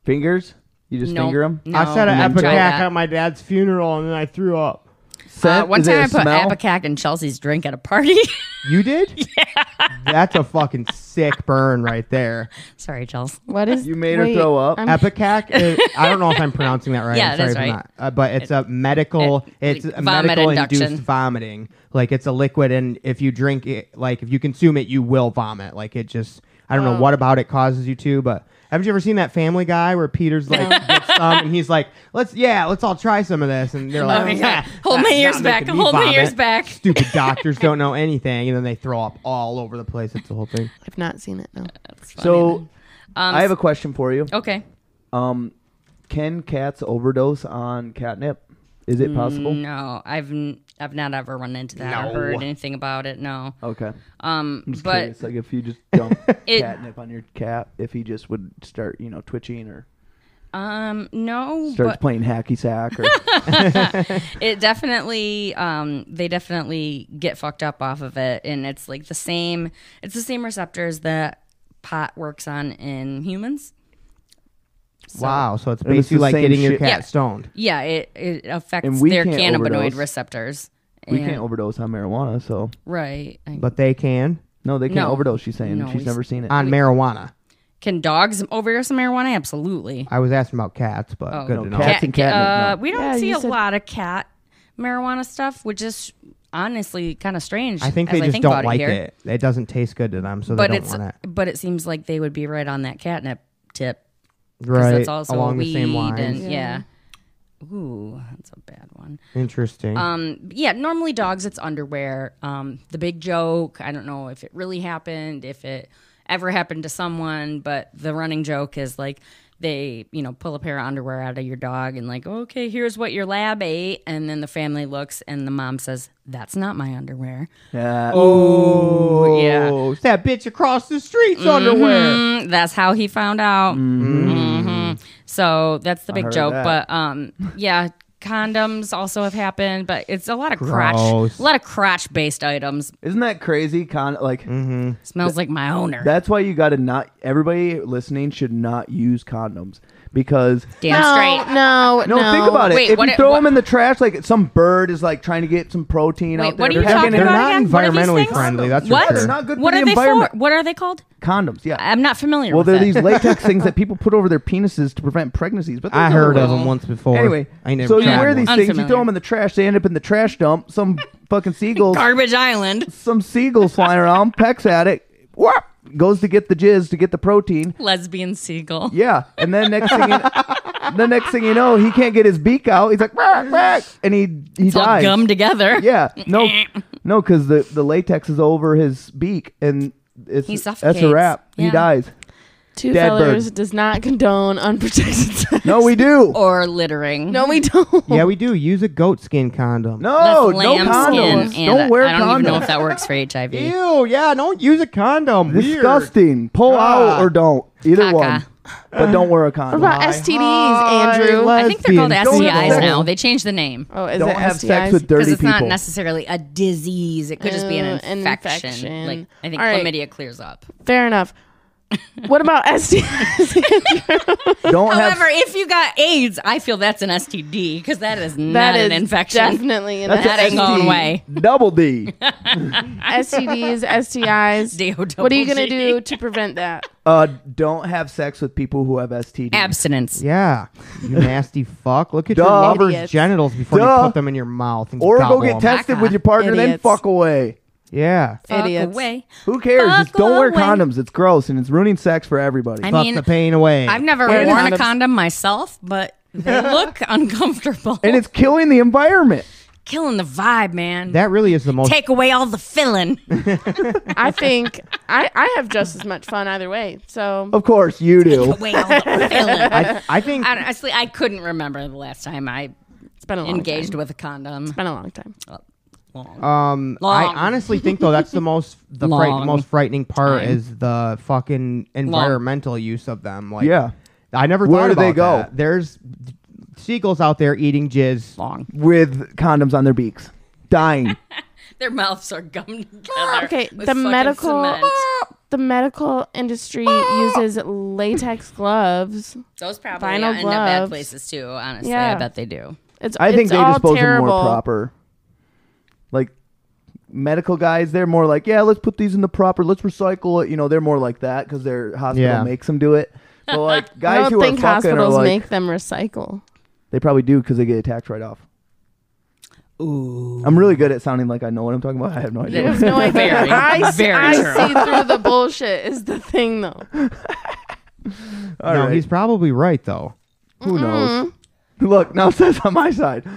[SPEAKER 3] Fingers? You just
[SPEAKER 1] No,
[SPEAKER 3] finger them?
[SPEAKER 1] no,
[SPEAKER 2] I said an
[SPEAKER 1] don't try
[SPEAKER 2] uppercock
[SPEAKER 1] that.
[SPEAKER 2] at my dad's funeral and then I threw up.
[SPEAKER 1] Uh,
[SPEAKER 3] Scent?
[SPEAKER 1] one
[SPEAKER 3] Is it
[SPEAKER 1] time
[SPEAKER 3] a
[SPEAKER 1] I put
[SPEAKER 3] smell?
[SPEAKER 1] Abacac in Chelsea's drink at a party.
[SPEAKER 2] You did? yeah. That's a fucking sick burn right there.
[SPEAKER 1] Sorry, Chels.
[SPEAKER 4] What is.
[SPEAKER 3] You made her
[SPEAKER 4] wait,
[SPEAKER 3] throw up.
[SPEAKER 4] I'm-
[SPEAKER 2] Epicac. is- I don't know if I'm pronouncing that right.
[SPEAKER 1] Yeah,
[SPEAKER 2] I'm
[SPEAKER 1] that's
[SPEAKER 2] sorry if I'm
[SPEAKER 1] right.
[SPEAKER 2] not. Uh, but it's a medical.
[SPEAKER 1] it-
[SPEAKER 2] It's a
[SPEAKER 1] vomit
[SPEAKER 2] medical induced
[SPEAKER 1] induction.
[SPEAKER 2] vomiting. Like it's a liquid, and if you drink it, like if you consume it, you will vomit. Like it just. I don't know what about it causes you to, but haven't you ever seen that Family Guy where Peter's like gets some and he's like, "Let's yeah, let's all try some of this," and they're like,
[SPEAKER 1] my God.
[SPEAKER 2] "Ah,
[SPEAKER 1] Oh, Hold my
[SPEAKER 2] that's not
[SPEAKER 1] ears back.
[SPEAKER 2] making me
[SPEAKER 1] Hold my
[SPEAKER 2] vomit."
[SPEAKER 1] ears back.
[SPEAKER 2] Stupid doctors don't know anything, and then they throw up all over the place. It's the whole thing.
[SPEAKER 4] I've not seen it, no.
[SPEAKER 3] So
[SPEAKER 1] Um,
[SPEAKER 3] I have a question for you.
[SPEAKER 1] Okay.
[SPEAKER 3] Um, can cats overdose on catnip? Is it possible?
[SPEAKER 1] No, I've n- I've not ever run into that
[SPEAKER 2] No.
[SPEAKER 1] or heard anything about it. No.
[SPEAKER 3] Okay.
[SPEAKER 1] Um,
[SPEAKER 3] Oh, Just
[SPEAKER 1] but
[SPEAKER 3] curious, like if you just dump
[SPEAKER 1] It-
[SPEAKER 3] catnip on your cat, if he just would start, you know, twitching or
[SPEAKER 1] um, no.
[SPEAKER 3] starts
[SPEAKER 1] But
[SPEAKER 3] playing hacky sack or
[SPEAKER 1] it definitely um they definitely get fucked up off of it, and it's like the same. It's the same receptors that pot works on in humans.
[SPEAKER 2] wow, so it's
[SPEAKER 3] And it's the
[SPEAKER 2] basically like
[SPEAKER 3] same
[SPEAKER 2] getting your
[SPEAKER 3] shit.
[SPEAKER 2] cat
[SPEAKER 1] Yeah.
[SPEAKER 2] stoned.
[SPEAKER 1] Yeah, it it affects
[SPEAKER 3] And we
[SPEAKER 1] their
[SPEAKER 3] can't
[SPEAKER 1] cannabinoid
[SPEAKER 3] overdose.
[SPEAKER 1] receptors.
[SPEAKER 3] we
[SPEAKER 1] And-
[SPEAKER 3] can't overdose on marijuana. So
[SPEAKER 1] right. I-
[SPEAKER 2] But they can
[SPEAKER 3] no, they can't
[SPEAKER 1] No.
[SPEAKER 3] overdose. She's saying
[SPEAKER 1] No,
[SPEAKER 3] she's
[SPEAKER 1] we-
[SPEAKER 3] never seen it.
[SPEAKER 2] on marijuana.
[SPEAKER 1] Can dogs overdose on marijuana? Absolutely.
[SPEAKER 2] I was asking about cats, but
[SPEAKER 1] Oh,
[SPEAKER 2] good
[SPEAKER 3] No,
[SPEAKER 2] to know.
[SPEAKER 3] cat- Cats and catnip,
[SPEAKER 1] Uh,
[SPEAKER 3] no.
[SPEAKER 1] We don't
[SPEAKER 4] Yeah,
[SPEAKER 1] see
[SPEAKER 4] you
[SPEAKER 1] a
[SPEAKER 4] said-
[SPEAKER 1] lot of cat marijuana stuff, which is honestly kind of strange.
[SPEAKER 2] I think
[SPEAKER 1] as
[SPEAKER 2] they
[SPEAKER 1] I
[SPEAKER 2] just
[SPEAKER 1] think
[SPEAKER 2] don't
[SPEAKER 1] about
[SPEAKER 2] like
[SPEAKER 1] here.
[SPEAKER 2] it, it. doesn't taste good to them, so
[SPEAKER 1] But
[SPEAKER 2] they don't
[SPEAKER 1] it's
[SPEAKER 2] want it.
[SPEAKER 1] but it seems like they would be right on that catnip tip. 'cause
[SPEAKER 2] Right,
[SPEAKER 1] That's also
[SPEAKER 2] along
[SPEAKER 1] weed
[SPEAKER 2] the same lines.
[SPEAKER 1] And, yeah. Ooh, that's a bad one.
[SPEAKER 2] Interesting.
[SPEAKER 1] Um, yeah, normally dogs, it's underwear. Um, the big joke, I don't know if it really happened, if it ever happened to someone, but the running joke is like they, you know, pull a pair of underwear out of your dog and like, okay, here's what your lab ate. And then the family looks and the mom says, that's not my underwear.
[SPEAKER 3] Yeah.
[SPEAKER 2] oh,
[SPEAKER 1] yeah. Mm-hmm.
[SPEAKER 2] it's that bitch across the street's underwear.
[SPEAKER 1] Mm, that's how he found out. Mhm. So that's the big
[SPEAKER 3] heard
[SPEAKER 1] joke.
[SPEAKER 3] that.
[SPEAKER 1] But um, yeah, condoms also have happened, but it's a lot of crotch,
[SPEAKER 2] Gross.
[SPEAKER 1] a lot of crotch based items.
[SPEAKER 3] Isn't that crazy? Con like
[SPEAKER 2] Mm-hmm.
[SPEAKER 1] Smells like my owner.
[SPEAKER 3] that's why you got to not. Everybody listening should not use condoms because
[SPEAKER 1] Damn straight.
[SPEAKER 4] Oh, No, no.
[SPEAKER 3] No, think about it.
[SPEAKER 1] Wait,
[SPEAKER 3] if
[SPEAKER 1] what
[SPEAKER 3] you
[SPEAKER 1] it-
[SPEAKER 3] throw
[SPEAKER 1] what-
[SPEAKER 3] them in the trash, like some bird is like trying to get some protein
[SPEAKER 1] Wait,
[SPEAKER 3] out there.
[SPEAKER 1] what are you
[SPEAKER 3] They're
[SPEAKER 1] talking
[SPEAKER 3] having
[SPEAKER 2] They're
[SPEAKER 1] about
[SPEAKER 2] not
[SPEAKER 1] again? What are these
[SPEAKER 2] environmentally
[SPEAKER 1] things?
[SPEAKER 2] friendly. That's
[SPEAKER 1] What?
[SPEAKER 2] For
[SPEAKER 3] They're
[SPEAKER 2] sure.
[SPEAKER 3] not good
[SPEAKER 1] What
[SPEAKER 3] for
[SPEAKER 1] are
[SPEAKER 3] the
[SPEAKER 1] they for?
[SPEAKER 3] environment.
[SPEAKER 1] What are they called?
[SPEAKER 3] Condoms, yeah.
[SPEAKER 1] I'm not familiar
[SPEAKER 3] well,
[SPEAKER 1] with
[SPEAKER 3] they're
[SPEAKER 1] it.
[SPEAKER 3] these latex things that people put over their penises to prevent pregnancies. But
[SPEAKER 2] I
[SPEAKER 3] they're
[SPEAKER 2] heard of
[SPEAKER 3] dumb.
[SPEAKER 2] them once before.
[SPEAKER 3] Anyway,
[SPEAKER 2] I never
[SPEAKER 3] so you
[SPEAKER 2] tried
[SPEAKER 3] wear
[SPEAKER 2] one.
[SPEAKER 3] these things, you
[SPEAKER 1] Unfamiliar.
[SPEAKER 3] throw them in the trash, they end up in the trash dump. Some fucking seagulls,
[SPEAKER 1] Garbage Island.
[SPEAKER 3] some seagulls flying around, pecks at it, whop, goes to get the jizz to get the protein.
[SPEAKER 1] Lesbian seagull.
[SPEAKER 3] Yeah, and then next thing, you the next thing you know, he can't get his beak out. He's like, "Rah, rah," and he he
[SPEAKER 1] It's all
[SPEAKER 3] dies.
[SPEAKER 1] gummed together.
[SPEAKER 3] Yeah. No, no, because the, the latex is over his beak and it's
[SPEAKER 1] He
[SPEAKER 3] that's a
[SPEAKER 1] suffocates.
[SPEAKER 3] wrap. He
[SPEAKER 1] Yeah.
[SPEAKER 3] dies.
[SPEAKER 4] Two
[SPEAKER 3] Dead bird.
[SPEAKER 4] fellers does not condone unprotected sex.
[SPEAKER 3] No, we do.
[SPEAKER 1] or littering.
[SPEAKER 4] No, we don't.
[SPEAKER 2] Yeah, we do. Use a goat skin condom.
[SPEAKER 3] No,
[SPEAKER 1] That's
[SPEAKER 3] no
[SPEAKER 1] lamb
[SPEAKER 3] condoms.
[SPEAKER 1] skin, and uh,
[SPEAKER 3] Don't wear
[SPEAKER 1] I don't
[SPEAKER 3] condoms.
[SPEAKER 1] even know if that works for HIV.
[SPEAKER 2] Ew, yeah, don't use a condom. Weird.
[SPEAKER 3] Disgusting. Pull out or don't. Either
[SPEAKER 1] Caca.
[SPEAKER 3] one. But don't wear a condom.
[SPEAKER 4] What about STDs, Andrew?
[SPEAKER 1] I think they're called
[SPEAKER 3] Lesbian. Don't
[SPEAKER 1] STIs
[SPEAKER 3] have-
[SPEAKER 1] now. They changed the name
[SPEAKER 4] Oh, is
[SPEAKER 3] Don't
[SPEAKER 4] it
[SPEAKER 3] have
[SPEAKER 4] STIs?
[SPEAKER 3] sex with
[SPEAKER 1] because
[SPEAKER 3] dirty
[SPEAKER 1] it's not
[SPEAKER 3] people.
[SPEAKER 1] necessarily a disease. It could just be an
[SPEAKER 4] Oh, an
[SPEAKER 1] infection.
[SPEAKER 4] infection.
[SPEAKER 1] Like I think
[SPEAKER 4] All right.
[SPEAKER 1] chlamydia clears up.
[SPEAKER 4] Fair enough. What about STIs?
[SPEAKER 3] Don't have.
[SPEAKER 1] However, if you got AIDS, I feel that's an STD because that is
[SPEAKER 4] That
[SPEAKER 1] not
[SPEAKER 4] is
[SPEAKER 1] an infection.
[SPEAKER 4] Definitely an
[SPEAKER 1] That's
[SPEAKER 4] That's
[SPEAKER 1] that ain't going away.
[SPEAKER 3] Double D.
[SPEAKER 4] STDs, STIs.
[SPEAKER 1] D O double
[SPEAKER 4] What are you gonna
[SPEAKER 1] G.
[SPEAKER 4] do to prevent that?
[SPEAKER 3] Uh, don't have sex with people who have STDs.
[SPEAKER 1] Abstinence.
[SPEAKER 2] Yeah, you nasty fuck. Look at your
[SPEAKER 3] Duh.
[SPEAKER 2] lover's
[SPEAKER 4] Idiots.
[SPEAKER 2] genitals before you
[SPEAKER 3] Duh.
[SPEAKER 2] put them in your mouth. And
[SPEAKER 3] Or
[SPEAKER 2] gobble
[SPEAKER 3] go get
[SPEAKER 2] 'em.
[SPEAKER 3] tested with your partner, then
[SPEAKER 4] Idiots.
[SPEAKER 3] fuck away.
[SPEAKER 2] Yeah.
[SPEAKER 1] Fuck
[SPEAKER 4] Idiots.
[SPEAKER 1] away.
[SPEAKER 3] Who cares?
[SPEAKER 1] Fuck
[SPEAKER 3] Just don't wear
[SPEAKER 1] away.
[SPEAKER 3] condoms. It's gross and it's ruining sex for everybody.
[SPEAKER 1] I
[SPEAKER 2] Fuck
[SPEAKER 1] mean,
[SPEAKER 2] the pain away.
[SPEAKER 1] I've never
[SPEAKER 4] And
[SPEAKER 1] worn a
[SPEAKER 4] condoms.
[SPEAKER 1] condom myself, but they look uncomfortable.
[SPEAKER 3] and it's killing the environment.
[SPEAKER 1] killing the vibe, man.
[SPEAKER 2] that really is the most.
[SPEAKER 1] Take away all the filling.
[SPEAKER 4] I think I, I have just as much fun either way. So
[SPEAKER 3] Of course, you do.
[SPEAKER 1] away all the filling.
[SPEAKER 2] I, I think
[SPEAKER 1] Honestly, I couldn't remember the last time I
[SPEAKER 4] it's been a long
[SPEAKER 1] engaged
[SPEAKER 4] time.
[SPEAKER 1] with a condom.
[SPEAKER 4] It's been a long time. Uh,
[SPEAKER 2] Um, I
[SPEAKER 1] Long.
[SPEAKER 2] honestly think though that's the most the fright-
[SPEAKER 1] Long
[SPEAKER 2] most frightening part
[SPEAKER 1] time.
[SPEAKER 2] is the fucking environmental use of them. Like,
[SPEAKER 3] Yeah.
[SPEAKER 2] I never
[SPEAKER 3] Where
[SPEAKER 2] thought
[SPEAKER 3] do they
[SPEAKER 2] about
[SPEAKER 3] go?
[SPEAKER 2] that. There's seagulls out there eating jizz.
[SPEAKER 1] Long.
[SPEAKER 3] With condoms on their beaks. Dying.
[SPEAKER 1] Their mouths are gummed together.
[SPEAKER 4] Ah, Okay,
[SPEAKER 1] with
[SPEAKER 4] the
[SPEAKER 1] fucking
[SPEAKER 4] medical Ah,
[SPEAKER 1] cement.
[SPEAKER 4] the medical industry uses latex gloves.
[SPEAKER 1] Those probably
[SPEAKER 4] vinyl
[SPEAKER 1] end up at
[SPEAKER 4] gloves.
[SPEAKER 1] places too. Honestly, I
[SPEAKER 4] Yeah.
[SPEAKER 1] bet they do.
[SPEAKER 4] It's
[SPEAKER 3] I think
[SPEAKER 4] it's
[SPEAKER 3] they
[SPEAKER 4] all
[SPEAKER 3] dispose of
[SPEAKER 4] terrible.
[SPEAKER 3] more proper. Like medical guys, they're more like, yeah, let's put these in the proper, let's recycle it. You know, they're more like that because their hospital
[SPEAKER 2] Yeah.
[SPEAKER 3] makes them do it. But like
[SPEAKER 4] I
[SPEAKER 3] guys
[SPEAKER 4] don't
[SPEAKER 3] who
[SPEAKER 4] think
[SPEAKER 3] are fucking are
[SPEAKER 4] hospitals
[SPEAKER 3] like,
[SPEAKER 4] make them recycle.
[SPEAKER 3] they probably do because they get attacked right off. Ooh. I'm really good at sounding like I know what I'm talking about. I have no idea.
[SPEAKER 1] There's no very,
[SPEAKER 4] I, s-
[SPEAKER 1] very
[SPEAKER 4] I
[SPEAKER 1] true.
[SPEAKER 4] see through the bullshit is the thing though.
[SPEAKER 3] All
[SPEAKER 2] no,
[SPEAKER 3] right.
[SPEAKER 2] he's probably right though.
[SPEAKER 3] Who knows?
[SPEAKER 1] Mm-hmm.
[SPEAKER 3] Look, now it says on my side.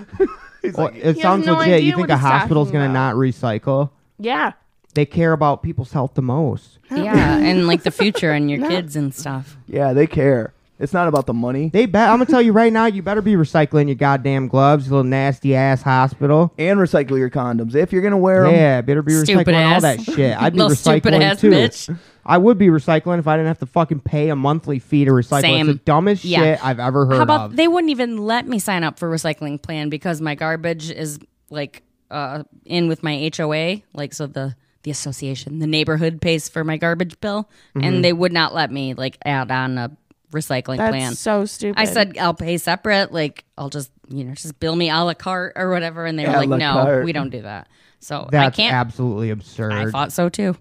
[SPEAKER 3] He's
[SPEAKER 2] Well,
[SPEAKER 3] like,
[SPEAKER 2] it
[SPEAKER 4] has
[SPEAKER 2] sounds
[SPEAKER 4] no
[SPEAKER 2] legit. You
[SPEAKER 4] idea
[SPEAKER 2] think
[SPEAKER 4] what
[SPEAKER 2] a
[SPEAKER 4] he's
[SPEAKER 2] hospital's
[SPEAKER 4] talking
[SPEAKER 2] gonna
[SPEAKER 4] about.
[SPEAKER 2] not recycle?
[SPEAKER 4] Yeah.
[SPEAKER 2] They care about people's health the most.
[SPEAKER 1] yeah, and like the future and your kids and stuff.
[SPEAKER 3] yeah, they care. It's not about the money.
[SPEAKER 2] They bet. I'm gonna tell you right now. You better be recycling your goddamn gloves, you little nasty ass hospital.
[SPEAKER 3] And recycle your condoms if you're gonna wear them.
[SPEAKER 2] Yeah, better be
[SPEAKER 1] Stupid
[SPEAKER 2] recycling all
[SPEAKER 1] ass.
[SPEAKER 2] that shit. I'd be
[SPEAKER 1] Little stupid
[SPEAKER 2] recycling
[SPEAKER 1] ass
[SPEAKER 2] too.
[SPEAKER 1] bitch.
[SPEAKER 2] I would be recycling if I didn't have to fucking pay a monthly fee to recycle.
[SPEAKER 1] Same.
[SPEAKER 2] It's the dumbest
[SPEAKER 1] Yeah.
[SPEAKER 2] shit I've ever heard
[SPEAKER 1] How about
[SPEAKER 2] of.
[SPEAKER 1] they wouldn't even let me sign up for recycling plan because my garbage is like uh, in with my HOA, like so the the association, the neighborhood pays for my garbage bill,
[SPEAKER 3] Mm-hmm.
[SPEAKER 1] and they would not let me like add on a recycling
[SPEAKER 4] That's
[SPEAKER 1] plan.
[SPEAKER 4] so stupid.
[SPEAKER 1] I said I'll pay separate, like I'll just you know just bill me a la carte or whatever, and they were
[SPEAKER 3] A
[SPEAKER 1] like,
[SPEAKER 3] la
[SPEAKER 1] no,
[SPEAKER 3] carte.
[SPEAKER 1] we don't do that. So
[SPEAKER 2] That's
[SPEAKER 1] I can't.
[SPEAKER 2] absolutely absurd.
[SPEAKER 1] I thought so too.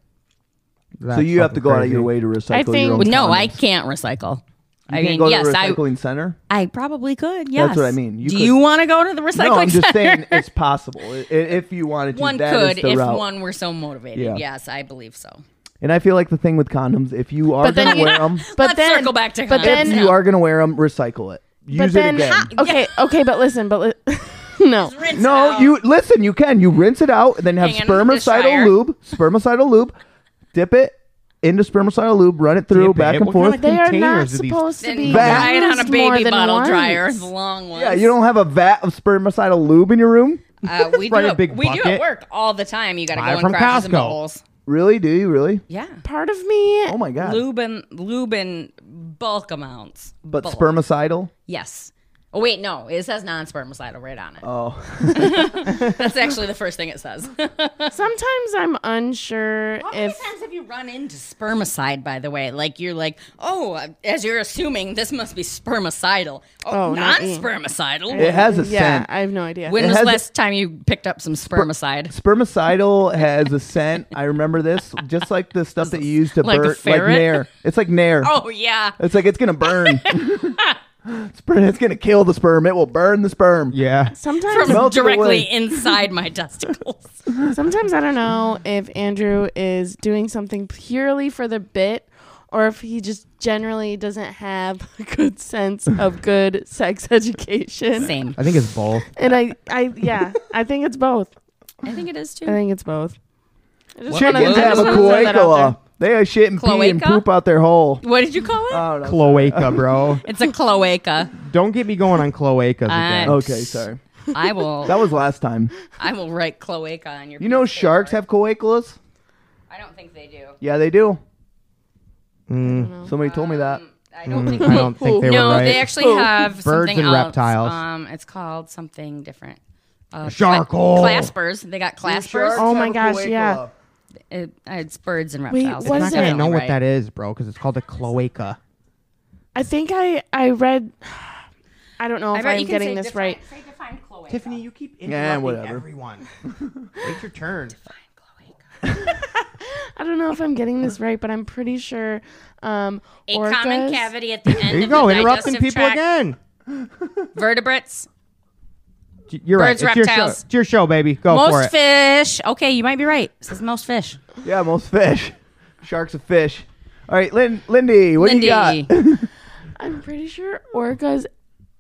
[SPEAKER 3] So you have to go out of your way to recycle
[SPEAKER 4] think-
[SPEAKER 3] your own
[SPEAKER 4] Well,
[SPEAKER 1] No,
[SPEAKER 3] condoms.
[SPEAKER 1] I can't recycle. I
[SPEAKER 3] You can't
[SPEAKER 1] mean,
[SPEAKER 3] go to
[SPEAKER 1] yes,
[SPEAKER 3] the
[SPEAKER 1] I
[SPEAKER 3] recycling center.
[SPEAKER 1] I probably could. Yes,
[SPEAKER 3] That's what I mean. You
[SPEAKER 1] do
[SPEAKER 3] could-
[SPEAKER 1] you want to go to the recycling
[SPEAKER 3] No, I'm just
[SPEAKER 1] center?
[SPEAKER 3] saying it's possible I- i- if you wanted to.
[SPEAKER 1] one
[SPEAKER 3] that is
[SPEAKER 1] could
[SPEAKER 3] the
[SPEAKER 1] if
[SPEAKER 3] route.
[SPEAKER 1] one were so motivated.
[SPEAKER 3] Yeah.
[SPEAKER 1] Yes, I believe so.
[SPEAKER 3] And I feel like the thing with condoms, if you are
[SPEAKER 4] But then
[SPEAKER 3] gonna
[SPEAKER 4] you-
[SPEAKER 3] wear them,
[SPEAKER 4] but
[SPEAKER 1] Let's
[SPEAKER 4] then,
[SPEAKER 1] circle back to
[SPEAKER 4] but
[SPEAKER 1] condoms.
[SPEAKER 4] then
[SPEAKER 3] if you are gonna wear them, recycle it. Use it again.
[SPEAKER 4] okay, okay, but listen, but li- no,
[SPEAKER 1] Rinse it
[SPEAKER 3] No,
[SPEAKER 1] out.
[SPEAKER 3] you listen. You can you rinse it out and then have
[SPEAKER 1] Hang it in the
[SPEAKER 3] spermicidal
[SPEAKER 1] dryer.
[SPEAKER 3] lube, spermicidal lube, dip it into spermicidal lube, run it through back and forth.
[SPEAKER 4] they are not
[SPEAKER 2] containers are these?
[SPEAKER 4] supposed to
[SPEAKER 1] Then
[SPEAKER 4] be
[SPEAKER 1] dry it on a
[SPEAKER 4] used more
[SPEAKER 1] baby
[SPEAKER 4] than
[SPEAKER 1] bottle
[SPEAKER 4] once.
[SPEAKER 1] dryer, the long one.
[SPEAKER 3] Yeah, you don't have a vat of spermicidal lube in your room.
[SPEAKER 1] Uh, we do
[SPEAKER 2] Right, a
[SPEAKER 1] it-
[SPEAKER 2] big
[SPEAKER 1] we do
[SPEAKER 2] bucket.
[SPEAKER 1] at work all the time. You got to
[SPEAKER 2] Buy it
[SPEAKER 1] go in
[SPEAKER 2] from
[SPEAKER 1] crotches and
[SPEAKER 2] Costco.
[SPEAKER 1] bowls.
[SPEAKER 3] Really? Do you really?
[SPEAKER 1] Yeah,
[SPEAKER 4] Part of me,
[SPEAKER 3] Oh my god!
[SPEAKER 1] lube and lube and bulk amounts.
[SPEAKER 3] But
[SPEAKER 1] Bulk.
[SPEAKER 3] spermicidal.
[SPEAKER 1] Yes. Oh wait, no. It says non-spermicidal right on it.
[SPEAKER 3] Oh,
[SPEAKER 1] That's actually the first thing it says.
[SPEAKER 4] sometimes I'm unsure
[SPEAKER 1] How many
[SPEAKER 4] if
[SPEAKER 1] times have you run into spermicide? By the way, like you're like, oh, as you're assuming, this must be spermicidal. Oh,
[SPEAKER 4] Oh, not me.
[SPEAKER 1] non-spermicidal.
[SPEAKER 3] it has a
[SPEAKER 4] yeah,
[SPEAKER 3] scent.
[SPEAKER 4] I have no idea.
[SPEAKER 1] When
[SPEAKER 3] It
[SPEAKER 1] was the
[SPEAKER 3] has-
[SPEAKER 1] last time you picked up some spermicide?
[SPEAKER 3] Spermicidal has a scent. I remember this, just like the stuff that you use to
[SPEAKER 1] Like a
[SPEAKER 3] burn, like
[SPEAKER 1] ferret?
[SPEAKER 3] nair. It's like nair.
[SPEAKER 1] Oh yeah.
[SPEAKER 3] It's like it's gonna burn. Sperm- it's gonna kill the sperm. It will burn the sperm.
[SPEAKER 2] Yeah.
[SPEAKER 4] sometimes,
[SPEAKER 1] From
[SPEAKER 3] Melt it away.
[SPEAKER 1] directly inside my testicles.
[SPEAKER 4] sometimes I don't know if Andrew is doing something purely for the bit. Or if he just generally doesn't have a good sense of good sex education.
[SPEAKER 1] Same.
[SPEAKER 2] I think it's both.
[SPEAKER 4] And I, I, yeah, I think it's both.
[SPEAKER 1] I think it is too.
[SPEAKER 4] I think it's both. I just
[SPEAKER 3] Chickens
[SPEAKER 4] wanna- I
[SPEAKER 3] have
[SPEAKER 4] just
[SPEAKER 3] a
[SPEAKER 4] wanna throw that out
[SPEAKER 3] cloaca. They have shit and pee and
[SPEAKER 1] Cloaca?
[SPEAKER 3] poop out their hole.
[SPEAKER 1] What did you call it?
[SPEAKER 3] I don't know.
[SPEAKER 2] Cloaca, bro.
[SPEAKER 1] it's a cloaca.
[SPEAKER 2] Don't get me going on cloacas again.
[SPEAKER 1] Uh,
[SPEAKER 3] Okay, sorry.
[SPEAKER 1] I will.
[SPEAKER 3] That was last time.
[SPEAKER 1] I will write cloaca on your.
[SPEAKER 3] You know
[SPEAKER 1] piece of paper.
[SPEAKER 3] sharks have cloacas?
[SPEAKER 1] I don't think they do.
[SPEAKER 3] Yeah, they do.
[SPEAKER 2] Mm,
[SPEAKER 3] Somebody told me that.
[SPEAKER 1] Um,
[SPEAKER 3] Mm.
[SPEAKER 1] I don't think.
[SPEAKER 2] I don't think they
[SPEAKER 1] no,
[SPEAKER 2] were right.
[SPEAKER 1] they actually have
[SPEAKER 2] Birds
[SPEAKER 1] something
[SPEAKER 2] and
[SPEAKER 1] else.
[SPEAKER 2] reptiles.
[SPEAKER 1] Um, it's called something different. Uh,
[SPEAKER 2] Charcoal.
[SPEAKER 1] cla- claspers. They got claspers.
[SPEAKER 4] Oh my gosh, yeah.
[SPEAKER 1] It, uh, it's birds and
[SPEAKER 4] Wait,
[SPEAKER 1] reptiles.
[SPEAKER 4] what
[SPEAKER 2] I'm
[SPEAKER 4] is
[SPEAKER 2] not gonna
[SPEAKER 4] it?
[SPEAKER 2] know
[SPEAKER 1] Right.
[SPEAKER 2] what that is, bro, because it's called a cloaca.
[SPEAKER 4] I think I I read. I don't know
[SPEAKER 1] I
[SPEAKER 4] if
[SPEAKER 1] bet
[SPEAKER 4] I'm
[SPEAKER 1] you can
[SPEAKER 4] getting
[SPEAKER 1] say
[SPEAKER 4] this
[SPEAKER 1] define-
[SPEAKER 4] right.
[SPEAKER 1] Say define cloaca.
[SPEAKER 2] Tiffany, you keep interrupting
[SPEAKER 3] Yeah, whatever.
[SPEAKER 2] everyone. Wait your turn.
[SPEAKER 4] I don't know if I'm getting this right, but I'm pretty sure. Um,
[SPEAKER 1] A
[SPEAKER 4] orcas,
[SPEAKER 1] common cavity at the end
[SPEAKER 2] There you
[SPEAKER 1] of
[SPEAKER 2] go,
[SPEAKER 1] the
[SPEAKER 2] interrupting
[SPEAKER 1] digestive
[SPEAKER 2] people
[SPEAKER 1] tract.
[SPEAKER 2] again.
[SPEAKER 1] Vertebrates.
[SPEAKER 2] J- You're
[SPEAKER 1] Birds,
[SPEAKER 2] right. It's your show.
[SPEAKER 1] reptiles.
[SPEAKER 2] It's your show, baby. Go for
[SPEAKER 1] most
[SPEAKER 2] it.
[SPEAKER 1] fish. Okay, you might be right. It says most fish.
[SPEAKER 3] Yeah, most fish. Sharks are fish. All right, Lin- Lindy, what do you got?
[SPEAKER 4] I'm pretty sure orcas.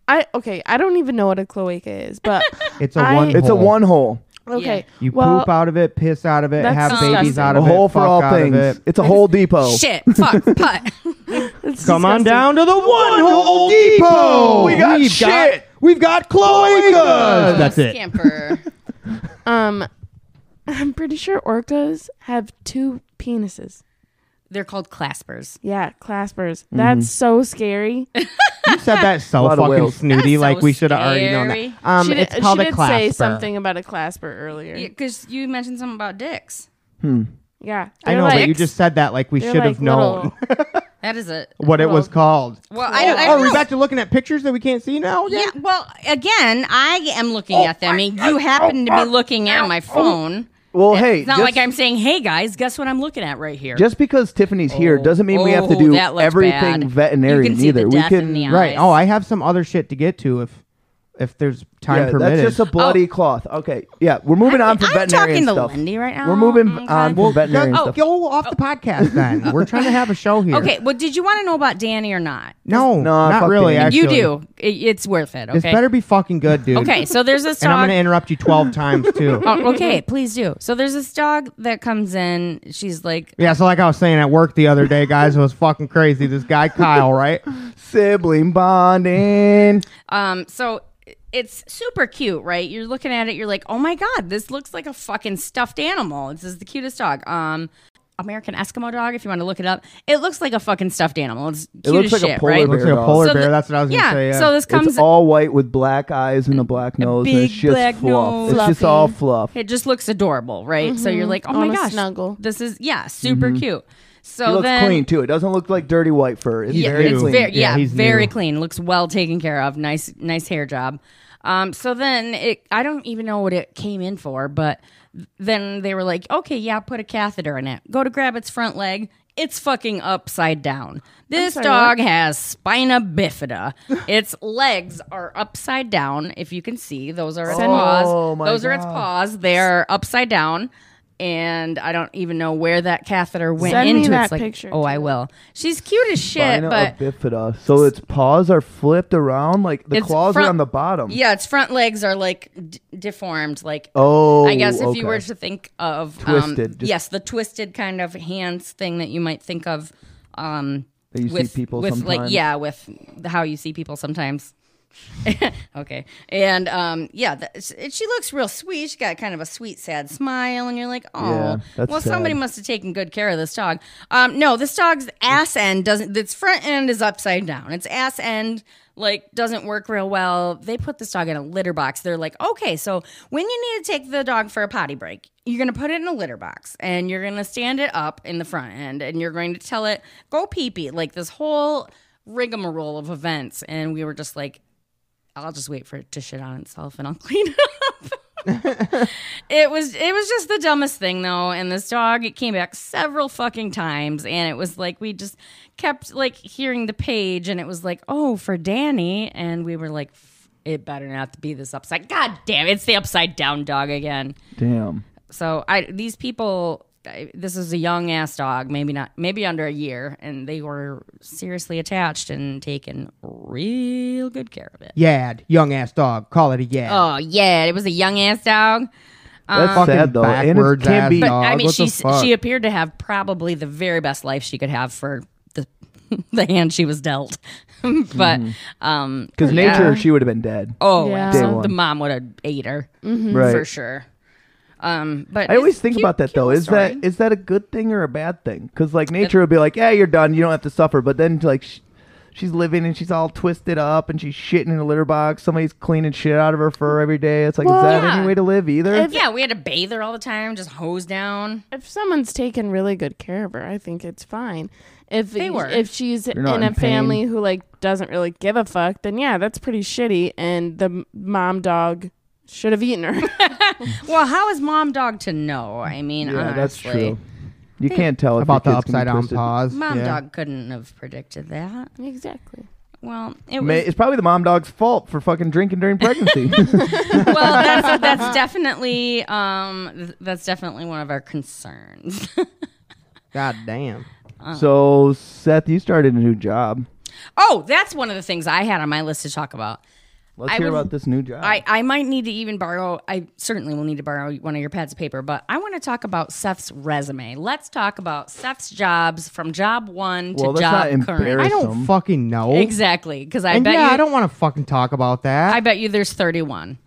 [SPEAKER 4] I okay. I don't even know what a cloaca is, but
[SPEAKER 2] It's a
[SPEAKER 4] I-
[SPEAKER 2] one.
[SPEAKER 3] It's a
[SPEAKER 2] hole.
[SPEAKER 3] one hole.
[SPEAKER 4] okay.
[SPEAKER 2] You
[SPEAKER 4] well,
[SPEAKER 2] poop out of it, piss out of it,
[SPEAKER 4] That's
[SPEAKER 2] have babies
[SPEAKER 4] disgusting.
[SPEAKER 2] out
[SPEAKER 3] A
[SPEAKER 2] of it,
[SPEAKER 3] hole for
[SPEAKER 2] fuck
[SPEAKER 3] all
[SPEAKER 2] out of
[SPEAKER 3] things.
[SPEAKER 2] it.
[SPEAKER 3] It's a whole depot.
[SPEAKER 1] Shit. Fuck. Putt.
[SPEAKER 4] it's
[SPEAKER 2] Come on
[SPEAKER 4] disgusting.
[SPEAKER 2] down to the One Hole Depot.
[SPEAKER 3] We got
[SPEAKER 2] We've got-
[SPEAKER 3] shit.
[SPEAKER 2] we've got cloacas. Uh, That's it.
[SPEAKER 1] Camper.
[SPEAKER 4] Um, I'm pretty sure orcas have two penises.
[SPEAKER 1] They're called claspers.
[SPEAKER 4] Yeah, claspers.
[SPEAKER 2] Mm-hmm.
[SPEAKER 4] That's so scary.
[SPEAKER 2] You said that so
[SPEAKER 3] lot of
[SPEAKER 2] fucking
[SPEAKER 3] whales.
[SPEAKER 2] snooty,
[SPEAKER 1] That's
[SPEAKER 2] like
[SPEAKER 1] so
[SPEAKER 2] we should have already known
[SPEAKER 1] scary.
[SPEAKER 2] that. Um,
[SPEAKER 4] she did,
[SPEAKER 2] it's called
[SPEAKER 4] she
[SPEAKER 2] a
[SPEAKER 4] did
[SPEAKER 2] clasper.
[SPEAKER 4] say something about a clasper earlier. Yeah,
[SPEAKER 1] Because you mentioned something about dicks.
[SPEAKER 2] I
[SPEAKER 4] they're
[SPEAKER 2] know,
[SPEAKER 4] like-
[SPEAKER 2] but you just said that like we
[SPEAKER 4] they're
[SPEAKER 2] should have
[SPEAKER 4] like
[SPEAKER 2] known
[SPEAKER 1] That is a.
[SPEAKER 2] what it was
[SPEAKER 4] little-
[SPEAKER 2] called.
[SPEAKER 1] Well, I, I
[SPEAKER 2] Oh,
[SPEAKER 1] don't
[SPEAKER 2] we're
[SPEAKER 1] know.
[SPEAKER 2] back to looking at pictures that we can't see now.
[SPEAKER 1] yeah. Well, again, I am looking at them. I mean, you happen to be looking at my phone.
[SPEAKER 3] Well, hey,
[SPEAKER 1] It's not
[SPEAKER 3] just,
[SPEAKER 1] like I'm saying, "Hey guys, guess what I'm looking at right here."
[SPEAKER 3] just because Tiffany's here
[SPEAKER 1] Oh,
[SPEAKER 3] doesn't mean we have to
[SPEAKER 1] oh,
[SPEAKER 3] do
[SPEAKER 1] that looks
[SPEAKER 3] everything
[SPEAKER 1] bad.
[SPEAKER 3] veterinarian
[SPEAKER 1] You can see the
[SPEAKER 3] either. we
[SPEAKER 1] death
[SPEAKER 3] can
[SPEAKER 1] in the eye.
[SPEAKER 2] Right.
[SPEAKER 1] Nice.
[SPEAKER 2] Oh, I have some other shit to get to if if there's time
[SPEAKER 3] Yeah,
[SPEAKER 2] permitted.
[SPEAKER 3] That's just a bloody cloth. Okay. Yeah, we're moving on from
[SPEAKER 1] I'm talking
[SPEAKER 3] veterinarian
[SPEAKER 1] to
[SPEAKER 3] stuff.
[SPEAKER 1] Lindy right now. Oh
[SPEAKER 3] We're moving uh,
[SPEAKER 1] Okay.
[SPEAKER 3] on from veterinarian
[SPEAKER 2] oh,
[SPEAKER 3] stuff.
[SPEAKER 2] go off the podcast then. We're trying to have a show here.
[SPEAKER 1] Okay. Well, did you want to know about Danny or not?
[SPEAKER 2] No, not
[SPEAKER 3] fuck
[SPEAKER 2] really.
[SPEAKER 3] Danny.
[SPEAKER 2] Actually,
[SPEAKER 1] You do. I- It's worth it. Okay.
[SPEAKER 2] This better be fucking good, dude.
[SPEAKER 1] Okay. So there's this
[SPEAKER 2] And I'm
[SPEAKER 1] dog.
[SPEAKER 2] gonna interrupt you twelve times too.
[SPEAKER 1] Oh, okay, please do. So there's this dog that comes in. She's like,
[SPEAKER 2] Yeah, so like I was saying at work the other day, guys, it was fucking crazy. This guy Kyle, right?
[SPEAKER 3] Sibling bonding.
[SPEAKER 1] um, so it's super cute, right? You're looking at it, you're like, oh my god, this looks like a fucking stuffed animal. This is the cutest dog. Um, American Eskimo dog, if you want to look it up, it looks like a fucking stuffed animal. It's cute
[SPEAKER 3] It looks
[SPEAKER 1] as
[SPEAKER 3] like a
[SPEAKER 1] shit,
[SPEAKER 3] polar
[SPEAKER 1] right?
[SPEAKER 2] Looks
[SPEAKER 3] Bear
[SPEAKER 2] like a
[SPEAKER 3] dog.
[SPEAKER 2] polar
[SPEAKER 1] So
[SPEAKER 2] bear.
[SPEAKER 1] the-
[SPEAKER 2] That's what I was
[SPEAKER 1] yeah.
[SPEAKER 2] gonna say. Yeah.
[SPEAKER 1] So this comes.
[SPEAKER 3] It's all white with black eyes and a black nose. and
[SPEAKER 1] big
[SPEAKER 3] it's just
[SPEAKER 1] black
[SPEAKER 3] fluff.
[SPEAKER 1] nose.
[SPEAKER 3] It's just
[SPEAKER 4] Fluffy.
[SPEAKER 3] all fluff.
[SPEAKER 1] it just looks adorable, right? So you're like, oh
[SPEAKER 4] Mm-hmm. On
[SPEAKER 1] my
[SPEAKER 4] a
[SPEAKER 1] gosh,
[SPEAKER 4] snuggle.
[SPEAKER 1] this is yeah, super cute. So
[SPEAKER 3] Mm-hmm. He looks
[SPEAKER 1] then,
[SPEAKER 3] clean too. It doesn't look like dirty white fur. It's
[SPEAKER 1] yeah,
[SPEAKER 3] very
[SPEAKER 1] it's
[SPEAKER 3] clean.
[SPEAKER 1] very
[SPEAKER 2] Yeah,
[SPEAKER 1] yeah,
[SPEAKER 2] he's
[SPEAKER 1] very
[SPEAKER 2] new.
[SPEAKER 1] clean. Looks well taken care of. Nice nice hair job. Um, so then it I don't even know what it came in for, but then they were like, okay, yeah, put a catheter in it. Go to grab its front leg. It's fucking upside down. This
[SPEAKER 4] sorry,
[SPEAKER 1] dog has spina bifida. its legs are upside down. If you can see, those are its
[SPEAKER 3] Send- Oh,
[SPEAKER 1] paws.
[SPEAKER 3] my
[SPEAKER 1] Those are its
[SPEAKER 3] God.
[SPEAKER 1] paws. They're upside down. And I don't even know where that catheter went
[SPEAKER 4] Send me
[SPEAKER 1] into.
[SPEAKER 4] that
[SPEAKER 1] it's like,
[SPEAKER 4] picture,
[SPEAKER 1] oh, I
[SPEAKER 4] too.
[SPEAKER 1] will. She's cute as shit,
[SPEAKER 3] Spina
[SPEAKER 1] but
[SPEAKER 3] bifida. So its paws are flipped around, like the
[SPEAKER 1] Its
[SPEAKER 3] claws
[SPEAKER 1] front-
[SPEAKER 3] are on the bottom.
[SPEAKER 1] Yeah, its front legs are like d- deformed. Like,
[SPEAKER 3] Oh,
[SPEAKER 1] I guess if
[SPEAKER 3] okay.
[SPEAKER 1] you were to think of Um,
[SPEAKER 3] Twisted, just-
[SPEAKER 1] yes, the twisted kind of hands thing that you might think of. Um,
[SPEAKER 3] That you see
[SPEAKER 1] with,
[SPEAKER 3] people
[SPEAKER 1] with like
[SPEAKER 3] sometimes.
[SPEAKER 1] yeah, with how you see people sometimes. okay, and um, yeah, th- it- she looks real sweet. She got kind of a sweet, sad smile, and you're like, oh,
[SPEAKER 3] Yeah, that's
[SPEAKER 1] well, somebody
[SPEAKER 3] sad.
[SPEAKER 1] must have taken good care of this dog. Um, no, this dog's ass end doesn't. Its front end is upside down. Its ass end like doesn't work real well. They put this dog in a litter box. They're like, okay, so when you need to take the dog for a potty break, you're gonna put it in a litter box and you're gonna stand it up in the front end and you're going to tell it go pee pee. Like this whole rigmarole of events, and we were just like. I'll just wait for it to shit on itself and I'll clean it up. it was it was just the dumbest thing though, and this dog it came back several fucking times and it was like we just kept like hearing the page and it was like, "Oh, for Danny." And we were like, "F- "It better not be this upside. God damn, it's the upside down dog again."
[SPEAKER 3] Damn.
[SPEAKER 1] So I these people I, this is a young ass dog, maybe not, maybe under a year, and they were seriously attached and taken real good care of it.
[SPEAKER 2] Yad, young ass dog. Call it a yad.
[SPEAKER 1] Oh yeah, it was a young ass dog.
[SPEAKER 3] That's
[SPEAKER 2] Fucking
[SPEAKER 3] sad though, and it
[SPEAKER 2] backwards
[SPEAKER 3] can't
[SPEAKER 2] ass
[SPEAKER 3] be.
[SPEAKER 2] dog.
[SPEAKER 1] But I mean,
[SPEAKER 2] what the
[SPEAKER 1] she
[SPEAKER 2] fuck?
[SPEAKER 1] she appeared to have probably the very best life she could have for the the hand she was dealt. but um,
[SPEAKER 3] Because nature, she would have been dead.
[SPEAKER 1] oh,
[SPEAKER 4] Yeah.
[SPEAKER 1] absolutely.
[SPEAKER 3] Mm-hmm. Day one. Mm-hmm.
[SPEAKER 1] the mom would have ate her
[SPEAKER 3] right.
[SPEAKER 1] for sure. Um, but
[SPEAKER 3] I always
[SPEAKER 1] it's
[SPEAKER 3] think
[SPEAKER 1] cute-
[SPEAKER 3] about that
[SPEAKER 1] cute
[SPEAKER 3] though.
[SPEAKER 1] little
[SPEAKER 3] Is that
[SPEAKER 1] story.
[SPEAKER 3] is that a good thing or a bad thing? Because like nature would be like, yeah, you're done. You don't have to suffer. But then like sh- she's living and she's all twisted up and she's shitting in a litter box. Somebody's cleaning shit out of her fur every day. It's like,
[SPEAKER 4] Well,
[SPEAKER 3] is that
[SPEAKER 1] yeah.
[SPEAKER 3] any way to live either?
[SPEAKER 4] If-
[SPEAKER 1] yeah, we had to bathe her all the time, just hose down.
[SPEAKER 4] If someone's taking really good care of her, I think it's fine. If
[SPEAKER 1] They were.
[SPEAKER 4] if she's in
[SPEAKER 3] not
[SPEAKER 4] a
[SPEAKER 3] in pain.
[SPEAKER 4] family who like doesn't really give a fuck, then yeah, that's pretty shitty. And the m- mom dog should have eaten her.
[SPEAKER 1] Well, how is mom dog to know? I mean,
[SPEAKER 3] yeah,
[SPEAKER 1] honestly,
[SPEAKER 3] that's true. You can't tell if
[SPEAKER 2] about the
[SPEAKER 3] your kid's gonna be
[SPEAKER 2] upside down
[SPEAKER 3] twisted.
[SPEAKER 2] paws.
[SPEAKER 1] mom
[SPEAKER 2] yeah.
[SPEAKER 1] dog couldn't have predicted that.
[SPEAKER 4] exactly.
[SPEAKER 1] Well, it
[SPEAKER 3] Ma-
[SPEAKER 1] was
[SPEAKER 3] It's probably the mom dog's fault for fucking drinking during pregnancy.
[SPEAKER 1] well that's, that's definitely um th- that's definitely one of our concerns
[SPEAKER 2] God damn.
[SPEAKER 3] so Seth, you started a new job.
[SPEAKER 1] oh that's one of the things i had on my list to talk about
[SPEAKER 3] Let's
[SPEAKER 1] I
[SPEAKER 3] hear
[SPEAKER 1] would-
[SPEAKER 3] about this new
[SPEAKER 2] Oh.
[SPEAKER 3] job.
[SPEAKER 1] I, I might need to even borrow i certainly will need to borrow one of your pads of paper but i want to talk about seth's resume let's talk about seth's jobs from job one to
[SPEAKER 3] Well, that's
[SPEAKER 1] job
[SPEAKER 3] not
[SPEAKER 1] current
[SPEAKER 2] I
[SPEAKER 3] embarrassing.
[SPEAKER 2] don't
[SPEAKER 3] Some-
[SPEAKER 2] fucking know.
[SPEAKER 1] exactly because i
[SPEAKER 2] And
[SPEAKER 1] bet
[SPEAKER 2] yeah,
[SPEAKER 1] you
[SPEAKER 2] I don't want to fucking talk about that.
[SPEAKER 1] I bet you there's 31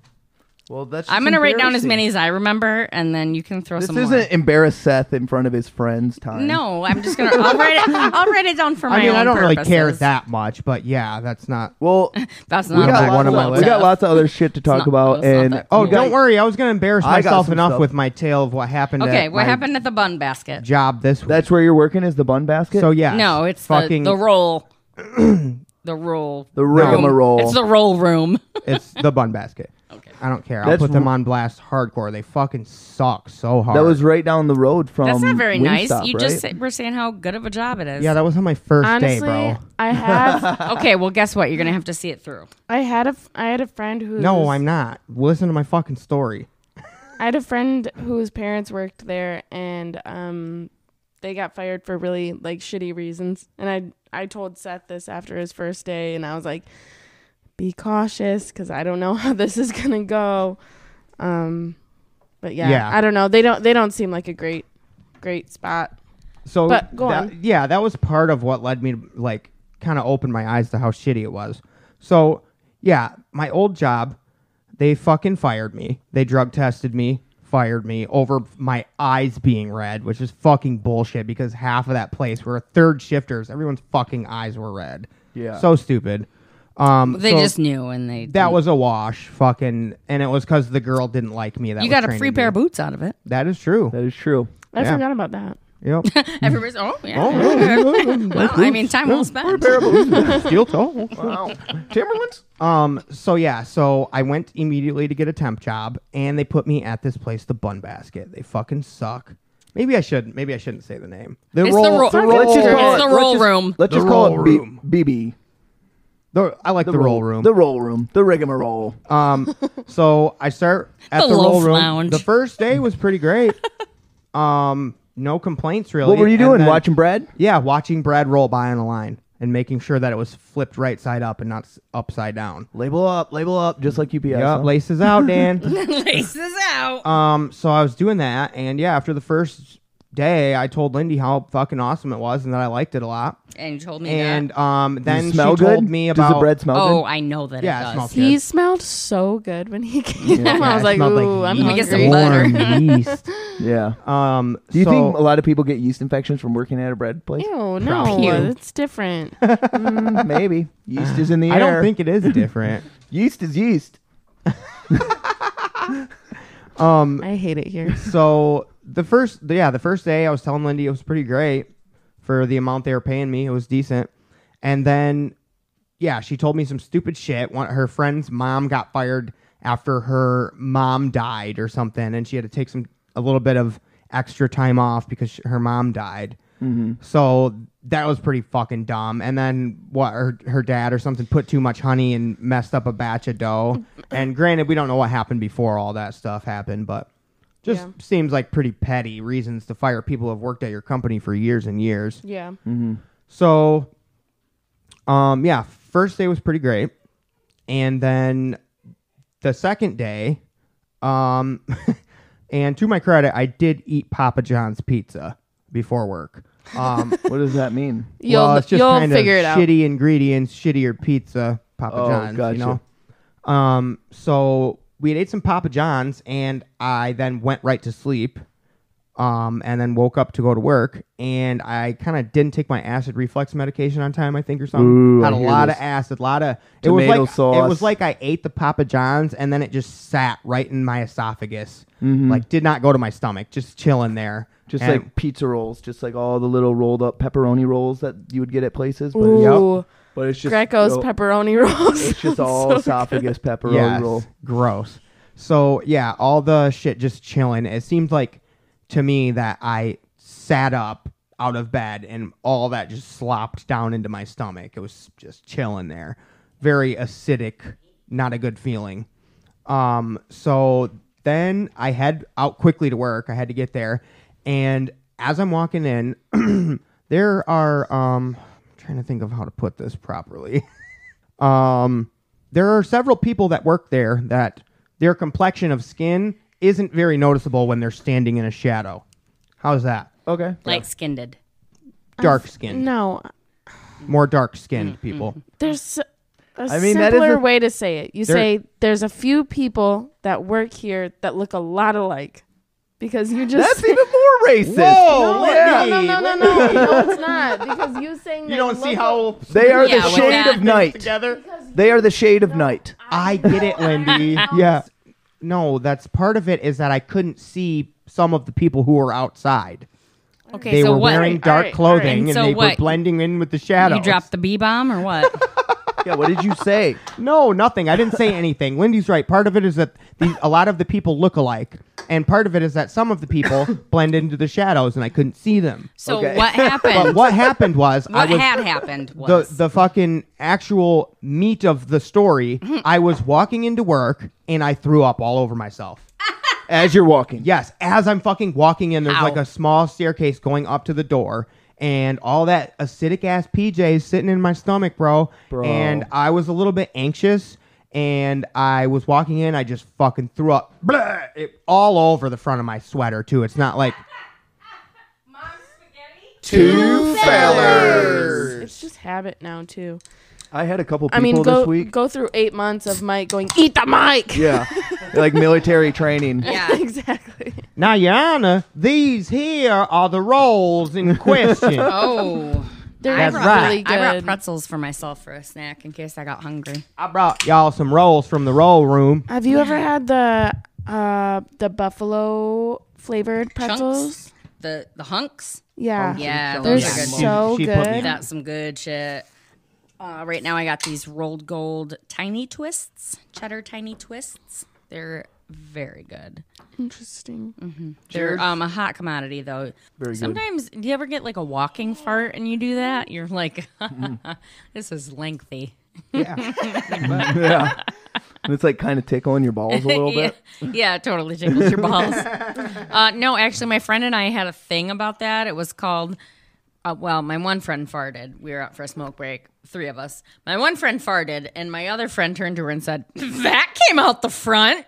[SPEAKER 3] well, that's.
[SPEAKER 1] i'm
[SPEAKER 3] just
[SPEAKER 1] gonna write down as
[SPEAKER 3] embarrassing.
[SPEAKER 1] many as i remember and then you can throw
[SPEAKER 3] This
[SPEAKER 1] some
[SPEAKER 3] isn't
[SPEAKER 1] more
[SPEAKER 3] embarrass Seth in front of his friends. Time.
[SPEAKER 1] no, I'm just gonna. I'll write it. I'll write it down for my
[SPEAKER 2] I mean,
[SPEAKER 1] own
[SPEAKER 2] I don't really care
[SPEAKER 1] purposes.
[SPEAKER 2] that much, but yeah, that's not.
[SPEAKER 3] Well,
[SPEAKER 1] That's
[SPEAKER 3] we
[SPEAKER 1] not a
[SPEAKER 3] got,
[SPEAKER 1] big
[SPEAKER 3] lots
[SPEAKER 2] one
[SPEAKER 1] deal.
[SPEAKER 2] of my
[SPEAKER 3] of, we
[SPEAKER 2] list.
[SPEAKER 3] got lots of other shit to talk
[SPEAKER 1] not-
[SPEAKER 3] about,
[SPEAKER 1] it's not
[SPEAKER 3] and
[SPEAKER 1] that
[SPEAKER 2] Oh,
[SPEAKER 1] cool.
[SPEAKER 2] don't worry. I was gonna embarrass
[SPEAKER 3] I got
[SPEAKER 2] myself
[SPEAKER 3] some
[SPEAKER 2] enough
[SPEAKER 3] stuff.
[SPEAKER 2] with my tale of what happened.
[SPEAKER 1] Okay,
[SPEAKER 2] at
[SPEAKER 1] what
[SPEAKER 2] my
[SPEAKER 1] happened at the bun basket?
[SPEAKER 2] Job this week.
[SPEAKER 3] that's where you're working is the bun basket.
[SPEAKER 2] so yeah.
[SPEAKER 1] No, it's
[SPEAKER 2] fucking.
[SPEAKER 1] the, the roll. the roll.
[SPEAKER 3] the rigmarole.
[SPEAKER 1] It's the roll room.
[SPEAKER 2] it's the bun basket. Okay. I don't care. I'll
[SPEAKER 3] That's
[SPEAKER 2] put them
[SPEAKER 3] r-
[SPEAKER 2] on blast hardcore. They fucking suck so hard.
[SPEAKER 3] that was right down the road from.
[SPEAKER 1] That's
[SPEAKER 2] Um,
[SPEAKER 1] not very nice.
[SPEAKER 3] Wingstop,
[SPEAKER 1] you
[SPEAKER 3] right?
[SPEAKER 1] just say, we're saying how good of a job it is.
[SPEAKER 2] yeah, that was on my first day,
[SPEAKER 4] Honestly,
[SPEAKER 2] bro.
[SPEAKER 4] I have
[SPEAKER 1] okay, well, guess what? You're gonna have to see it through.
[SPEAKER 4] I had a f- I had a friend who
[SPEAKER 2] No, I'm not. Listen to my fucking story.
[SPEAKER 4] I had a friend whose parents worked there and um they got fired for really like shitty reasons. And I I told Seth this after his first day and I was like be cautious cuz I don't know how this is going to go. Um but yeah,
[SPEAKER 2] Yeah.
[SPEAKER 4] I don't know. They don't they don't seem like a great great spot.
[SPEAKER 2] So
[SPEAKER 4] But go
[SPEAKER 2] that-
[SPEAKER 4] on.
[SPEAKER 2] Yeah, that was part of what led me to like kind of open my eyes to how shitty it was. So yeah, my old job, they fucking fired me. They drug tested me, fired me over my eyes being red, which is fucking bullshit because half of that place were third shifters. Everyone's fucking eyes were red.
[SPEAKER 3] Yeah.
[SPEAKER 2] So stupid. Um,
[SPEAKER 1] They
[SPEAKER 2] so
[SPEAKER 1] just knew, and they
[SPEAKER 2] that was a wash, fucking, and it was because the girl didn't like me. That
[SPEAKER 1] you
[SPEAKER 2] was
[SPEAKER 1] got a
[SPEAKER 2] training
[SPEAKER 1] free
[SPEAKER 2] me.
[SPEAKER 1] pair of boots out of it.
[SPEAKER 2] That is true.
[SPEAKER 3] that is true.
[SPEAKER 4] I
[SPEAKER 2] Yeah.
[SPEAKER 4] forgot about that.
[SPEAKER 2] Yep.
[SPEAKER 1] Everybody's oh yeah.
[SPEAKER 2] Hmm. oh,
[SPEAKER 1] well, I mean, time well spent.
[SPEAKER 2] steel toe.
[SPEAKER 3] Wow, Timberlands.
[SPEAKER 2] Um, so yeah, so I went immediately to get a temp job, and they put me at this place, the Bun Basket. They fucking suck. Maybe I shouldn't. Maybe I shouldn't say the name. The
[SPEAKER 1] It's the roll-
[SPEAKER 2] the
[SPEAKER 1] Let's
[SPEAKER 2] roll,
[SPEAKER 1] just
[SPEAKER 2] the,
[SPEAKER 1] call it- the roll room.
[SPEAKER 3] Let's
[SPEAKER 2] The
[SPEAKER 3] just call
[SPEAKER 2] roll
[SPEAKER 3] it B-
[SPEAKER 2] room.
[SPEAKER 3] BB.
[SPEAKER 2] I like the, roll room.
[SPEAKER 3] The roll room. Oh, The rigmarole.
[SPEAKER 2] um, so I start at
[SPEAKER 1] The
[SPEAKER 2] the, roll
[SPEAKER 1] loaf
[SPEAKER 2] room.
[SPEAKER 1] lounge.
[SPEAKER 2] The first day was pretty great. um, no complaints really.
[SPEAKER 3] what were you
[SPEAKER 2] And
[SPEAKER 3] doing?
[SPEAKER 2] then-
[SPEAKER 3] Watching Brad?
[SPEAKER 2] Yeah, watching Brad roll by on a line and making sure that it was flipped right side up and not s- upside down.
[SPEAKER 3] Label up. Label up. Just like UPS.
[SPEAKER 2] Yeah,
[SPEAKER 3] huh?
[SPEAKER 2] laces out, Dan.
[SPEAKER 1] Laces out.
[SPEAKER 2] Um, so I was doing that, and yeah, after the first day, I told Lindy how fucking awesome it was and that I liked it a lot.
[SPEAKER 1] and you told me
[SPEAKER 2] And
[SPEAKER 1] that.
[SPEAKER 2] um,
[SPEAKER 3] Does it
[SPEAKER 2] then she
[SPEAKER 3] smell
[SPEAKER 2] told
[SPEAKER 3] good?
[SPEAKER 2] me
[SPEAKER 3] Does
[SPEAKER 2] about
[SPEAKER 3] the bread smell
[SPEAKER 1] Oh,
[SPEAKER 3] good?
[SPEAKER 1] I know that
[SPEAKER 2] yeah,
[SPEAKER 1] it
[SPEAKER 2] it
[SPEAKER 1] does.
[SPEAKER 2] smells
[SPEAKER 4] He
[SPEAKER 2] good.
[SPEAKER 4] smelled so good when he came.
[SPEAKER 2] Yeah,
[SPEAKER 4] I was
[SPEAKER 2] it
[SPEAKER 4] like,
[SPEAKER 2] smelled
[SPEAKER 4] ooh, I'm
[SPEAKER 2] yeast.
[SPEAKER 1] Let me get some
[SPEAKER 4] hungry."
[SPEAKER 1] butter.
[SPEAKER 2] warm yeast.
[SPEAKER 3] Yeah.
[SPEAKER 2] Um,
[SPEAKER 3] Do you
[SPEAKER 2] so-
[SPEAKER 3] think a lot of people get yeast infections from working at a bread place?
[SPEAKER 4] Ew,
[SPEAKER 2] Probably.
[SPEAKER 4] no, it's different.
[SPEAKER 3] Mm, Maybe yeast is in the air.
[SPEAKER 2] I don't think it is different.
[SPEAKER 3] yeast is yeast.
[SPEAKER 4] I hate it here.
[SPEAKER 2] so the first, yeah, the first day I was telling Lindy it was pretty great for the amount they were paying me. It was decent, and then yeah, she told me some stupid shit. One, her friend's mom got fired after her mom died or something, and she had to take some a little bit of extra time off because sh her mom died. So that was pretty fucking dumb. And then what? Her her dad or something put too much honey and messed up a batch of dough. and granted, we don't know what happened before all that stuff happened, but just seems like pretty petty reasons to fire people who have worked at your company for years and years.
[SPEAKER 4] Yeah.
[SPEAKER 2] Mm. So, um, yeah, first day was pretty great, and then the second day, um, And to my credit, I did eat Papa John's pizza before work. Um,
[SPEAKER 3] What does that mean?
[SPEAKER 4] You'll
[SPEAKER 2] well, it's just
[SPEAKER 4] you'll
[SPEAKER 2] kind
[SPEAKER 4] figure
[SPEAKER 2] of
[SPEAKER 4] it out.
[SPEAKER 2] shitty ingredients, shittier pizza, Papa
[SPEAKER 3] Oh,
[SPEAKER 2] John's, you
[SPEAKER 3] gotcha.
[SPEAKER 2] know. Um, so we had ate some Papa John's, and I then went right to sleep, um, and then woke up to go to work, and I kind of didn't take my acid reflux medication on time, I think, or something.
[SPEAKER 3] Ooh, I
[SPEAKER 2] Had a
[SPEAKER 3] hear
[SPEAKER 2] lot
[SPEAKER 3] this.
[SPEAKER 2] of acid, a lot of it was
[SPEAKER 3] Tomato
[SPEAKER 2] like
[SPEAKER 3] sauce.
[SPEAKER 2] it was like I ate the Papa John's, and then it just sat right in my esophagus, like did not go to my stomach, just chilling there,
[SPEAKER 3] Mm-hmm. Just
[SPEAKER 2] And-
[SPEAKER 3] like pizza rolls, just like all the little rolled up pepperoni rolls that you would get at places. But,
[SPEAKER 4] Ooh,
[SPEAKER 3] but it's just
[SPEAKER 4] Greco's
[SPEAKER 3] you know,
[SPEAKER 4] pepperoni rolls.
[SPEAKER 3] It's just all
[SPEAKER 4] So-
[SPEAKER 3] esophagus pepperoni
[SPEAKER 2] yes,
[SPEAKER 3] roll.
[SPEAKER 2] Gross. So yeah, all the shit just chilling. It seemed like to me that I sat up out of bed and all that just slopped down into my stomach. It was just chilling there. Very acidic, not a good feeling. Um, so then I head out quickly to work. I had to get there. And as I'm walking in, there are um I'm trying to think of how to put this properly. um there are several people that work there that their complexion of skin isn't very noticeable when they're standing in a shadow. How's that?
[SPEAKER 3] Okay.
[SPEAKER 1] Light skinned.
[SPEAKER 2] Dark skinned.
[SPEAKER 4] No, Mm-hmm.
[SPEAKER 2] More dark skinned people.
[SPEAKER 4] there's a
[SPEAKER 3] I mean, that is
[SPEAKER 4] simpler
[SPEAKER 3] a-
[SPEAKER 4] way to say it. You
[SPEAKER 2] There-
[SPEAKER 4] say there's a few people that work here that look a lot alike because you just
[SPEAKER 3] That's even more racist.
[SPEAKER 2] Whoa,
[SPEAKER 3] yeah.
[SPEAKER 2] let me-
[SPEAKER 4] no, no, no, no, no, it's not because you saying
[SPEAKER 2] You don't see how
[SPEAKER 3] They are
[SPEAKER 1] Yeah,
[SPEAKER 3] the
[SPEAKER 1] with
[SPEAKER 3] shade
[SPEAKER 1] that.
[SPEAKER 3] of night.
[SPEAKER 2] together.
[SPEAKER 3] They are the shade of night.
[SPEAKER 2] I get it, Lindy.
[SPEAKER 3] Yeah.
[SPEAKER 2] No, that's part of it is that I couldn't see some of the people who were outside.
[SPEAKER 1] Okay,
[SPEAKER 2] They
[SPEAKER 1] so
[SPEAKER 2] were
[SPEAKER 1] what?
[SPEAKER 2] wearing
[SPEAKER 1] You
[SPEAKER 2] dark
[SPEAKER 4] alright.
[SPEAKER 2] clothing and,
[SPEAKER 1] And so
[SPEAKER 2] they were
[SPEAKER 1] what?
[SPEAKER 2] blending in with the shadows.
[SPEAKER 1] dropped the B bomb or what?
[SPEAKER 3] Yeah, what did you say?
[SPEAKER 2] No, nothing. I didn't say anything. Lindy's right. Part of it is that the, a lot of the people look alike, and part of it is that some of the people blend into the shadows, and I couldn't see them.
[SPEAKER 1] So
[SPEAKER 3] Okay.
[SPEAKER 1] what
[SPEAKER 2] But
[SPEAKER 1] happened? what
[SPEAKER 2] what happened was I was
[SPEAKER 1] had happened
[SPEAKER 2] the
[SPEAKER 1] was
[SPEAKER 2] the fucking actual meat of the story. I was walking into work, and I threw up all over myself.
[SPEAKER 3] As you're walking.
[SPEAKER 2] Yes, as I'm fucking walking in, there's
[SPEAKER 1] How?
[SPEAKER 2] like a small staircase going up to the door, and all that acidic ass PJ is sitting in my stomach, bro.
[SPEAKER 3] Bro.
[SPEAKER 2] And I was a little bit anxious, and I was walking in, I just fucking threw up blah, it, all over the front of my sweater too. It's not like
[SPEAKER 3] Two fellers.
[SPEAKER 4] It's just habit now too.
[SPEAKER 3] I had a couple people
[SPEAKER 4] I mean,
[SPEAKER 3] this
[SPEAKER 4] go
[SPEAKER 3] week.
[SPEAKER 4] go through eight months of Mike going eat the mic.
[SPEAKER 3] Yeah. like military training.
[SPEAKER 1] yeah.
[SPEAKER 4] exactly.
[SPEAKER 2] now, Your Honor, these here are the roles in question.
[SPEAKER 1] Oh,
[SPEAKER 4] They're
[SPEAKER 2] That's right.
[SPEAKER 4] really good.
[SPEAKER 1] I brought pretzels for myself for a snack in case I got hungry.
[SPEAKER 2] I brought y'all some rolls from the roll room.
[SPEAKER 4] Have you ever had the uh the buffalo flavored pretzels?
[SPEAKER 1] Chunks, the the hunks.
[SPEAKER 4] Yeah.
[SPEAKER 1] Oh, Yeah,
[SPEAKER 4] They're
[SPEAKER 1] those are good.
[SPEAKER 2] Yeah.
[SPEAKER 4] so
[SPEAKER 2] She- she put me
[SPEAKER 4] good.
[SPEAKER 2] on.
[SPEAKER 1] That's some good shit. Uh, right now, I got these rolled gold tiny twists, cheddar tiny twists. They're very good.
[SPEAKER 4] Interesting.
[SPEAKER 1] They're um, a hot commodity though.
[SPEAKER 3] Very good.
[SPEAKER 1] Sometimes do you ever get like a walking fart and you do that? You're like, this is lengthy.
[SPEAKER 3] yeah. And it's like kind of tickling your balls a little
[SPEAKER 1] yeah,
[SPEAKER 3] bit.
[SPEAKER 1] yeah, it totally tickles your balls. Uh, no, actually, my friend and I had a thing about that. It was called, uh, well, my one friend farted. We were out for a smoke break, three of us. My one friend farted, and my other friend turned to her and said, That came out the front.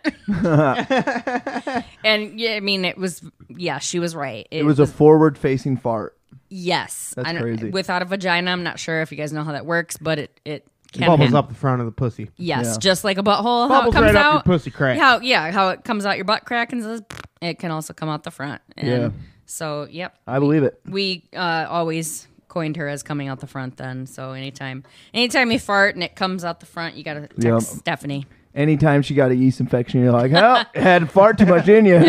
[SPEAKER 1] and yeah, I mean, it was, yeah, she was right.
[SPEAKER 3] It was a forward facing fart.
[SPEAKER 1] yes.
[SPEAKER 3] That's
[SPEAKER 1] I don't-
[SPEAKER 3] crazy.
[SPEAKER 1] Without a vagina, I'm not sure if you guys know how that works, but it, it can
[SPEAKER 2] Bubbles
[SPEAKER 1] happen.
[SPEAKER 2] up the front of the pussy.
[SPEAKER 1] Yes,
[SPEAKER 3] Yeah.
[SPEAKER 1] just like a butthole. how it
[SPEAKER 2] Bubbles
[SPEAKER 1] comes
[SPEAKER 2] right
[SPEAKER 1] out.
[SPEAKER 2] up your pussy crack.
[SPEAKER 1] How yeah, how it comes out your butt crack and says it can also come out the front. And
[SPEAKER 3] Yeah.
[SPEAKER 1] So yep,
[SPEAKER 3] I believe it.
[SPEAKER 1] we uh, always coined her as coming out the front. Then so anytime, anytime you fart and it comes out the front, you gotta text
[SPEAKER 3] Yeah.
[SPEAKER 1] Stephanie.
[SPEAKER 3] Anytime she got a yeast infection, you're like, oh, had far too much in you.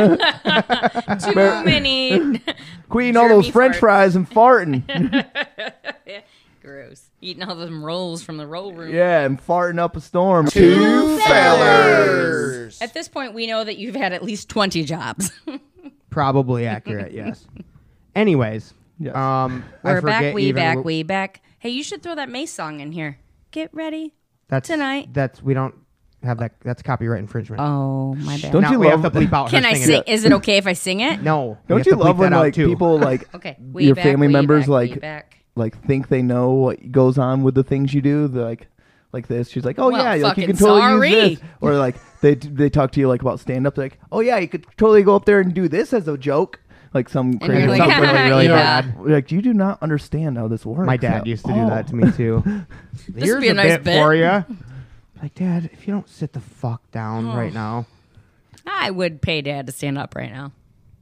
[SPEAKER 1] Too many.
[SPEAKER 3] Queen, all those
[SPEAKER 1] Jeremy
[SPEAKER 3] french
[SPEAKER 1] farts.
[SPEAKER 3] fries and farting.
[SPEAKER 1] Gross. Eating all them rolls from the roll room.
[SPEAKER 3] yeah, and farting up a storm.
[SPEAKER 2] Two
[SPEAKER 3] fellers.
[SPEAKER 1] At this point, we know that you've had at least twenty jobs.
[SPEAKER 2] Probably accurate, yes. Anyways,
[SPEAKER 3] Yes.
[SPEAKER 2] um, I
[SPEAKER 1] We're back,
[SPEAKER 2] forget
[SPEAKER 1] we
[SPEAKER 2] even
[SPEAKER 1] back,
[SPEAKER 2] wh-
[SPEAKER 1] we back. Hey, you should throw that May song in here. Get ready.
[SPEAKER 2] That's
[SPEAKER 1] tonight.
[SPEAKER 2] That's we don't have that. That's copyright infringement.
[SPEAKER 1] Oh my bad.
[SPEAKER 3] Uh, Don't
[SPEAKER 2] Now
[SPEAKER 3] you
[SPEAKER 2] we have
[SPEAKER 3] love-
[SPEAKER 2] to bleep out. her
[SPEAKER 1] Can I
[SPEAKER 2] singing
[SPEAKER 1] sing?
[SPEAKER 2] it.
[SPEAKER 1] Is it okay if I sing it?
[SPEAKER 2] No. we have
[SPEAKER 3] Don't you
[SPEAKER 2] to bleep
[SPEAKER 3] love when
[SPEAKER 2] that out,
[SPEAKER 3] like
[SPEAKER 2] too.
[SPEAKER 3] people like
[SPEAKER 1] Okay. way
[SPEAKER 3] your
[SPEAKER 1] back,
[SPEAKER 3] family
[SPEAKER 1] way
[SPEAKER 3] members
[SPEAKER 1] back, way
[SPEAKER 3] like
[SPEAKER 1] back.
[SPEAKER 3] like think they know what goes on with the things you do. They're like, like this. She's like, oh
[SPEAKER 1] Well,
[SPEAKER 3] yeah, like, you
[SPEAKER 1] fucking
[SPEAKER 3] can totally
[SPEAKER 1] sorry.
[SPEAKER 3] use this. Or like they they talk to you like about stand up. Like, oh yeah, you could totally go up there and do this as a joke. Like some
[SPEAKER 1] And you're
[SPEAKER 3] crazy,
[SPEAKER 1] like,
[SPEAKER 3] something really, really
[SPEAKER 1] yeah.
[SPEAKER 3] bad. Like you do not understand how this works.
[SPEAKER 2] My dad used to do
[SPEAKER 3] Oh.
[SPEAKER 2] that to me too.
[SPEAKER 1] This would be a nice bit.
[SPEAKER 2] for you. Like, Dad, if you don't sit the fuck down
[SPEAKER 1] Oh.
[SPEAKER 2] right now,
[SPEAKER 1] I would pay dad to stand up right now.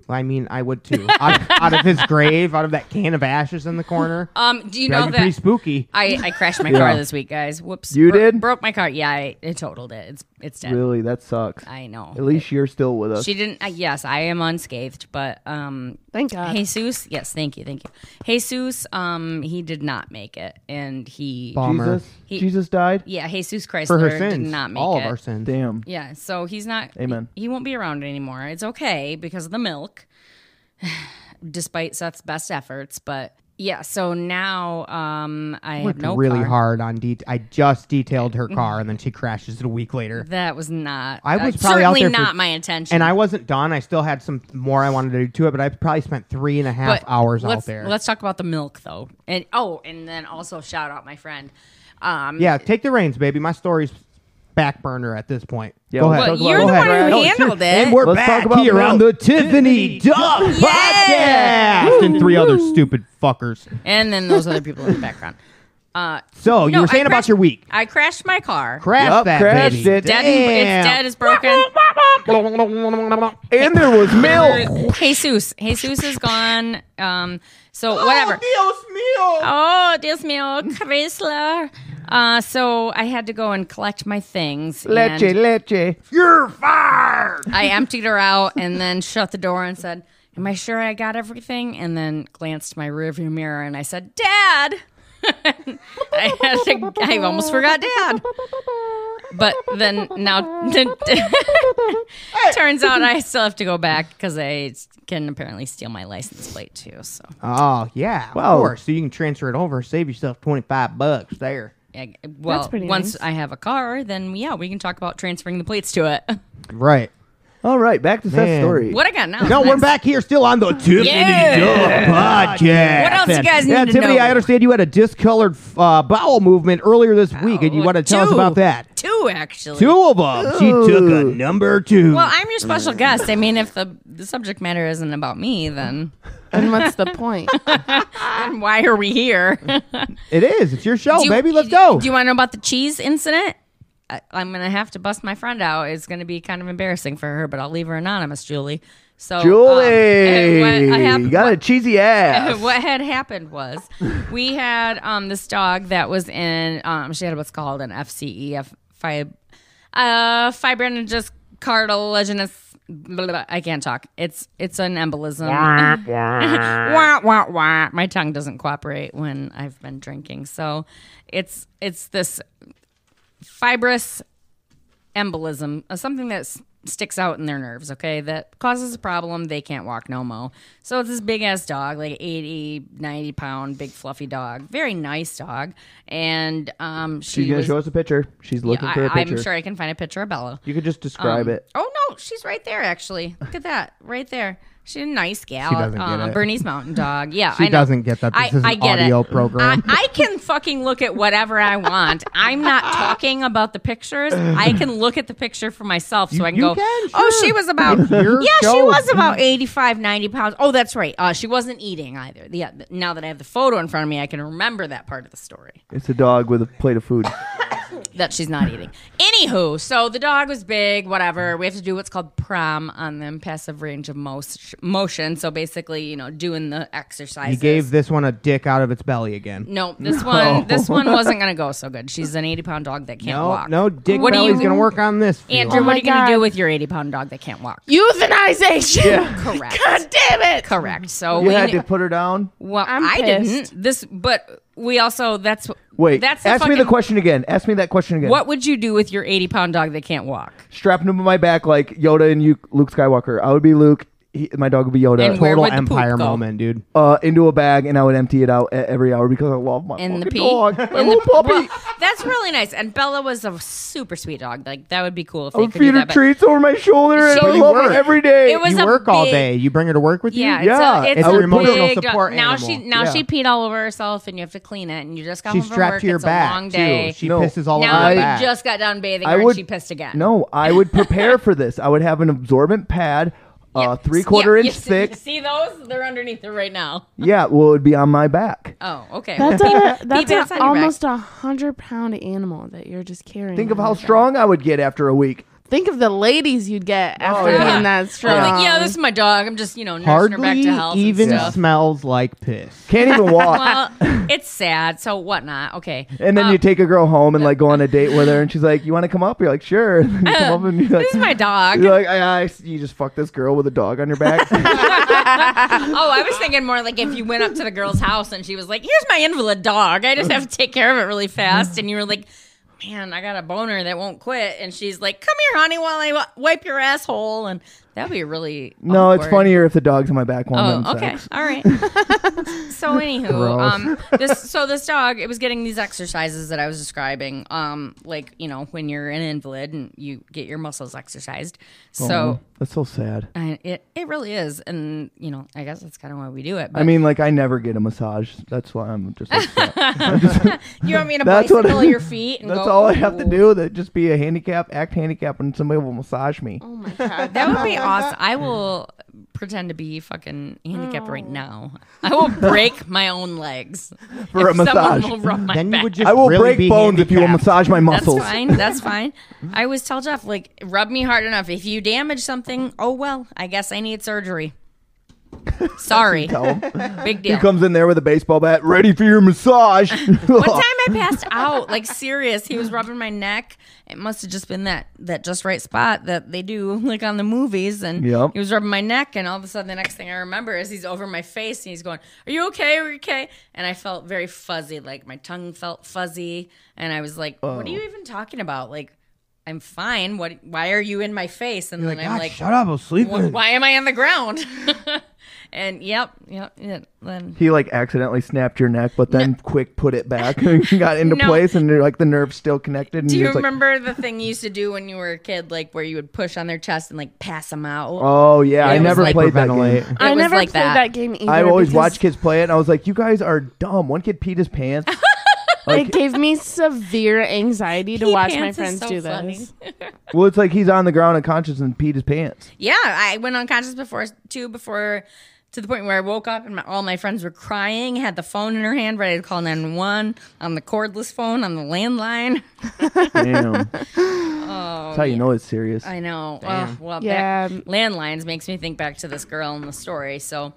[SPEAKER 2] I mean, I would too. out, out of his grave, out of that can of ashes in the corner.
[SPEAKER 1] Um, do you
[SPEAKER 2] That'd
[SPEAKER 1] know
[SPEAKER 2] be pretty
[SPEAKER 1] that
[SPEAKER 2] spooky.
[SPEAKER 1] I, I crashed my car this week, guys? Whoops.
[SPEAKER 3] You
[SPEAKER 1] Bro-
[SPEAKER 3] did?
[SPEAKER 1] Broke my car. Yeah, I, I totaled it. It's it's dead.
[SPEAKER 3] Really, that sucks.
[SPEAKER 1] I know.
[SPEAKER 3] At least you're still with us.
[SPEAKER 1] she didn't. Uh, yes, I am unscathed, but um,
[SPEAKER 4] Thank God.
[SPEAKER 1] Jesus, yes, thank you, thank you. Jesus, um, he did not make it, and he,
[SPEAKER 2] Bummer.
[SPEAKER 3] Jesus,
[SPEAKER 1] He-
[SPEAKER 3] Jesus died.
[SPEAKER 1] yeah, Jesus Chrysler
[SPEAKER 2] for her
[SPEAKER 1] did
[SPEAKER 2] sins,
[SPEAKER 1] not make
[SPEAKER 2] all
[SPEAKER 1] it.
[SPEAKER 2] of our sins.
[SPEAKER 3] Damn.
[SPEAKER 1] Yeah, so he's not.
[SPEAKER 3] Amen.
[SPEAKER 1] He won't be around anymore. It's okay because of the milk, despite Seth's best efforts. But yeah, so now um, I have
[SPEAKER 2] Worked
[SPEAKER 1] no
[SPEAKER 2] really
[SPEAKER 1] car. Mm-hmm.
[SPEAKER 2] hard on det I just detailed her car, and then she crashes it a week later.
[SPEAKER 1] That was not.
[SPEAKER 2] I was
[SPEAKER 1] uh,
[SPEAKER 2] probably out
[SPEAKER 1] certainly
[SPEAKER 2] there for-
[SPEAKER 1] not my intention.
[SPEAKER 2] And I wasn't done. I still had some more I wanted to do to it, but I probably spent three and a half
[SPEAKER 1] But
[SPEAKER 2] hours out
[SPEAKER 1] let's-
[SPEAKER 2] there.
[SPEAKER 1] Let's talk about the milk though, and oh, and then also shout out my friend. Um,
[SPEAKER 2] yeah, take the reins, baby. My story's back burner at this point. Go
[SPEAKER 3] let's
[SPEAKER 1] But
[SPEAKER 2] ahead.
[SPEAKER 3] talk about-
[SPEAKER 1] you're
[SPEAKER 2] Go
[SPEAKER 1] the
[SPEAKER 2] ahead.
[SPEAKER 1] one who
[SPEAKER 2] No,
[SPEAKER 1] handled it.
[SPEAKER 2] And we're
[SPEAKER 3] Let's
[SPEAKER 2] back
[SPEAKER 3] talk about
[SPEAKER 2] here on the
[SPEAKER 3] milk.
[SPEAKER 2] Tiffany Duff
[SPEAKER 1] Yeah.
[SPEAKER 2] podcast and three other stupid fuckers.
[SPEAKER 1] and then those other people in the background. Uh,
[SPEAKER 2] So you
[SPEAKER 1] no,
[SPEAKER 2] were
[SPEAKER 1] I
[SPEAKER 2] saying about
[SPEAKER 1] crashed-
[SPEAKER 2] your week.
[SPEAKER 1] I crashed my car.
[SPEAKER 2] Crash
[SPEAKER 3] Yup,
[SPEAKER 2] that
[SPEAKER 3] crashed
[SPEAKER 2] baby.
[SPEAKER 3] it.
[SPEAKER 1] Dead
[SPEAKER 2] Damn.
[SPEAKER 1] and, it's dead. It's broken.
[SPEAKER 3] And there was milk.
[SPEAKER 1] Jesus, Jesus is gone. Um, so whatever. Oh, Dios mío, Chrysler. Uh, so I had to go and collect my things.
[SPEAKER 3] Leche,
[SPEAKER 1] and
[SPEAKER 3] leche.
[SPEAKER 2] You're fired.
[SPEAKER 1] I emptied her out and then shut the door and said, "Am I sure I got everything?" And then glanced my rearview mirror and I said, "Dad." I, had to, I almost forgot Dad. But then now, turns out I still have to go back because I can apparently steal my license plate too. So
[SPEAKER 2] Oh yeah,
[SPEAKER 3] Wow.
[SPEAKER 2] of course. So you can transfer it over, save yourself twenty five bucks there.
[SPEAKER 1] I, well,
[SPEAKER 4] pretty
[SPEAKER 1] once
[SPEAKER 4] nice.
[SPEAKER 1] I have a car, then yeah, we can talk about transferring the plates to it.
[SPEAKER 2] Right.
[SPEAKER 3] All right, back to that
[SPEAKER 2] Man.
[SPEAKER 3] story.
[SPEAKER 1] What I got now?
[SPEAKER 2] No,
[SPEAKER 1] is
[SPEAKER 2] we're
[SPEAKER 1] nice.
[SPEAKER 2] back here still on the Tiffany
[SPEAKER 1] Yeah.
[SPEAKER 2] Duff podcast.
[SPEAKER 1] What else you guys
[SPEAKER 2] yeah,
[SPEAKER 1] need to
[SPEAKER 2] Tiffany,
[SPEAKER 1] know?
[SPEAKER 2] I understand you had a discolored uh, bowel movement earlier this week, and you
[SPEAKER 1] Oh,
[SPEAKER 2] want to tell us
[SPEAKER 1] two.
[SPEAKER 2] about that.
[SPEAKER 1] Two actually.
[SPEAKER 2] Two of them. She took a number two.
[SPEAKER 1] Well, I'm your special guest. I mean, if the, the subject matter isn't about me, then
[SPEAKER 4] and what's the point?
[SPEAKER 1] then why are we here?
[SPEAKER 2] it is. It's your show,
[SPEAKER 1] Do you-
[SPEAKER 2] Oh, baby. Let's go.
[SPEAKER 1] Do you want to know about the cheese incident? I, I'm gonna have to bust my friend out. It's gonna be kind of embarrassing for her, but I'll leave her anonymous, Julie. So um,
[SPEAKER 3] Julie,
[SPEAKER 1] what I have-
[SPEAKER 3] you got
[SPEAKER 1] what-
[SPEAKER 3] a cheesy ass.
[SPEAKER 1] what had happened was we had um this dog that was in um she had what's called an FCE F E, fib uh fibrinogen cartilaginous blah, blah, I can't talk. It's it's an embolism. wah, wah, wah. My tongue doesn't cooperate when I've been drinking. So it's it's this fibrous embolism, uh, something that s- sticks out in their nerves, okay, that causes a problem. They can't walk no mo. So it's this big ass dog, like 80, 90 pound, big fluffy dog, very nice dog. And um, she
[SPEAKER 3] She's gonna
[SPEAKER 1] was,
[SPEAKER 3] show us a picture. She's looking for a
[SPEAKER 1] I,
[SPEAKER 3] picture.
[SPEAKER 1] I'm sure I can find a picture of Bella.
[SPEAKER 3] You could just describe it.
[SPEAKER 1] Oh no, she's right there. Actually, look at that, right there. She's a nice gal.
[SPEAKER 2] She doesn't get
[SPEAKER 1] um,
[SPEAKER 2] it.
[SPEAKER 1] Bernese Mountain Dog. Yeah,
[SPEAKER 2] She
[SPEAKER 1] I know.
[SPEAKER 2] doesn't get that. This
[SPEAKER 1] I,
[SPEAKER 2] is an
[SPEAKER 1] I get
[SPEAKER 2] audio
[SPEAKER 1] it.
[SPEAKER 2] program.
[SPEAKER 1] I, I can fucking look at whatever I want. I'm not talking about the pictures. I can look at the picture for myself, so I can
[SPEAKER 2] you
[SPEAKER 1] go.
[SPEAKER 2] can,
[SPEAKER 1] Oh,
[SPEAKER 2] sure.
[SPEAKER 1] she was about. Yeah,
[SPEAKER 2] your
[SPEAKER 1] she
[SPEAKER 2] show."
[SPEAKER 1] was about 85, 90 pounds. Oh, that's right. Uh, she wasn't eating either. Yeah. th- Now that I have the photo in front of me, I can remember that part of the story
[SPEAKER 3] It's a dog with a plate of food.
[SPEAKER 1] that she's not eating. Anywho, so the dog was big, whatever. We have to do what's called prom on the passive range of mo- motion. So basically, you know, doing the exercises.
[SPEAKER 2] you gave this one a dick out of its belly again.
[SPEAKER 1] No, this one this one wasn't gonna go so good. She's an eighty pound dog that can't
[SPEAKER 2] No,
[SPEAKER 1] walk.
[SPEAKER 2] no dick
[SPEAKER 1] What do
[SPEAKER 2] belly's
[SPEAKER 1] you-
[SPEAKER 2] gonna work on this. field.
[SPEAKER 1] Andrew,
[SPEAKER 4] Oh
[SPEAKER 1] what
[SPEAKER 4] my
[SPEAKER 1] are you gonna
[SPEAKER 4] God.
[SPEAKER 1] do with your eighty pound dog that can't walk?
[SPEAKER 4] Euthanization.
[SPEAKER 1] Correct.
[SPEAKER 4] God damn it.
[SPEAKER 1] Correct. So
[SPEAKER 3] You
[SPEAKER 1] we
[SPEAKER 3] had to put her down.
[SPEAKER 1] well,
[SPEAKER 4] I'm
[SPEAKER 1] I
[SPEAKER 4] pissed.
[SPEAKER 1] didn't. This, but we also that's
[SPEAKER 3] Wait,
[SPEAKER 1] That's
[SPEAKER 3] ask me the
[SPEAKER 1] fucking-
[SPEAKER 3] question again. Ask me that question again.
[SPEAKER 1] What would you do with your eighty pound dog that can't walk?
[SPEAKER 3] Strapping him on my back like Yoda and you, Luke Skywalker. I would be Luke. he, my dog would be Yoda
[SPEAKER 1] And where
[SPEAKER 2] Total
[SPEAKER 1] would the poop
[SPEAKER 2] empire
[SPEAKER 1] go?
[SPEAKER 2] moment, dude.
[SPEAKER 3] uh, into a bag, and I would empty it out e- every hour because I love my
[SPEAKER 1] in the
[SPEAKER 3] fucking
[SPEAKER 1] pee.
[SPEAKER 3] dog, my
[SPEAKER 1] In
[SPEAKER 3] little
[SPEAKER 1] the-
[SPEAKER 3] puppy.
[SPEAKER 1] Well, that's really nice. And Bella was a super sweet dog. Like that would be cool if
[SPEAKER 3] I
[SPEAKER 1] they
[SPEAKER 3] would
[SPEAKER 1] could do
[SPEAKER 3] feed her
[SPEAKER 1] that. but-
[SPEAKER 3] treats over my shoulder, and
[SPEAKER 1] She-
[SPEAKER 3] I
[SPEAKER 1] You
[SPEAKER 3] love her
[SPEAKER 2] work.
[SPEAKER 3] every day.
[SPEAKER 1] It was
[SPEAKER 2] you
[SPEAKER 1] a
[SPEAKER 2] work all
[SPEAKER 1] big-
[SPEAKER 2] day. You bring her to work with
[SPEAKER 1] Yeah,
[SPEAKER 2] you.
[SPEAKER 3] Yeah,
[SPEAKER 1] it's a, it's
[SPEAKER 2] it's
[SPEAKER 1] a
[SPEAKER 2] your emotional
[SPEAKER 1] big dog.
[SPEAKER 2] support
[SPEAKER 1] Now
[SPEAKER 2] animal.
[SPEAKER 1] she now
[SPEAKER 3] Yeah.
[SPEAKER 1] she peed all over herself, and you have to clean it. And you just got
[SPEAKER 2] She's
[SPEAKER 1] home from
[SPEAKER 2] strapped
[SPEAKER 1] work.
[SPEAKER 2] to your
[SPEAKER 1] it's
[SPEAKER 2] back
[SPEAKER 1] a long day.
[SPEAKER 2] too. She
[SPEAKER 3] No.
[SPEAKER 2] pisses all
[SPEAKER 1] now
[SPEAKER 2] over her
[SPEAKER 1] you
[SPEAKER 2] back.
[SPEAKER 1] just got done bathing
[SPEAKER 3] I
[SPEAKER 1] her,
[SPEAKER 3] would
[SPEAKER 1] and she pissed again.
[SPEAKER 3] No, I would prepare for this. I would have an absorbent pad, uh, three quarter
[SPEAKER 1] Yeah, you
[SPEAKER 3] inch
[SPEAKER 1] see-
[SPEAKER 3] thick.
[SPEAKER 1] See those? They're underneath her right now.
[SPEAKER 3] Yeah, well, it would be on my back.
[SPEAKER 1] Oh, okay.
[SPEAKER 4] That's
[SPEAKER 1] Pee-
[SPEAKER 4] a
[SPEAKER 1] pee
[SPEAKER 4] that's
[SPEAKER 1] pads on
[SPEAKER 4] a,
[SPEAKER 1] your back.
[SPEAKER 4] almost a hundred pound animal that you're just carrying.
[SPEAKER 3] Think of
[SPEAKER 4] on
[SPEAKER 3] how
[SPEAKER 4] your
[SPEAKER 1] Mm-hmm.
[SPEAKER 4] back.
[SPEAKER 3] strong I would get after a week.
[SPEAKER 4] Think of the ladies you'd get after
[SPEAKER 3] yeah.
[SPEAKER 4] being that
[SPEAKER 1] I'm
[SPEAKER 4] strong.
[SPEAKER 1] like, yeah, this is my dog. I'm just you know nursing her back
[SPEAKER 2] hardly
[SPEAKER 1] to health. and
[SPEAKER 2] even
[SPEAKER 1] stuff.
[SPEAKER 2] smells like piss.
[SPEAKER 3] Can't even walk.
[SPEAKER 1] well, it's sad. So whatnot. Okay.
[SPEAKER 3] and then
[SPEAKER 1] Um,
[SPEAKER 3] you take a girl home and like go on a date with her, and she's like, "You want to come up?" You're like, "Sure." And then you come up and you're like,
[SPEAKER 1] Oh, This is my dog.
[SPEAKER 3] You're like, I, I, you just fucked this girl with a dog on your back.
[SPEAKER 1] Oh, I was thinking more like if you went up to the girl's house and she was like, "Here's my invalid dog. I just have to take care of it really fast," and you were like, "Man, I got a boner that won't quit," and she's like, "Come here, honey, while I wi- wipe your asshole," and that'd be really
[SPEAKER 3] no, it's
[SPEAKER 1] awkward.
[SPEAKER 3] funnier if the dog's on my back while I'm
[SPEAKER 1] Oh,
[SPEAKER 3] having
[SPEAKER 1] okay.
[SPEAKER 3] sex.
[SPEAKER 1] All right. so anywho, um, this so this dog, it was getting these exercises that I was describing. Um, like you know when you're an invalid and you get your muscles exercised. So
[SPEAKER 3] Oh, That's so sad.
[SPEAKER 1] I, it it really is, and you know I guess that's kind of why we do it. But
[SPEAKER 3] I mean, like I never get a massage. That's why I'm just. Upset.
[SPEAKER 1] you want me to
[SPEAKER 3] That's what
[SPEAKER 1] bicycle
[SPEAKER 3] I-
[SPEAKER 1] your feet? And
[SPEAKER 3] That's
[SPEAKER 1] go,
[SPEAKER 3] all I have to
[SPEAKER 1] "Ooh."
[SPEAKER 3] do. That just be a handicap, act handicap, and somebody will massage me.
[SPEAKER 4] oh my god.
[SPEAKER 1] That would be awesome. I will pretend to be fucking handicapped right now. I will break my own legs
[SPEAKER 3] For
[SPEAKER 1] if
[SPEAKER 3] a massage.
[SPEAKER 1] Someone will rub my
[SPEAKER 2] Then
[SPEAKER 1] back.
[SPEAKER 2] you would just
[SPEAKER 3] I will
[SPEAKER 2] really be
[SPEAKER 3] break bones if you will
[SPEAKER 2] handicapped.
[SPEAKER 3] massage my
[SPEAKER 1] That's
[SPEAKER 3] muscles.
[SPEAKER 1] fine. That's fine. I always tell Jeff, like, rub me hard enough. If you damage something, oh well, I guess I need surgery. Sorry.
[SPEAKER 3] Tell him.
[SPEAKER 1] Big
[SPEAKER 3] He
[SPEAKER 1] deal.
[SPEAKER 3] comes in there with a baseball bat, ready for your massage.
[SPEAKER 1] One time I passed out, like serious. He was rubbing my neck. It must have just been that that just right spot that they do like on the movies. And
[SPEAKER 3] Yep.
[SPEAKER 1] he was rubbing my neck, and all of a sudden, the next thing I remember is he's over my face and he's going, "Are you okay? Are you okay?" And I felt very fuzzy, like my tongue felt fuzzy, and I was like, "What are you even talking about? Like, I'm fine. What? Why are you in my face?" And then I'm like,
[SPEAKER 2] shut up, I'm
[SPEAKER 1] "Wh-
[SPEAKER 2] sleeping.
[SPEAKER 1] "Why am I on the ground?" and yep, yep, yep. Then
[SPEAKER 3] he like accidentally snapped your neck, but then quick put it back and got into
[SPEAKER 1] No.
[SPEAKER 3] place, and like the nerve's still connected. And
[SPEAKER 1] Do you
[SPEAKER 3] it's like,
[SPEAKER 1] remember the thing you used to do when you were a kid, like where you would push on their chest and like pass them out?
[SPEAKER 3] Oh yeah,
[SPEAKER 1] It
[SPEAKER 3] I
[SPEAKER 1] was
[SPEAKER 3] never
[SPEAKER 1] like-
[SPEAKER 3] played that
[SPEAKER 2] Hyperventilate.
[SPEAKER 3] game.
[SPEAKER 1] It
[SPEAKER 4] I
[SPEAKER 1] was
[SPEAKER 4] never
[SPEAKER 1] like
[SPEAKER 4] played
[SPEAKER 1] that.
[SPEAKER 4] that, game either.
[SPEAKER 3] I always
[SPEAKER 4] because
[SPEAKER 3] watch kids play it, and I was like, "You guys are dumb." One kid peed his pants.
[SPEAKER 4] It gave me severe anxiety to
[SPEAKER 1] Pee
[SPEAKER 4] watch my
[SPEAKER 1] pants is
[SPEAKER 4] friends
[SPEAKER 1] so
[SPEAKER 4] do
[SPEAKER 1] funny.
[SPEAKER 4] this.
[SPEAKER 3] well, it's like he's on the ground unconscious and peed his pants.
[SPEAKER 1] Yeah, I went unconscious before too, before to the point where I woke up and my, all my friends were crying, had the phone in her hand, ready to call 911 on the cordless phone on the landline.
[SPEAKER 3] Damn, that's how you know it's serious.
[SPEAKER 1] Oh, I know. Ugh, well,
[SPEAKER 4] Yeah.
[SPEAKER 1] back, landlines makes me think back to this girl in the story. So.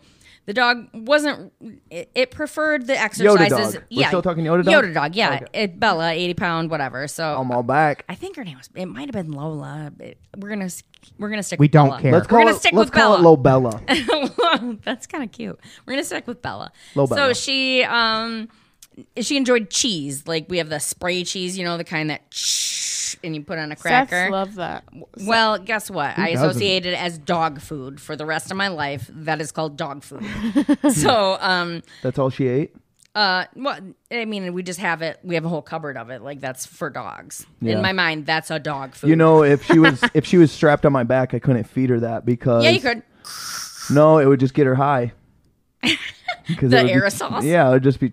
[SPEAKER 1] The dog wasn't. It, it preferred the exercises.
[SPEAKER 3] dog. We're still talking Yoda dog? Oh
[SPEAKER 1] Yoda dog. Yeah, it, Bella, eighty pound, whatever. So
[SPEAKER 3] I'm all back.
[SPEAKER 1] I think her name was. It might have been Lola. but we're gonna s- we're gonna stick.
[SPEAKER 2] We
[SPEAKER 1] with
[SPEAKER 2] don't
[SPEAKER 1] Bella.
[SPEAKER 2] care.
[SPEAKER 3] Let's call
[SPEAKER 1] gonna
[SPEAKER 3] it.
[SPEAKER 1] stick
[SPEAKER 3] Let's
[SPEAKER 1] with
[SPEAKER 3] call
[SPEAKER 1] Bella.
[SPEAKER 3] it Lobella.
[SPEAKER 1] That's kind of cute. We're gonna stick with Bella.
[SPEAKER 3] Lobella.
[SPEAKER 1] So she um she enjoyed cheese. Like we have the spray cheese, you know, the kind that sh- and you put on a cracker.
[SPEAKER 4] Seths love that.
[SPEAKER 1] well, guess what? I
[SPEAKER 2] doesn't?
[SPEAKER 1] associated it as dog food for the rest of my life. That is called dog food. so um
[SPEAKER 3] That's all she ate.
[SPEAKER 1] uh, well, I mean, we just have it. We have a whole cupboard of it. Like that's for dogs.
[SPEAKER 3] Yeah.
[SPEAKER 1] In my mind, that's a dog food.
[SPEAKER 3] You know, if she was if she was strapped on my back, I couldn't feed her that because
[SPEAKER 1] yeah, you could.
[SPEAKER 3] No, it would just get her high. Because
[SPEAKER 1] The
[SPEAKER 3] it would be-
[SPEAKER 1] aerosols?
[SPEAKER 3] yeah, it would just be.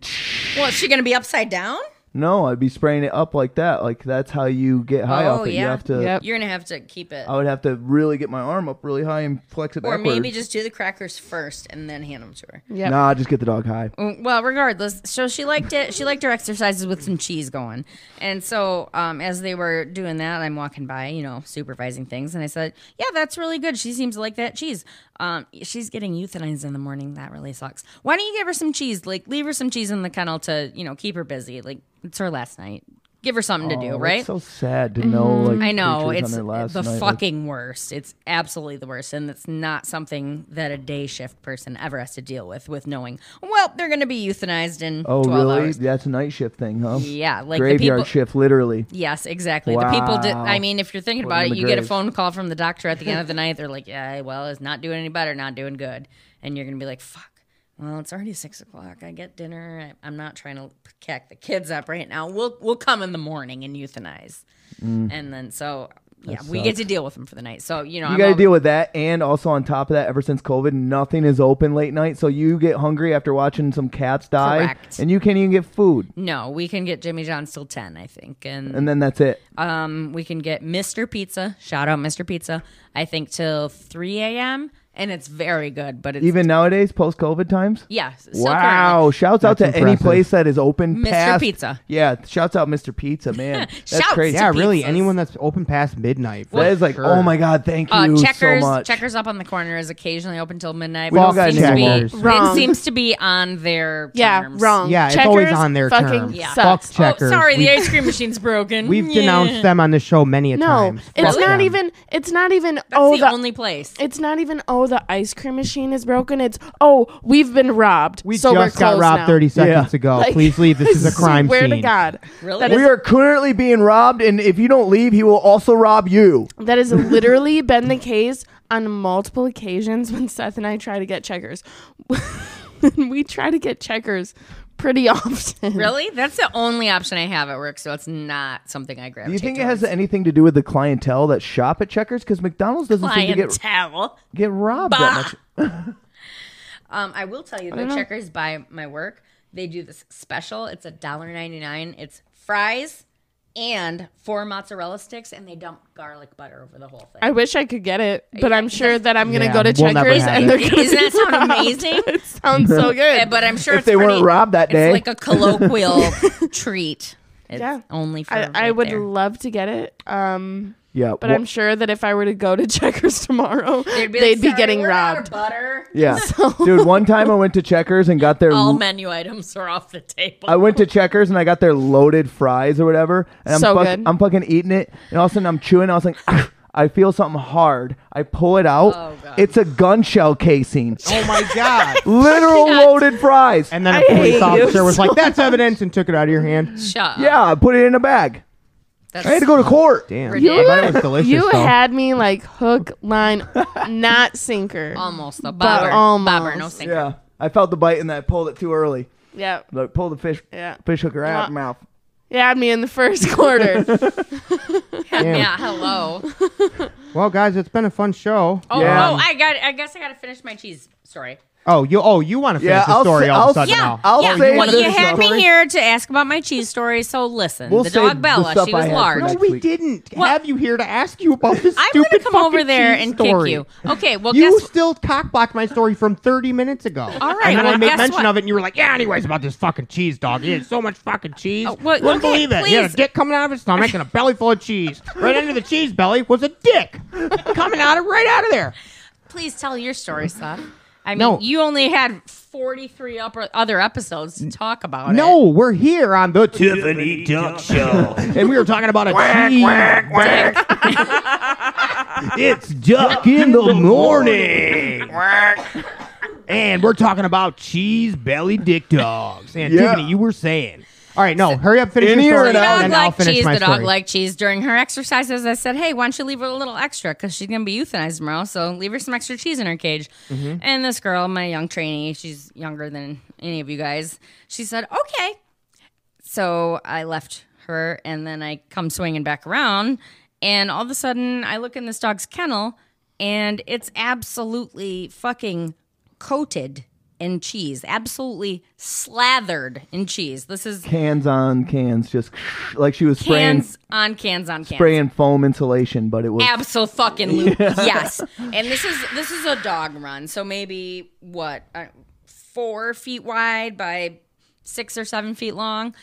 [SPEAKER 1] Well, is she gonna be upside down?
[SPEAKER 3] No, I'd be spraying it up like that. Like that's how you get high
[SPEAKER 1] Oh,
[SPEAKER 3] off it. You
[SPEAKER 1] yeah.
[SPEAKER 3] have to.
[SPEAKER 4] Yep.
[SPEAKER 1] You're gonna have to keep it,
[SPEAKER 3] I would have to really get my arm up really high and flex it
[SPEAKER 1] or
[SPEAKER 3] backwards.
[SPEAKER 1] maybe just do the crackers first and then hand them to her.
[SPEAKER 4] Yep.
[SPEAKER 3] Nah, just get the dog high.
[SPEAKER 1] Mm, Well, regardless, so she liked it. She liked her exercises with some cheese going, and so um, as they were doing that, I'm walking by, you know, supervising things, and I said, "Yeah, that's really good. She seems to like that cheese. Um, she's getting euthanized in the morning. That really sucks. Why don't you give her some cheese? Like, leave her some cheese in the kennel to, you know, keep her busy. Like, it's her last night. give her something to do,
[SPEAKER 3] Oh,
[SPEAKER 1] right?
[SPEAKER 3] It's so sad to know. Like
[SPEAKER 4] Mm-hmm.
[SPEAKER 1] I know
[SPEAKER 3] creatures on
[SPEAKER 1] it's
[SPEAKER 3] their last
[SPEAKER 1] the
[SPEAKER 3] night, like-
[SPEAKER 1] fucking worst. It's absolutely the worst, and it's not something that a day shift person ever has to deal with. With knowing, well, they're going to be euthanized in
[SPEAKER 3] oh,
[SPEAKER 1] 12
[SPEAKER 3] really?
[SPEAKER 1] hours.
[SPEAKER 3] That's a night shift thing, huh?
[SPEAKER 1] Yeah, like the
[SPEAKER 3] graveyard
[SPEAKER 1] people.
[SPEAKER 3] shift, literally.
[SPEAKER 1] Yes, exactly. The people. Did,
[SPEAKER 3] Wow.
[SPEAKER 1] I mean, if you're thinking
[SPEAKER 3] Put
[SPEAKER 1] about
[SPEAKER 3] them
[SPEAKER 1] it,
[SPEAKER 3] in the
[SPEAKER 1] you get a
[SPEAKER 3] grave.
[SPEAKER 1] phone call from the doctor at the end of the night. They're like, "Yeah, well, it's not doing any better. Not doing good." And you're going to be like, "Fuck." Well, it's already six o'clock. I get dinner. I, I'm not trying to cack the kids up right now. We'll we'll come in the morning and euthanize.
[SPEAKER 3] Mm.
[SPEAKER 1] And then so yeah, we get to deal with them for the night. So you know,
[SPEAKER 3] You
[SPEAKER 1] I'm
[SPEAKER 3] got to
[SPEAKER 1] all-
[SPEAKER 3] deal with that, and also on top of that, ever since COVID, nothing is open late night, so you get hungry after watching some cats die,
[SPEAKER 1] Correct.
[SPEAKER 3] and you can't even get food,
[SPEAKER 1] No, we can get Jimmy John's till ten, I think, and,
[SPEAKER 3] and then that's it.
[SPEAKER 1] um, we can get Mr. Pizza. Shout out Mr. Pizza. I think till three a.m. and it's very good, but it's
[SPEAKER 3] Even nowadays, post COVID times.
[SPEAKER 1] yes. still
[SPEAKER 3] Wow!
[SPEAKER 1] currently.
[SPEAKER 3] Shouts out to
[SPEAKER 2] That's
[SPEAKER 3] any
[SPEAKER 2] impressive.
[SPEAKER 3] place that is open.
[SPEAKER 1] Mr.
[SPEAKER 3] past-
[SPEAKER 1] Pizza.
[SPEAKER 3] Yeah, shouts out Mr. Pizza, man. That's
[SPEAKER 1] Shouts.
[SPEAKER 3] crazy.
[SPEAKER 2] Yeah, really.
[SPEAKER 1] pizzas.
[SPEAKER 2] Anyone that's open past midnight.
[SPEAKER 3] That is like, oh my god, thank you
[SPEAKER 1] Uh, checkers,
[SPEAKER 3] so much.
[SPEAKER 1] checkers up on the corner is occasionally open till midnight.
[SPEAKER 3] We
[SPEAKER 1] but
[SPEAKER 3] don't got
[SPEAKER 1] it seems to
[SPEAKER 2] Checkers.
[SPEAKER 1] be, it
[SPEAKER 4] Wrong.
[SPEAKER 1] seems to be on their
[SPEAKER 4] Yeah,
[SPEAKER 1] terms.
[SPEAKER 4] wrong.
[SPEAKER 2] Yeah, it's always
[SPEAKER 4] Checkers
[SPEAKER 2] on their
[SPEAKER 4] fucking
[SPEAKER 2] term.
[SPEAKER 1] Yeah.
[SPEAKER 4] sucks.
[SPEAKER 2] Fuck
[SPEAKER 1] Oh,
[SPEAKER 2] checkers.
[SPEAKER 1] sorry, the
[SPEAKER 2] We've-
[SPEAKER 1] ice cream machine's broken.
[SPEAKER 2] We've
[SPEAKER 1] Yeah.
[SPEAKER 2] denounced them on the show many a
[SPEAKER 4] No,
[SPEAKER 2] times.
[SPEAKER 4] it's
[SPEAKER 2] Fuck
[SPEAKER 4] not
[SPEAKER 2] them.
[SPEAKER 4] even. It's not even.
[SPEAKER 1] That's
[SPEAKER 4] oh,
[SPEAKER 1] the,
[SPEAKER 4] the
[SPEAKER 1] only place.
[SPEAKER 4] It's not even. Oh, the ice cream machine is broken. It's oh, we've been robbed.
[SPEAKER 2] We
[SPEAKER 4] so we're
[SPEAKER 2] just got
[SPEAKER 4] closed
[SPEAKER 2] robbed
[SPEAKER 4] now.
[SPEAKER 2] 30 seconds
[SPEAKER 3] Yeah.
[SPEAKER 2] ago.
[SPEAKER 4] Like,
[SPEAKER 2] Please leave. This is a crime
[SPEAKER 4] swear
[SPEAKER 2] scene.
[SPEAKER 4] to God,
[SPEAKER 1] Really?
[SPEAKER 4] that is
[SPEAKER 3] We are currently being robbed, and if you don't leave, he will also rob you.
[SPEAKER 4] That has literally been the case on multiple occasions when Seth and I try to get checkers. we try to get checkers pretty often.
[SPEAKER 1] Really? That's the only option I have at work, so it's not something I grab.
[SPEAKER 3] Do you think it has anything to do with the clientele that shop at Checkers? Because McDonald's doesn't seem to get
[SPEAKER 1] clientele?
[SPEAKER 3] get robbed
[SPEAKER 1] Bah.
[SPEAKER 3] that much.
[SPEAKER 1] Um, I will tell you, the checkers by my work, they do this special. It's a dollar ninety nine. It's fries and four mozzarella sticks, and they dump garlic butter over the whole thing.
[SPEAKER 4] I wish I could get it, but I'm sure that I'm gonna
[SPEAKER 2] Yeah,
[SPEAKER 4] go to
[SPEAKER 2] we'll never
[SPEAKER 4] checkers
[SPEAKER 2] have
[SPEAKER 4] and
[SPEAKER 2] it.
[SPEAKER 4] they're gonna.
[SPEAKER 1] Doesn't that sound
[SPEAKER 4] robbed.
[SPEAKER 1] amazing?
[SPEAKER 4] it sounds so
[SPEAKER 1] Eh,
[SPEAKER 4] good.
[SPEAKER 1] but I'm sure
[SPEAKER 3] If
[SPEAKER 1] it's
[SPEAKER 3] they
[SPEAKER 1] pretty,
[SPEAKER 3] weren't robbed that day.
[SPEAKER 1] It's like a colloquial treat. It's
[SPEAKER 4] Yeah.
[SPEAKER 1] only for
[SPEAKER 4] I, I
[SPEAKER 1] right
[SPEAKER 4] would
[SPEAKER 1] there.
[SPEAKER 4] love to get it. Um,
[SPEAKER 3] Yeah,
[SPEAKER 4] but
[SPEAKER 3] wha-
[SPEAKER 4] I'm sure that if I were to go to checkers tomorrow,
[SPEAKER 1] They'd
[SPEAKER 4] they'd
[SPEAKER 1] be,
[SPEAKER 4] be,
[SPEAKER 1] like, "Sorry,
[SPEAKER 4] getting
[SPEAKER 1] we're out of
[SPEAKER 4] robbed.
[SPEAKER 1] butter.
[SPEAKER 3] yeah, dude. One time I went to Checkers and got their.
[SPEAKER 1] All menu items are off the table.
[SPEAKER 3] I went to Checkers and I got their loaded fries or whatever, and I'm
[SPEAKER 4] So
[SPEAKER 3] fuck-
[SPEAKER 4] good.
[SPEAKER 3] I'm fucking eating it, and all of a sudden I'm chewing. I was like, I feel something hard. I pull it out.
[SPEAKER 1] Oh, God.
[SPEAKER 3] it's a gun shell casing.
[SPEAKER 2] Oh my God.
[SPEAKER 3] Literal loaded fries.
[SPEAKER 2] And then a police officer was like, that's evidence and took it out of your hand.
[SPEAKER 1] Shut up.
[SPEAKER 3] yeah, I put it in a bag.
[SPEAKER 1] That's
[SPEAKER 3] I had to go to court.
[SPEAKER 2] Damn.
[SPEAKER 1] Ridiculous.
[SPEAKER 2] But it was delicious.
[SPEAKER 4] You
[SPEAKER 2] though.
[SPEAKER 4] had me like hook, line, not sinker.
[SPEAKER 1] almost the
[SPEAKER 4] But
[SPEAKER 1] bobber.
[SPEAKER 4] almost.
[SPEAKER 1] Bobber, no sinker.
[SPEAKER 3] Yeah, I felt the bite and I pulled it too early.
[SPEAKER 4] yeah,
[SPEAKER 3] Like pull the fish,
[SPEAKER 4] Yeah.
[SPEAKER 3] fish hooker out
[SPEAKER 4] Uh,
[SPEAKER 3] of mouth.
[SPEAKER 4] you had me in the first quarter.
[SPEAKER 2] Damn.
[SPEAKER 1] Yeah, hello.
[SPEAKER 2] Well, guys, it's been a fun show.
[SPEAKER 1] Oh,
[SPEAKER 3] Yeah.
[SPEAKER 1] oh, I got. I guess I got to finish my cheese story.
[SPEAKER 2] Oh, you oh you want to finish
[SPEAKER 3] Yeah,
[SPEAKER 2] the
[SPEAKER 3] I'll
[SPEAKER 2] story
[SPEAKER 3] say-
[SPEAKER 2] all of
[SPEAKER 3] I'll
[SPEAKER 2] a sudden
[SPEAKER 3] say-
[SPEAKER 2] now.
[SPEAKER 3] I'll
[SPEAKER 1] yeah,
[SPEAKER 3] save
[SPEAKER 1] well,
[SPEAKER 3] this
[SPEAKER 1] you had
[SPEAKER 3] story.
[SPEAKER 1] me here to ask about my cheese story, so listen.
[SPEAKER 3] We'll
[SPEAKER 1] the
[SPEAKER 3] save
[SPEAKER 1] dog
[SPEAKER 3] the
[SPEAKER 1] Bella,
[SPEAKER 3] stuff
[SPEAKER 1] she was
[SPEAKER 3] I had for
[SPEAKER 1] large.
[SPEAKER 3] next
[SPEAKER 2] No, we
[SPEAKER 3] week.
[SPEAKER 2] didn't have you here to ask you about this
[SPEAKER 1] I'm
[SPEAKER 2] stupid
[SPEAKER 1] gonna come
[SPEAKER 2] fucking
[SPEAKER 1] over there
[SPEAKER 2] cheese
[SPEAKER 1] and kick
[SPEAKER 2] story.
[SPEAKER 1] you. Okay, well,
[SPEAKER 2] you
[SPEAKER 1] guess
[SPEAKER 2] still cockblocked my story from 30 minutes ago.
[SPEAKER 1] All right,
[SPEAKER 2] And then
[SPEAKER 1] well,
[SPEAKER 2] I made
[SPEAKER 1] guess
[SPEAKER 2] mention
[SPEAKER 1] what?
[SPEAKER 2] of it, and you were like, yeah, anyways, about this fucking cheese dog. He had so much fucking cheese.
[SPEAKER 1] Oh, well,
[SPEAKER 2] Wouldn't
[SPEAKER 1] okay,
[SPEAKER 2] believe it. He had a
[SPEAKER 1] please.
[SPEAKER 2] dick coming out of his stomach and a belly full of cheese. Right under the cheese belly was a dick coming out of right out of there.
[SPEAKER 1] please tell your story, Seth. I mean,
[SPEAKER 2] No.
[SPEAKER 1] you only had 43 upper, other episodes to talk about.
[SPEAKER 3] Eh?
[SPEAKER 2] No, we're here on the Tiffany Duck Show. and we were talking about a cheese. it's duck in the morning. and we're talking about cheese belly dick dogs. And
[SPEAKER 3] Yeah.
[SPEAKER 2] Tiffany, you were saying. All right, no, hurry up, finish
[SPEAKER 3] In
[SPEAKER 2] your
[SPEAKER 3] here
[SPEAKER 2] story,
[SPEAKER 1] The
[SPEAKER 3] and out.
[SPEAKER 1] dog
[SPEAKER 2] and then I'll
[SPEAKER 1] liked
[SPEAKER 2] finish
[SPEAKER 1] cheese.
[SPEAKER 2] my
[SPEAKER 1] The dog
[SPEAKER 2] story.
[SPEAKER 1] liked cheese during her exercises. I said, "Hey, why don't you leave her a little extra? Because she's gonna be euthanized tomorrow. So leave her some extra cheese in her cage."
[SPEAKER 2] Mm-hmm.
[SPEAKER 1] And this girl, my young trainee, she's younger than any of you guys. She said, "Okay." So I left her, and then I come swinging back around, and all of a sudden I look in this dog's kennel, and it's absolutely fucking coated in cheese, absolutely slathered in cheese. This is
[SPEAKER 3] Cans on cans, just like she was spraying
[SPEAKER 1] cans on cans on cans.
[SPEAKER 3] spraying foam insulation, but it was
[SPEAKER 1] Absolutely, yes. And this is this is a dog run, so maybe what uh, four feet wide by six or seven feet long.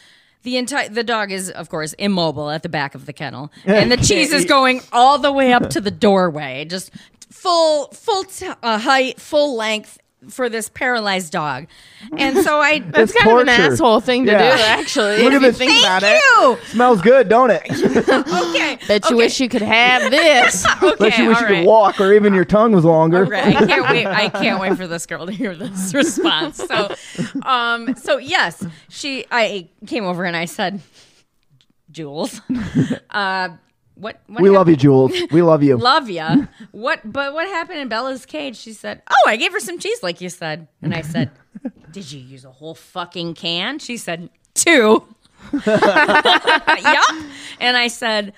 [SPEAKER 1] The entire the dog is of course immobile at the back of the kennel, and the cheese is going all the way up to the doorway, just full full t- uh, height, full length for this paralyzed dog. And so I
[SPEAKER 4] That's
[SPEAKER 3] It's
[SPEAKER 4] kind of an
[SPEAKER 3] torture.
[SPEAKER 4] asshole thing to
[SPEAKER 3] Yeah.
[SPEAKER 4] do, actually.
[SPEAKER 3] Look at
[SPEAKER 4] if you
[SPEAKER 3] this.
[SPEAKER 4] think about it.
[SPEAKER 1] thank you.
[SPEAKER 3] Smells good, don't it?
[SPEAKER 1] Okay.
[SPEAKER 4] Bet
[SPEAKER 1] okay.
[SPEAKER 4] you wish you could have this.
[SPEAKER 1] Okay,
[SPEAKER 3] Unless you wish
[SPEAKER 1] all
[SPEAKER 3] you
[SPEAKER 1] right.
[SPEAKER 3] could walk or even your tongue was longer.
[SPEAKER 1] Right. I can't wait. I can't wait for this girl to hear this response. So, um, so yes, she. I came over and I said, "Jules, uh, what, what?
[SPEAKER 3] We love you,
[SPEAKER 1] happened-
[SPEAKER 3] Jules. We love you.
[SPEAKER 1] Love ya. What? But what happened in Bella's cage? She said, "Oh, I gave her some cheese, like you said." And I said, "Did you use a whole fucking can?" She said, two. yup. And I said,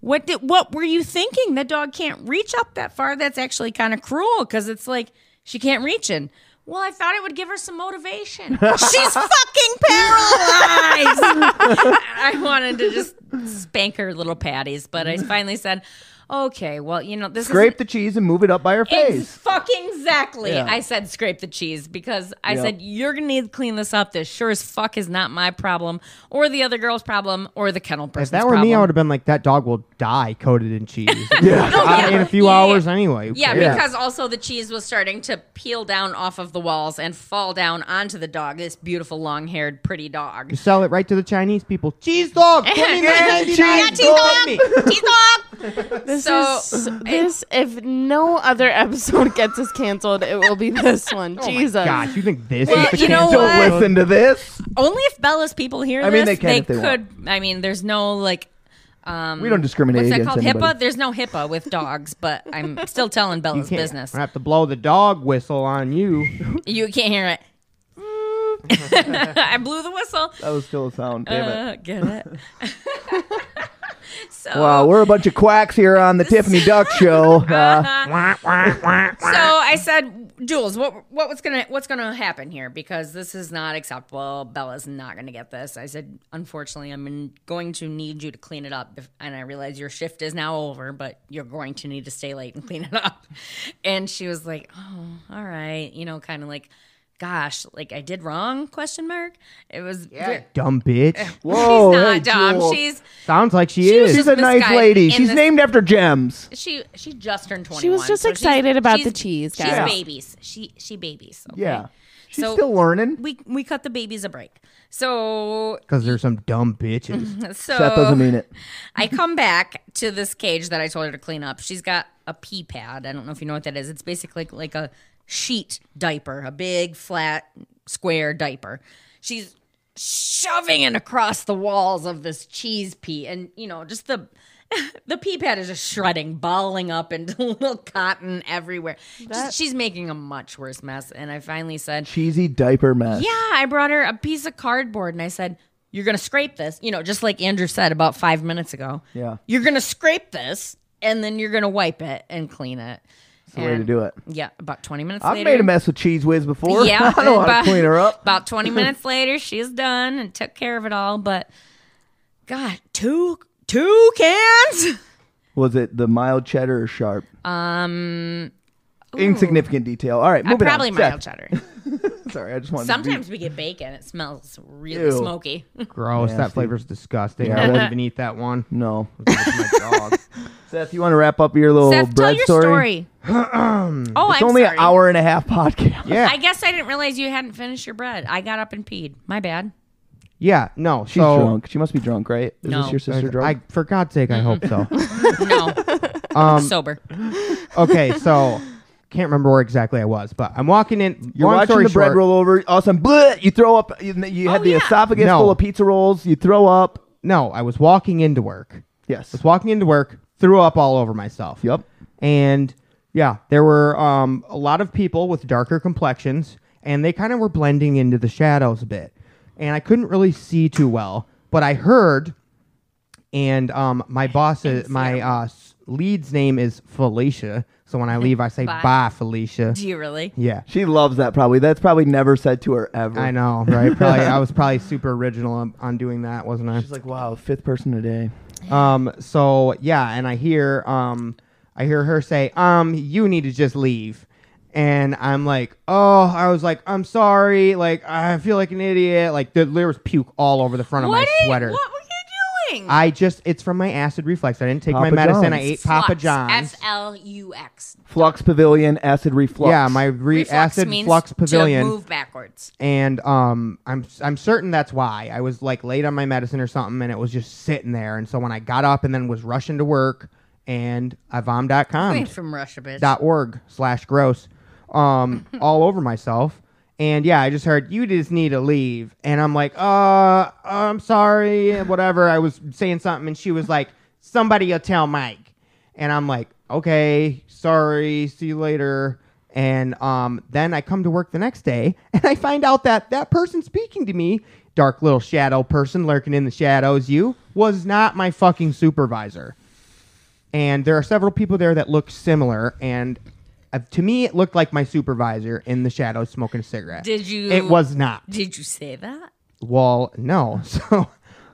[SPEAKER 1] what did what were you thinking? The dog can't reach up that far. That's actually kind of cruel because it's like she can't reach in. Well, I thought it would give her some motivation. She's fucking paralyzed. I wanted to just spank her little patties, but I finally said, "Okay, well, you know this is
[SPEAKER 3] Scrape the cheese and move it up by her
[SPEAKER 1] Ex-
[SPEAKER 3] face.
[SPEAKER 1] fucking exactly.
[SPEAKER 3] Yeah.
[SPEAKER 1] I said scrape the cheese because I
[SPEAKER 3] Yep.
[SPEAKER 1] said you're gonna need to clean this up. This sure as fuck is not my problem or the other girl's problem or the kennel person's
[SPEAKER 2] If that were
[SPEAKER 1] problem.
[SPEAKER 2] me, I would have been like, that dog will die coated in cheese.
[SPEAKER 3] Yeah.
[SPEAKER 2] Uh, in a few
[SPEAKER 1] Yeah.
[SPEAKER 2] hours anyway.
[SPEAKER 1] yeah,
[SPEAKER 2] Okay.
[SPEAKER 1] because also the cheese was starting to peel down off of the walls and fall down onto the dog. This beautiful, long-haired, pretty dog.
[SPEAKER 2] You sell it right to the Chinese people. Cheese dog, twenty nine ninety
[SPEAKER 1] Yeah,
[SPEAKER 2] nine.
[SPEAKER 1] cheese dog, cheese dog.
[SPEAKER 4] This
[SPEAKER 1] So-
[SPEAKER 4] is this. If no other episode gets us canceled, it will be this one.
[SPEAKER 1] Oh
[SPEAKER 4] Jesus.
[SPEAKER 2] Gosh, you think this
[SPEAKER 1] Well,
[SPEAKER 2] is the
[SPEAKER 1] you know
[SPEAKER 2] cancel
[SPEAKER 1] what?
[SPEAKER 2] episode?
[SPEAKER 3] Don't listen to this.
[SPEAKER 1] Only if Bella's people hear
[SPEAKER 3] I mean,
[SPEAKER 1] this,
[SPEAKER 3] they can if they
[SPEAKER 1] could. I mean, there's no like. Um,
[SPEAKER 3] We don't discriminate
[SPEAKER 1] What's that
[SPEAKER 3] against
[SPEAKER 1] called?
[SPEAKER 3] anybody.
[SPEAKER 1] HIPAA? There's no HIPAA with dogs, but I'm still telling Bella's
[SPEAKER 2] Can't-
[SPEAKER 1] business.
[SPEAKER 2] I have to blow the dog whistle on you.
[SPEAKER 1] You can't hear it. I blew the whistle.
[SPEAKER 3] That was still a sound. Damn it.
[SPEAKER 1] Uh, get it? so,
[SPEAKER 3] Wow, we're a bunch of quacks here on the Tiffany Duck Show. Uh,
[SPEAKER 1] so I said, Jules, what what was gonna what's gonna happen here? Because this is not acceptable. Bella's not gonna get this. I said, unfortunately, I'm in- going to need you to clean it up. If, and I realize your shift is now over, but you're going to need to stay late and clean it up. And she was like, oh, all right, you know, kind of like. Gosh, like I did wrong? Question mark. It was yeah.
[SPEAKER 2] Dumb bitch.
[SPEAKER 3] whoa,
[SPEAKER 4] Oh,
[SPEAKER 1] she's not
[SPEAKER 3] hey,
[SPEAKER 1] dumb.
[SPEAKER 3] Jewel.
[SPEAKER 1] She's
[SPEAKER 2] Sounds like she,
[SPEAKER 1] She was
[SPEAKER 2] is.
[SPEAKER 3] She's a nice
[SPEAKER 1] misguided
[SPEAKER 3] lady.
[SPEAKER 1] in
[SPEAKER 3] She's
[SPEAKER 1] this-
[SPEAKER 3] named after gems.
[SPEAKER 1] she she just turned 21.
[SPEAKER 4] She was just
[SPEAKER 1] so she's-
[SPEAKER 4] excited about
[SPEAKER 1] she's-
[SPEAKER 4] the cheese,
[SPEAKER 1] She's
[SPEAKER 4] guys.
[SPEAKER 3] Yeah.
[SPEAKER 1] babies. She she babies. okay?
[SPEAKER 3] Yeah. She's
[SPEAKER 1] So-
[SPEAKER 3] still learning.
[SPEAKER 1] We we cut the babies a break. So
[SPEAKER 2] Because there's some dumb bitches.
[SPEAKER 1] so
[SPEAKER 3] that doesn't mean it.
[SPEAKER 1] I come back to this cage that I told her to clean up. She's got a pee pad. I don't know if you know what that is. It's basically like a sheet diaper, a big flat square diaper. She's shoving it across the walls of this cheese pea and you know, just the the pee pad is just shredding, balling up into little cotton everywhere. Just- she's making a much worse mess. And I finally said,
[SPEAKER 3] Cheesy diaper mess.
[SPEAKER 1] yeah, I brought her a piece of cardboard and I said, You're going to scrape this. You know, just like Andrew said about five minutes ago.
[SPEAKER 3] Yeah.
[SPEAKER 1] You're going to scrape this and then you're going to wipe it and clean it.
[SPEAKER 3] That's the way to do it.
[SPEAKER 1] Yeah, about 20 minutes
[SPEAKER 3] I've
[SPEAKER 1] later.
[SPEAKER 3] made a mess with Cheese Whiz before.
[SPEAKER 1] Yeah.
[SPEAKER 3] I know how
[SPEAKER 1] about-
[SPEAKER 3] to clean her up.
[SPEAKER 1] About 20 minutes later, she's done and took care of it all. But God, two two cans?
[SPEAKER 3] Was it the mild cheddar or sharp? Um. Insignificant detail. All right,
[SPEAKER 1] I
[SPEAKER 3] moving
[SPEAKER 1] probably
[SPEAKER 3] on.
[SPEAKER 1] mild
[SPEAKER 3] Seth,
[SPEAKER 1] cheddar.
[SPEAKER 3] Sorry, I just wanted
[SPEAKER 1] Sometimes
[SPEAKER 3] to
[SPEAKER 1] we get bacon. It smells really
[SPEAKER 3] Ew.
[SPEAKER 1] smoky.
[SPEAKER 2] Gross.
[SPEAKER 3] Yeah,
[SPEAKER 2] that
[SPEAKER 3] Steve.
[SPEAKER 2] flavor's disgusting.
[SPEAKER 3] Yeah,
[SPEAKER 2] I won't
[SPEAKER 3] that-
[SPEAKER 2] even eat that one.
[SPEAKER 3] be, no.
[SPEAKER 2] It's my dog.
[SPEAKER 3] Seth, you want to wrap up your little
[SPEAKER 1] Seth,
[SPEAKER 3] bread
[SPEAKER 1] tell your story. oh, I'm
[SPEAKER 3] It's only
[SPEAKER 1] sorry.
[SPEAKER 3] an hour and a half podcast.
[SPEAKER 2] Yeah.
[SPEAKER 1] I guess I didn't realize you hadn't finished your bread. I got up and peed. My bad.
[SPEAKER 2] yeah, no.
[SPEAKER 3] She's
[SPEAKER 2] so,
[SPEAKER 3] drunk. She must be drunk, right? Is
[SPEAKER 1] No.
[SPEAKER 3] this your sister
[SPEAKER 2] Oh. I,
[SPEAKER 3] drunk?
[SPEAKER 2] for God's sake, I hope so.
[SPEAKER 1] No.
[SPEAKER 2] Um,
[SPEAKER 1] I'm sober.
[SPEAKER 2] okay, so can't remember where exactly I was, but I'm walking in.
[SPEAKER 3] You're
[SPEAKER 2] long
[SPEAKER 3] watching
[SPEAKER 2] story
[SPEAKER 3] the bread
[SPEAKER 2] short-
[SPEAKER 3] roll over. All of a sudden, bleh, you throw up. You, you had
[SPEAKER 1] Oh,
[SPEAKER 3] the
[SPEAKER 1] yeah.
[SPEAKER 3] esophagus
[SPEAKER 2] No.
[SPEAKER 3] full of pizza rolls. You throw up.
[SPEAKER 2] No, I was walking into work.
[SPEAKER 3] Yes.
[SPEAKER 2] was walking into work, threw up all over myself.
[SPEAKER 3] Yep.
[SPEAKER 2] And yeah, there were um, a lot of people with darker complexions, and they kind of were blending into the shadows a bit. And I couldn't really see too well, but I heard. And um, my boss, is, my uh, s- lead's name is Felicia. So when I leave, I say
[SPEAKER 1] Bye.
[SPEAKER 2] bye, Felicia.
[SPEAKER 1] Do you really?
[SPEAKER 2] Yeah.
[SPEAKER 3] She loves that probably. That's probably never said to her ever.
[SPEAKER 2] I know, right? Probably, I was probably super original on, on doing that, wasn't I?
[SPEAKER 3] She's like, wow, fifth person today.
[SPEAKER 2] Um. So yeah, and I hear um, I hear her say, um, you need to just leave, and I'm like, oh, I was like, I'm sorry, like I feel like an idiot, like there, there was puke all over the front of my
[SPEAKER 1] What, did,
[SPEAKER 2] sweater.
[SPEAKER 1] what were you doing?
[SPEAKER 2] I just, it's from my acid reflux. I didn't take my
[SPEAKER 3] Papa
[SPEAKER 2] medicine. I
[SPEAKER 3] John's.
[SPEAKER 2] ate Papa
[SPEAKER 1] Flux,
[SPEAKER 2] John's.
[SPEAKER 1] F L U X.
[SPEAKER 3] Flux Pavilion, acid reflux.
[SPEAKER 2] Yeah, my re-
[SPEAKER 1] Reflux
[SPEAKER 2] acid
[SPEAKER 1] means
[SPEAKER 2] flux
[SPEAKER 1] To
[SPEAKER 2] pavilion,
[SPEAKER 1] move backwards.
[SPEAKER 2] and um, I'm I'm certain that's why I was like late on my medicine or something, and it was just sitting there. And so when I got up and then was rushing to work, and I
[SPEAKER 1] Away
[SPEAKER 2] vom.com
[SPEAKER 1] from Russia, bitch.
[SPEAKER 2] dot org slash gross, um, all over myself. And yeah, I just heard you just need to leave, and I'm like, uh, I'm sorry, and whatever. I was saying something, and she was like, somebody'll tell Mike, and I'm like, okay, sorry, see you later. And um, then I come to work the next day, and I find out that that person speaking to me, dark little shadow person lurking in the shadows, you was not my fucking supervisor and there are several people there that look similar and uh, to me it looked like my supervisor in the shadows smoking a cigarette
[SPEAKER 1] Did you-
[SPEAKER 2] it was not
[SPEAKER 1] Did you say that?
[SPEAKER 2] well no so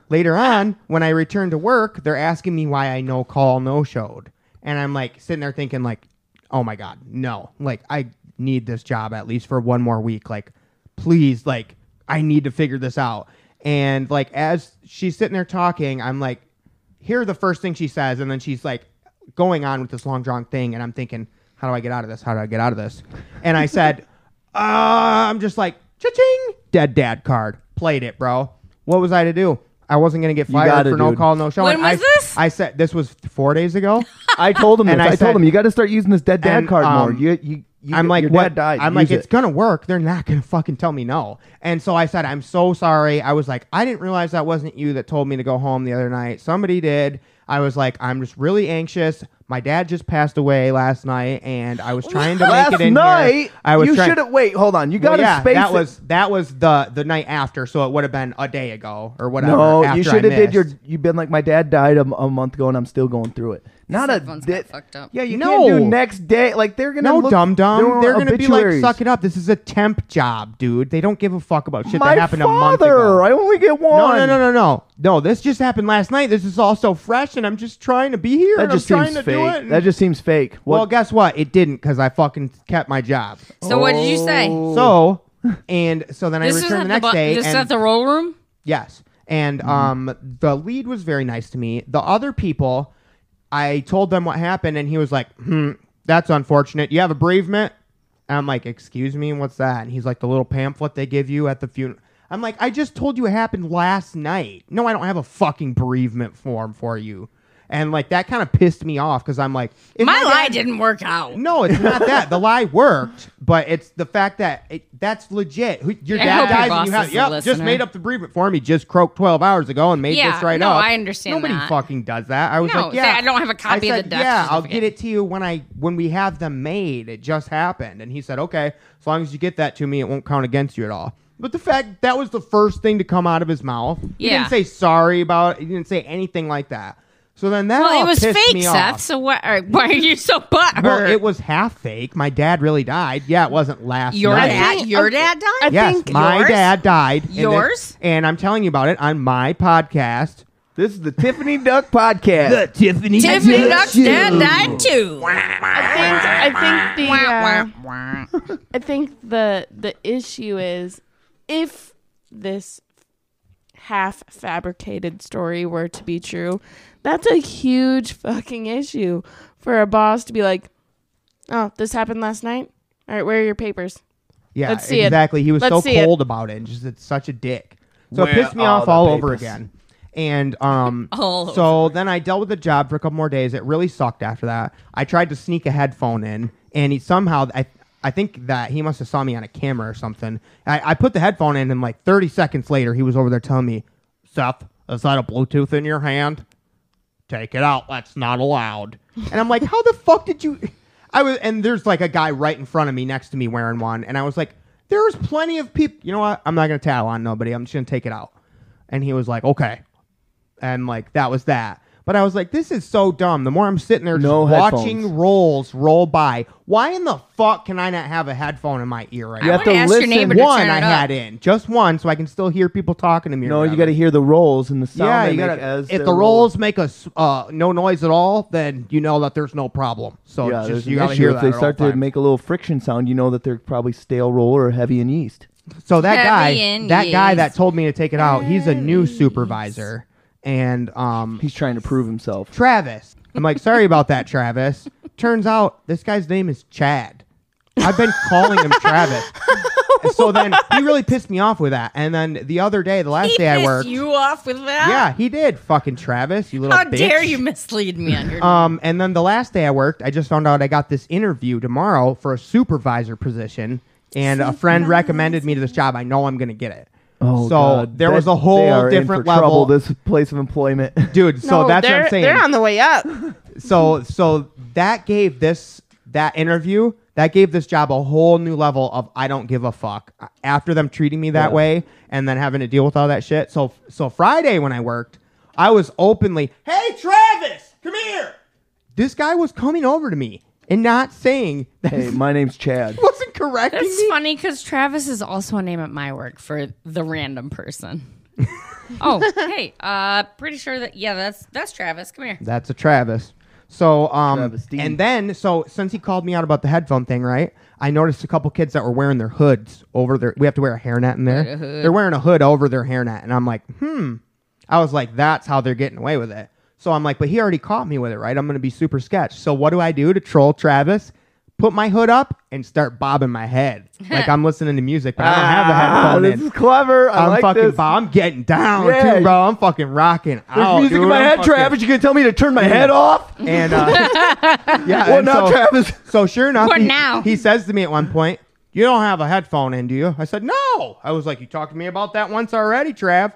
[SPEAKER 2] later on when i returned to work they're asking me why i no call no showed and i'm like sitting there thinking like oh my god no like i need this job at least for one more week like please like i need to figure this out and like as she's sitting there talking i'm like hear the first thing she says, and then she's like going on with this long drawn thing, and I'm thinking, how do I get out of this? How do I get out of this? And I said, uh, I'm just like, cha-ching, dead dad card. Played it, bro. What was I to do? I wasn't gonna get fired
[SPEAKER 3] gotta,
[SPEAKER 2] for no
[SPEAKER 3] dude.
[SPEAKER 2] call, no show.
[SPEAKER 1] When
[SPEAKER 2] And
[SPEAKER 1] was
[SPEAKER 2] I,
[SPEAKER 1] this?
[SPEAKER 2] I said this was four days ago.
[SPEAKER 3] I told him.
[SPEAKER 2] And
[SPEAKER 3] this.
[SPEAKER 2] I
[SPEAKER 3] I,
[SPEAKER 2] said-
[SPEAKER 3] told him you got to start using this dead dad
[SPEAKER 2] And,
[SPEAKER 3] card more.
[SPEAKER 2] um,
[SPEAKER 3] You, you, you,
[SPEAKER 2] I'm like,
[SPEAKER 3] your
[SPEAKER 2] what?
[SPEAKER 3] Dad died.
[SPEAKER 2] I'm
[SPEAKER 3] Use
[SPEAKER 2] like, it's
[SPEAKER 3] it.
[SPEAKER 2] gonna work. They're not gonna fucking tell me no. And so I said, I'm so sorry. I was like, I didn't realize that wasn't you that told me to go home the other night. Somebody did. I was like, I'm just really anxious. My dad just passed away last night, and I was trying to
[SPEAKER 3] Last
[SPEAKER 2] make it in
[SPEAKER 3] night,
[SPEAKER 2] here. I was
[SPEAKER 3] you
[SPEAKER 2] trying-
[SPEAKER 3] should have wait. Hold on, you
[SPEAKER 2] Well,
[SPEAKER 3] got to
[SPEAKER 2] yeah,
[SPEAKER 3] space.
[SPEAKER 2] that
[SPEAKER 3] it.
[SPEAKER 2] was that was the the night after, so it would have been a day ago or whatever.
[SPEAKER 3] no.
[SPEAKER 2] after
[SPEAKER 3] You
[SPEAKER 2] I
[SPEAKER 3] should have did your.
[SPEAKER 2] missed.
[SPEAKER 3] You've been like my dad died a, a month ago, and I'm still going through it. Not a
[SPEAKER 1] Everyone's
[SPEAKER 3] di-
[SPEAKER 1] got fucked up.
[SPEAKER 3] Yeah, you
[SPEAKER 2] No.
[SPEAKER 3] can't do next day. Like they're gonna
[SPEAKER 2] No,
[SPEAKER 3] look,
[SPEAKER 2] dum dum. They're gonna be
[SPEAKER 3] obituaries.
[SPEAKER 2] like, suck it up. This is a temp job, dude. They don't give a fuck about shit
[SPEAKER 3] My
[SPEAKER 2] that happened
[SPEAKER 3] father.
[SPEAKER 2] a month ago.
[SPEAKER 3] I only get one.
[SPEAKER 2] No, no, no, no, no. No, this just happened last night. This is all so fresh, and I'm just trying to be here.
[SPEAKER 3] That
[SPEAKER 2] and
[SPEAKER 3] just
[SPEAKER 2] I'm trying to
[SPEAKER 3] seems
[SPEAKER 2] do it.
[SPEAKER 3] fake.
[SPEAKER 2] and-
[SPEAKER 3] That just seems fake.
[SPEAKER 2] well,
[SPEAKER 3] What?
[SPEAKER 2] guess what? It didn't because I fucking kept my job.
[SPEAKER 1] So what did you say?
[SPEAKER 2] So, and so then Oh, I
[SPEAKER 1] this is at
[SPEAKER 2] returned the next
[SPEAKER 1] bu-
[SPEAKER 2] day.
[SPEAKER 1] This is
[SPEAKER 2] and-
[SPEAKER 1] at the roll room.
[SPEAKER 2] Yes. And um, the lead was very nice to me. The other people, I told them what happened, and he was like, hmm, that's unfortunate. You have a bereavement? And I'm like, excuse me, what's that? And he's like, the little pamphlet they give you at the funeral. I'm like, I just told you it happened last night. No, I don't have a fucking bereavement form for you. And like that kind of pissed me off because I'm like, if
[SPEAKER 1] My
[SPEAKER 2] dad-
[SPEAKER 1] lie didn't work out.
[SPEAKER 2] no, it's not that. The lie worked, but it's the fact that it, that's legit. Who- Your
[SPEAKER 1] I
[SPEAKER 2] dad
[SPEAKER 1] hope your
[SPEAKER 2] dies
[SPEAKER 1] boss
[SPEAKER 2] and you have
[SPEAKER 1] is a
[SPEAKER 2] yep, just
[SPEAKER 1] listener.
[SPEAKER 2] made up the bereavement for me. Just croaked twelve hours ago and made
[SPEAKER 1] Yeah,
[SPEAKER 2] this right
[SPEAKER 1] no,
[SPEAKER 2] up.
[SPEAKER 1] I understand
[SPEAKER 2] Nobody
[SPEAKER 1] that.
[SPEAKER 2] fucking does that. I was
[SPEAKER 1] No,
[SPEAKER 2] like, yeah,
[SPEAKER 1] say, I don't have a copy of
[SPEAKER 2] said,
[SPEAKER 1] the death
[SPEAKER 2] Yeah, I'll
[SPEAKER 1] certificate.
[SPEAKER 2] get it to you when I when we have them made. It just happened, and he said, okay, as long as you get that to me, it won't count against you at all. But the fact that was the first thing to come out of his mouth. He
[SPEAKER 1] Yeah.
[SPEAKER 2] didn't say sorry about it. He didn't say anything like that. So then that
[SPEAKER 1] Well,
[SPEAKER 2] all
[SPEAKER 1] it was
[SPEAKER 2] pissed
[SPEAKER 1] fake,
[SPEAKER 2] me
[SPEAKER 1] Seth.
[SPEAKER 2] off.
[SPEAKER 1] So what? Are, why are you so butthurt?
[SPEAKER 2] Well, it was half fake. My dad really died. Yeah, it wasn't last
[SPEAKER 1] your
[SPEAKER 2] night.
[SPEAKER 1] dad. Your dad
[SPEAKER 4] I
[SPEAKER 1] died.
[SPEAKER 2] Yes,
[SPEAKER 4] think
[SPEAKER 2] my
[SPEAKER 1] yours?
[SPEAKER 2] dad died. and it-
[SPEAKER 1] Yours?
[SPEAKER 2] And, I'm telling you about it on my podcast.
[SPEAKER 3] This is the Tiffany Duck podcast.
[SPEAKER 2] Tiffany.
[SPEAKER 1] Tiffany Duck's dad died too.
[SPEAKER 4] I think I think
[SPEAKER 1] Wah,
[SPEAKER 4] the uh,
[SPEAKER 1] wah, wah.
[SPEAKER 4] I think the the issue is if this half fabricated story were to be true, that's a huge fucking issue for a boss to be like, "Oh, this happened last night. All right, where are your papers?"
[SPEAKER 2] Yeah,
[SPEAKER 4] Let's see it.
[SPEAKER 2] exactly. He was
[SPEAKER 4] Let's
[SPEAKER 2] so
[SPEAKER 4] see it.
[SPEAKER 2] cold about it and just it's such a dick. So
[SPEAKER 3] Where
[SPEAKER 2] it pissed me
[SPEAKER 3] are
[SPEAKER 2] off
[SPEAKER 3] the
[SPEAKER 2] all over
[SPEAKER 3] papers?
[SPEAKER 2] again. And um
[SPEAKER 1] All
[SPEAKER 2] so then I dealt with the job for a couple more days. It really sucked after that. I tried to sneak a headphone in and he somehow I I think that he must have saw me on a camera or something. I, I put the headphone in and like thirty seconds later he was over there telling me, Seth, is that a Bluetooth in your hand? take it out. That's not allowed. And I'm like, how the fuck did you? I was, and there's like a guy right in front of me, next to me, wearing one, and I was like, there's plenty of people. You know what? I'm not gonna tattle on nobody. I'm just gonna take it out. And he was like, okay, and like that was that. But I was like, this is so dumb. The more I'm sitting there
[SPEAKER 3] No
[SPEAKER 2] just watching
[SPEAKER 3] headphones.
[SPEAKER 2] rolls roll by, why in the fuck can I not have a headphone in my ear right
[SPEAKER 1] I
[SPEAKER 2] now?
[SPEAKER 3] have
[SPEAKER 1] would
[SPEAKER 3] to
[SPEAKER 1] ask
[SPEAKER 3] listen.
[SPEAKER 1] your neighbor to
[SPEAKER 2] One
[SPEAKER 1] turn
[SPEAKER 2] I
[SPEAKER 1] it
[SPEAKER 2] had
[SPEAKER 1] up.
[SPEAKER 2] in, just one, so I can still hear people talking to me. or
[SPEAKER 3] No, you
[SPEAKER 2] whatever
[SPEAKER 3] got to hear the rolls and the sound.
[SPEAKER 2] yeah,
[SPEAKER 3] they
[SPEAKER 2] you
[SPEAKER 3] make
[SPEAKER 2] gotta,
[SPEAKER 3] as
[SPEAKER 2] if
[SPEAKER 3] they
[SPEAKER 2] the
[SPEAKER 3] roll.
[SPEAKER 2] rolls make us uh, no noise at all, then you know that there's no problem. So
[SPEAKER 3] yeah,
[SPEAKER 2] just
[SPEAKER 3] there's
[SPEAKER 2] you
[SPEAKER 3] an
[SPEAKER 2] gotta
[SPEAKER 3] issue.
[SPEAKER 2] hear
[SPEAKER 3] If
[SPEAKER 2] that
[SPEAKER 3] they
[SPEAKER 2] at all
[SPEAKER 3] start to
[SPEAKER 2] times.
[SPEAKER 3] make a little friction sound, you know that they're probably stale roll or heavy in yeast.
[SPEAKER 2] So that
[SPEAKER 1] Heavy
[SPEAKER 2] guy,
[SPEAKER 1] in
[SPEAKER 2] that guy
[SPEAKER 1] yeast.
[SPEAKER 2] that told me to take it out, he's a new supervisor, and um,
[SPEAKER 3] He's trying to prove himself.
[SPEAKER 2] Travis. I'm like, sorry about that, Travis. Turns out this guy's name is Chad. I've been calling him Travis. And so then he really pissed me off with that. And then the other day, the last
[SPEAKER 1] He
[SPEAKER 2] day I
[SPEAKER 1] pissed
[SPEAKER 2] worked,
[SPEAKER 1] you off with that.
[SPEAKER 2] yeah, he did. Fucking Travis, you little
[SPEAKER 1] How
[SPEAKER 2] bitch.
[SPEAKER 1] dare you mislead me on your
[SPEAKER 2] Um, and then the last day I worked, I just found out I got this interview tomorrow for a supervisor position, and a friend recommended me to this job. I know I'm gonna get it. so
[SPEAKER 3] Oh, God.
[SPEAKER 2] there
[SPEAKER 3] That-
[SPEAKER 2] was a
[SPEAKER 3] they
[SPEAKER 2] whole
[SPEAKER 3] are in
[SPEAKER 2] different
[SPEAKER 3] for trouble,
[SPEAKER 2] level,
[SPEAKER 3] this place of employment.
[SPEAKER 2] dude. So
[SPEAKER 4] No,
[SPEAKER 2] that's what
[SPEAKER 4] they're-
[SPEAKER 2] I'm saying.
[SPEAKER 4] They're on the way up.
[SPEAKER 2] so so that gave this that interview that gave this job a whole new level of I don't give a fuck uh, after them treating me that way and then having to deal with all that shit. So so Friday when I worked, I was openly, "Hey Travis, come here." This guy was coming over to me and not saying that
[SPEAKER 3] hey, my name's Chad.
[SPEAKER 2] he wasn't correcting
[SPEAKER 1] It's
[SPEAKER 2] me.
[SPEAKER 1] funny because Travis is also a name at my work for the random person. oh, hey, uh, pretty sure that yeah, that's that's Travis. Come here.
[SPEAKER 2] That's a Travis. So um
[SPEAKER 3] Travis Dean.
[SPEAKER 2] and then so since he called me out about the headphone thing, right? I noticed a couple kids that were wearing their hoods over their we have to wear a hairnet in there. They're wearing a hood over their hairnet and I'm like, "Hmm." I was like, "That's how they're getting away with it." So I'm like, "But he already caught me with it, right? I'm going to be super sketch." So what do I do to troll Travis? Put my hood up and start bobbing my head. Like I'm listening to music, but I don't have the
[SPEAKER 3] Ah,
[SPEAKER 2] headphone in.
[SPEAKER 3] this is clever. I
[SPEAKER 2] I'm
[SPEAKER 3] like
[SPEAKER 2] fucking
[SPEAKER 3] this.
[SPEAKER 2] bob- I'm getting down
[SPEAKER 3] Yeah.
[SPEAKER 2] too, bro. I'm fucking rocking
[SPEAKER 3] There's
[SPEAKER 2] out.
[SPEAKER 3] music
[SPEAKER 2] dude.
[SPEAKER 3] in my
[SPEAKER 2] I'm
[SPEAKER 3] head,
[SPEAKER 2] fucking-
[SPEAKER 3] Travis. You gonna tell me to turn my head off?
[SPEAKER 2] and uh, yeah,
[SPEAKER 3] Well,
[SPEAKER 2] and
[SPEAKER 3] now,
[SPEAKER 2] so,
[SPEAKER 3] Travis.
[SPEAKER 2] So sure enough,
[SPEAKER 1] What
[SPEAKER 2] he,
[SPEAKER 1] now?
[SPEAKER 2] he says to me at one point, "You don't have a headphone in, do you?" I said, "No." I was like, "You talked to me about that once already, Trav."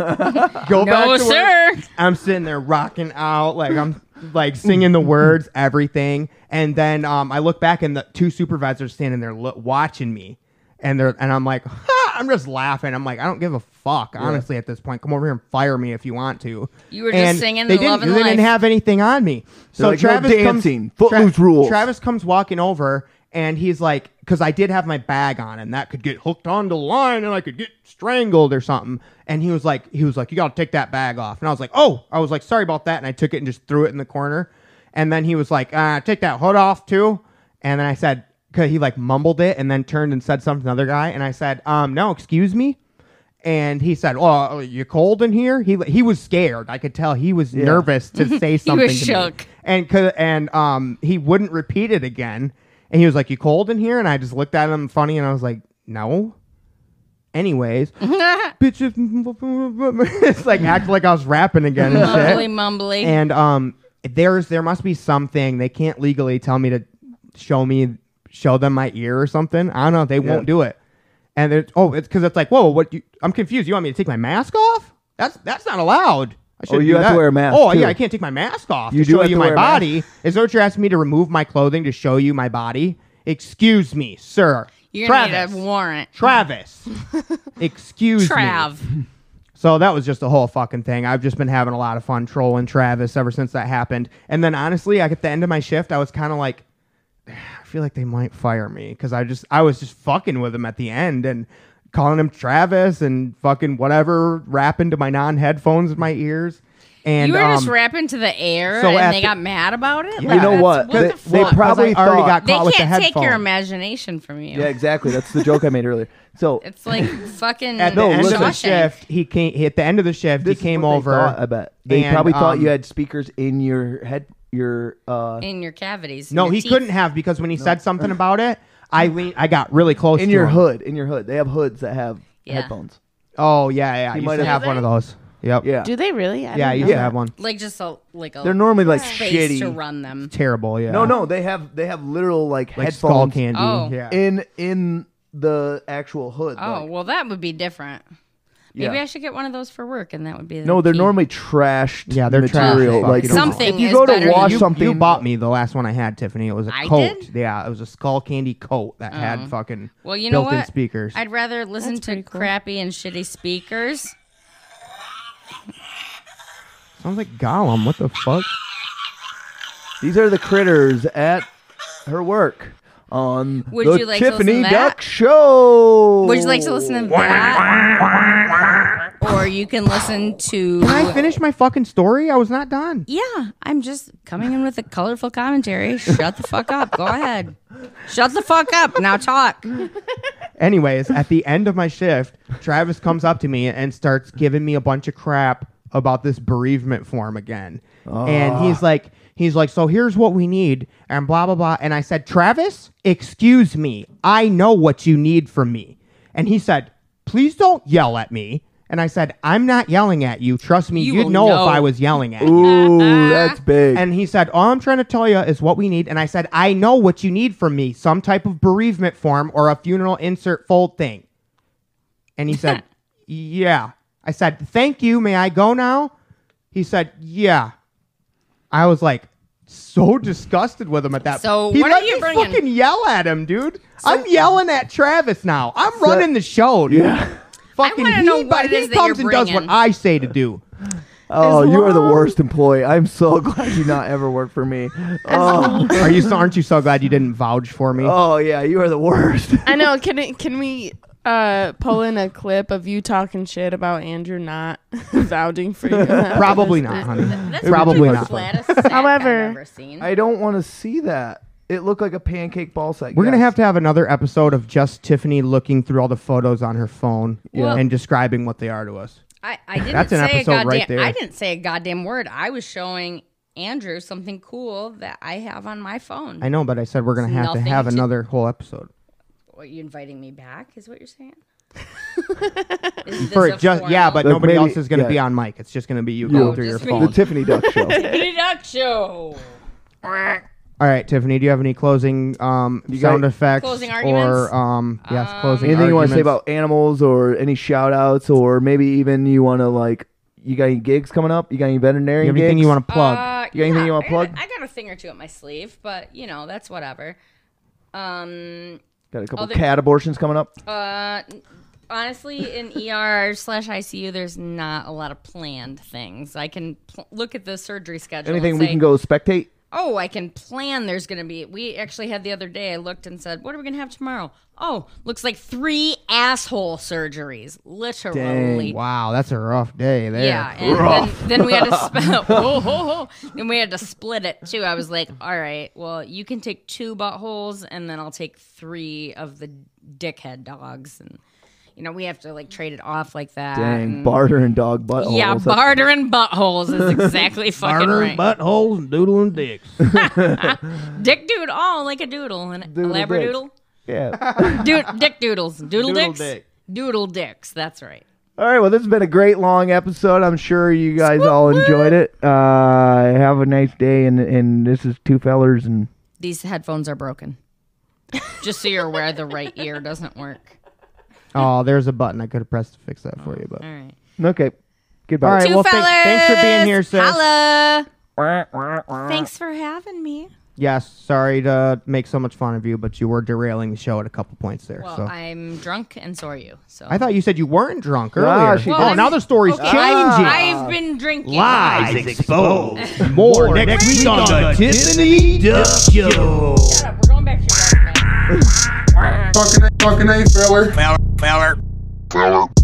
[SPEAKER 2] Go back
[SPEAKER 1] No,
[SPEAKER 2] to work.
[SPEAKER 1] sir.
[SPEAKER 2] I'm sitting there rocking out, like I'm like singing the words, everything, and then um, I look back and the two supervisors standing there lo- watching me, and they're and I'm like, ha! I'm just laughing. I'm like, I don't give a fuck, honestly, at this point. Come over here and fire me if you want to.
[SPEAKER 1] You were just
[SPEAKER 2] And
[SPEAKER 1] singing
[SPEAKER 2] They
[SPEAKER 1] the
[SPEAKER 2] didn't.
[SPEAKER 1] love and
[SPEAKER 2] they didn't
[SPEAKER 1] life.
[SPEAKER 2] have anything on me. So
[SPEAKER 3] like, no
[SPEAKER 2] Travis
[SPEAKER 3] dancing.
[SPEAKER 2] comes.
[SPEAKER 3] Footloose rules.
[SPEAKER 2] Travis comes walking over. And he's like, because I did have my bag on, and that could get hooked onto the line, and I could get strangled or something. And he was like, he was like, you gotta take that bag off. And I was like, oh, I was like, sorry about that, and I took it and just threw it in the corner. And then he was like, uh, take that hood off too. And then I said, cause he like mumbled it, and then turned and said something to another guy. And I said, um, no, excuse me and he said, "Oh, you cold in here?" He he was scared. I could tell he was nervous to say something.
[SPEAKER 1] was
[SPEAKER 2] to
[SPEAKER 1] shook.
[SPEAKER 2] Me. And 'cause- and um, he wouldn't repeat it again. And he was like, "You cold in here?" And I just looked at him funny, and I was like, "No." Anyways, bitches, it's like act like I was rapping again and
[SPEAKER 1] Mumbly,
[SPEAKER 2] shit.
[SPEAKER 1] mumbly.
[SPEAKER 2] And um, there's there must be something they can't legally tell me to show me show them my ear or something. I don't know. They won't do it. And there's oh, it's because it's like whoa, what? You, I'm confused. You want me to take my mask off? That's that's not allowed. I shouldn't
[SPEAKER 3] Oh, you
[SPEAKER 2] do
[SPEAKER 3] have to
[SPEAKER 2] that.
[SPEAKER 3] wear a mask,
[SPEAKER 2] Oh
[SPEAKER 3] too.
[SPEAKER 2] yeah, I can't take my mask off. to
[SPEAKER 3] You do
[SPEAKER 2] show
[SPEAKER 3] have
[SPEAKER 2] you
[SPEAKER 3] to
[SPEAKER 2] my
[SPEAKER 3] wear a mask.
[SPEAKER 2] body. Is there what you're asking me to remove my clothing to show you my body? Excuse me, sir.
[SPEAKER 1] You're gonna
[SPEAKER 2] Travis.
[SPEAKER 1] need a warrant.
[SPEAKER 2] Travis. Excuse me.
[SPEAKER 1] Trav.
[SPEAKER 2] So that was just a whole fucking thing. I've just been having a lot of fun trolling Travis ever since that happened. And then honestly, like at the end of my shift, I was kind of like, I feel like they might fire me because I just I was just fucking with him at the end and calling him Travis and fucking whatever, rapping to my non headphones in my ears. And
[SPEAKER 1] you were just
[SPEAKER 2] um,
[SPEAKER 1] rapping to the air,
[SPEAKER 2] so at
[SPEAKER 1] and they
[SPEAKER 2] the-
[SPEAKER 1] got mad about it.
[SPEAKER 2] You know
[SPEAKER 1] that's-
[SPEAKER 3] what? They-
[SPEAKER 1] the
[SPEAKER 2] they
[SPEAKER 1] fuck?
[SPEAKER 2] probably already
[SPEAKER 3] probably thought-
[SPEAKER 2] got
[SPEAKER 1] They
[SPEAKER 2] caught with the
[SPEAKER 1] can't take
[SPEAKER 2] headphone.
[SPEAKER 1] your imagination from you.
[SPEAKER 3] Yeah, exactly. That's the joke I made earlier. So
[SPEAKER 1] It's like fucking
[SPEAKER 2] at the
[SPEAKER 3] No,
[SPEAKER 2] end of the
[SPEAKER 1] Shawshank.
[SPEAKER 2] shift, he came. He, at the end of the shift, he
[SPEAKER 3] this is
[SPEAKER 2] came
[SPEAKER 3] what they
[SPEAKER 2] over.
[SPEAKER 3] thought, I bet they
[SPEAKER 2] and,
[SPEAKER 3] probably thought
[SPEAKER 2] um,
[SPEAKER 3] you had speakers in your head. Your uh,
[SPEAKER 1] in your cavities. in
[SPEAKER 2] No,
[SPEAKER 1] your
[SPEAKER 2] he
[SPEAKER 1] teeth.
[SPEAKER 2] couldn't have because when he said something about it, I lean, I got really close.
[SPEAKER 3] in
[SPEAKER 2] to
[SPEAKER 3] your
[SPEAKER 2] him.
[SPEAKER 3] hood. In your hood. They have hoods that have
[SPEAKER 1] Yeah.
[SPEAKER 3] headphones.
[SPEAKER 2] Oh yeah, yeah. You
[SPEAKER 3] might
[SPEAKER 2] might have,
[SPEAKER 3] have-
[SPEAKER 2] one of those. Yep.
[SPEAKER 3] Yeah.
[SPEAKER 4] Do they really? I
[SPEAKER 2] Yeah,
[SPEAKER 4] don't
[SPEAKER 2] you
[SPEAKER 4] know.
[SPEAKER 2] should have one.
[SPEAKER 1] Like just a like a
[SPEAKER 3] They're normally like
[SPEAKER 1] space to
[SPEAKER 3] shitty.
[SPEAKER 1] run them.
[SPEAKER 2] Terrible. Yeah.
[SPEAKER 3] No, no, they have they have literal like,
[SPEAKER 2] Like skull
[SPEAKER 3] headphones
[SPEAKER 2] candy.
[SPEAKER 1] Oh.
[SPEAKER 2] Yeah.
[SPEAKER 3] in in the actual hood.
[SPEAKER 1] Oh
[SPEAKER 3] like-
[SPEAKER 1] well, that would be different. Maybe
[SPEAKER 3] Yeah.
[SPEAKER 1] I should get one of those for work, and that would be the
[SPEAKER 3] no, they're
[SPEAKER 1] key.
[SPEAKER 3] normally trashed.
[SPEAKER 2] Yeah, they're trash.
[SPEAKER 3] material.
[SPEAKER 2] Fuck,
[SPEAKER 3] Like
[SPEAKER 2] you don't want
[SPEAKER 1] Something
[SPEAKER 3] If you
[SPEAKER 1] is
[SPEAKER 3] go
[SPEAKER 1] better
[SPEAKER 3] to
[SPEAKER 1] than-
[SPEAKER 3] wash
[SPEAKER 2] you,
[SPEAKER 3] something,
[SPEAKER 2] you bought me the last one I had, Tiffany. It was a
[SPEAKER 1] I
[SPEAKER 2] coat.
[SPEAKER 1] did? Oh.
[SPEAKER 2] Yeah, it was a skull candy coat that had fucking
[SPEAKER 1] Well, you know
[SPEAKER 2] built-in
[SPEAKER 1] what?
[SPEAKER 2] speakers.
[SPEAKER 1] I'd rather listen to crappy and shitty speakers.
[SPEAKER 2] Sounds like Gollum. What the fuck?
[SPEAKER 3] These are the critters at her work on
[SPEAKER 1] Would
[SPEAKER 3] the
[SPEAKER 1] you like to listen
[SPEAKER 3] Tiffany
[SPEAKER 1] to that?
[SPEAKER 3] Duck Show.
[SPEAKER 1] Would you like to listen to that? or you can listen to.
[SPEAKER 2] Can I finish my fucking story? I was not done.
[SPEAKER 1] Yeah, I'm just coming in with a colorful commentary. Shut the fuck up. Go ahead. Shut the fuck up. Now talk.
[SPEAKER 2] Anyways, at the end of my shift, Travis comes up to me and starts giving me a bunch of crap about this bereavement form again. And he's like, he's like, so here's what we need, and blah blah blah. And I said, Travis, excuse me, I know what you need from me. And he said, please don't yell at me. And I said, I'm not yelling at you. Trust me,
[SPEAKER 1] You
[SPEAKER 2] you
[SPEAKER 1] will
[SPEAKER 2] would know,
[SPEAKER 1] know.
[SPEAKER 2] if I was yelling at you.
[SPEAKER 3] Ooh, that's big.
[SPEAKER 2] And he said, All I'm trying to tell you is what we need. And I said, I know what you need from me some type of bereavement form or a funeral insert fold thing. And he said, Yeah. I said, Thank you. May I go now? He said, Yeah. I was like, so disgusted with him at that.
[SPEAKER 1] So
[SPEAKER 2] he
[SPEAKER 1] what
[SPEAKER 2] let
[SPEAKER 1] are you
[SPEAKER 2] me
[SPEAKER 1] bringing?
[SPEAKER 2] fucking yell at him, dude. I'm yelling at Travis now. I'm running the show, dude.
[SPEAKER 3] yeah.
[SPEAKER 2] Fucking
[SPEAKER 1] wanna
[SPEAKER 2] he,
[SPEAKER 1] know what
[SPEAKER 2] but
[SPEAKER 1] it
[SPEAKER 2] he
[SPEAKER 1] is that
[SPEAKER 2] comes
[SPEAKER 1] you're
[SPEAKER 2] and does what
[SPEAKER 1] bringing.
[SPEAKER 2] I say to do.
[SPEAKER 3] Oh,
[SPEAKER 4] As
[SPEAKER 3] you are the
[SPEAKER 4] long-
[SPEAKER 3] worst employee. I'm so glad you not ever worked for me. Oh,
[SPEAKER 2] Are you? So, aren't you so glad you didn't vouch for me?
[SPEAKER 3] oh yeah, you are the worst.
[SPEAKER 4] I know. Can it, can we uh, pull in a clip of you talking shit about Andrew not vouching for you? after
[SPEAKER 2] Probably
[SPEAKER 4] this?
[SPEAKER 2] not, honey.
[SPEAKER 1] That's
[SPEAKER 2] Probably
[SPEAKER 1] the
[SPEAKER 2] not.
[SPEAKER 1] flattest sack
[SPEAKER 4] However,
[SPEAKER 1] I've ever seen.
[SPEAKER 3] I don't want to see that. It looked like a pancake ball sack.
[SPEAKER 2] We're gonna
[SPEAKER 3] Yes.
[SPEAKER 2] have to have another episode of just Tiffany looking through all the photos on her phone
[SPEAKER 1] Well-
[SPEAKER 2] and describing what they are to us.
[SPEAKER 1] I, I didn't
[SPEAKER 2] That's an
[SPEAKER 1] say a
[SPEAKER 2] episode
[SPEAKER 1] goddamn.
[SPEAKER 2] right there.
[SPEAKER 1] I didn't say a goddamn word. I was showing Andrew something cool that I have on my phone.
[SPEAKER 2] I know, but I said we're gonna
[SPEAKER 1] It's
[SPEAKER 2] have to
[SPEAKER 1] nothing
[SPEAKER 2] have
[SPEAKER 1] to-
[SPEAKER 2] another whole episode
[SPEAKER 1] What, you inviting me back? Is what you're saying? Is this
[SPEAKER 2] for
[SPEAKER 1] a
[SPEAKER 2] just yeah,
[SPEAKER 1] formal
[SPEAKER 2] but
[SPEAKER 3] Like,
[SPEAKER 2] nobody
[SPEAKER 3] maybe-
[SPEAKER 2] else is gonna
[SPEAKER 3] yeah.
[SPEAKER 2] be on mic. It's just gonna be you
[SPEAKER 1] Oh,
[SPEAKER 2] going through your
[SPEAKER 1] just
[SPEAKER 2] phone.
[SPEAKER 1] me.
[SPEAKER 3] the Tiffany Duck Show.
[SPEAKER 1] introduction.
[SPEAKER 2] all right, Tiffany, do you have any closing um, sound
[SPEAKER 3] got-
[SPEAKER 2] effects
[SPEAKER 1] Closing arguments?
[SPEAKER 2] or um, yes, closing
[SPEAKER 3] Anything you want to say
[SPEAKER 2] arguments?
[SPEAKER 3] about animals or any shout outs or maybe even you want to like you got any gigs coming up? You got any
[SPEAKER 2] You
[SPEAKER 3] veterinarian
[SPEAKER 2] have anything
[SPEAKER 3] gigs?
[SPEAKER 2] you want to plug?
[SPEAKER 1] Uh,
[SPEAKER 3] You got anything
[SPEAKER 1] yeah,
[SPEAKER 3] you wanna
[SPEAKER 1] I got-
[SPEAKER 3] plug?
[SPEAKER 1] I got a thing or two up my sleeve, but you know that's whatever. Um,
[SPEAKER 3] got a couple
[SPEAKER 1] Other-
[SPEAKER 3] cat abortions coming up.
[SPEAKER 1] Uh, n- honestly, in ER slash ICU, there's not a lot of planned things. I can pl- look at the surgery schedule.
[SPEAKER 3] Anything
[SPEAKER 1] and
[SPEAKER 3] we
[SPEAKER 1] say,
[SPEAKER 3] can go spectate?
[SPEAKER 1] Oh, I can plan. There's going to be. We actually had the other day. I looked and said, "What are we going to have tomorrow?" Oh, looks like three asshole surgeries, literally.
[SPEAKER 2] Wow, that's a rough day there.
[SPEAKER 1] Uh, Yeah, and then, then we had to sp- whoa, whoa, whoa. Then we had to split it too. I was like, all right, well, you can take two buttholes, and then I'll take three of the dickhead dogs, and you know we have to like trade it off like that.
[SPEAKER 3] Dang,
[SPEAKER 1] and-
[SPEAKER 3] barter and dog buttholes.
[SPEAKER 1] Um, yeah,
[SPEAKER 3] That's-
[SPEAKER 1] bartering buttholes is exactly fucking right.
[SPEAKER 2] Bartering buttholes and doodling dicks.
[SPEAKER 1] Dick dude, all like a doodle and
[SPEAKER 3] Doodle
[SPEAKER 1] a labradoodle,
[SPEAKER 3] yeah.
[SPEAKER 1] Dood- dick doodles, doodle,
[SPEAKER 2] Doodle
[SPEAKER 1] dicks,
[SPEAKER 2] dick.
[SPEAKER 1] doodle dicks. That's right.
[SPEAKER 3] All right, well, this has been a great long episode. I'm sure you guys all enjoyed it. Uh, have a nice day, and and this is two fellers, and
[SPEAKER 1] These headphones are broken. Just so you're aware, the right ear doesn't work.
[SPEAKER 2] oh, there's a button I could have pressed to fix that for you, but.
[SPEAKER 1] All right.
[SPEAKER 3] okay, goodbye.
[SPEAKER 2] All right,
[SPEAKER 1] Two
[SPEAKER 2] well,
[SPEAKER 1] fellas.
[SPEAKER 2] thank- thanks for being here, sis.
[SPEAKER 1] Holla. Thanks for having me.
[SPEAKER 2] Yes, sorry to make so much fun of you, but you were derailing the show at a couple points there.
[SPEAKER 1] Well,
[SPEAKER 2] so I,
[SPEAKER 1] I'm drunk and so are you. So
[SPEAKER 2] thought you said you weren't drunk earlier.
[SPEAKER 3] Ah, she
[SPEAKER 2] oh,
[SPEAKER 1] did.
[SPEAKER 2] now the story's
[SPEAKER 1] Okay,
[SPEAKER 2] changing.
[SPEAKER 1] I've, I've been drinking.
[SPEAKER 2] Lies exposed. More next week on the Tiffany Duck Show.
[SPEAKER 1] Shut up. We're going back to your resume.
[SPEAKER 7] Feller. Feller.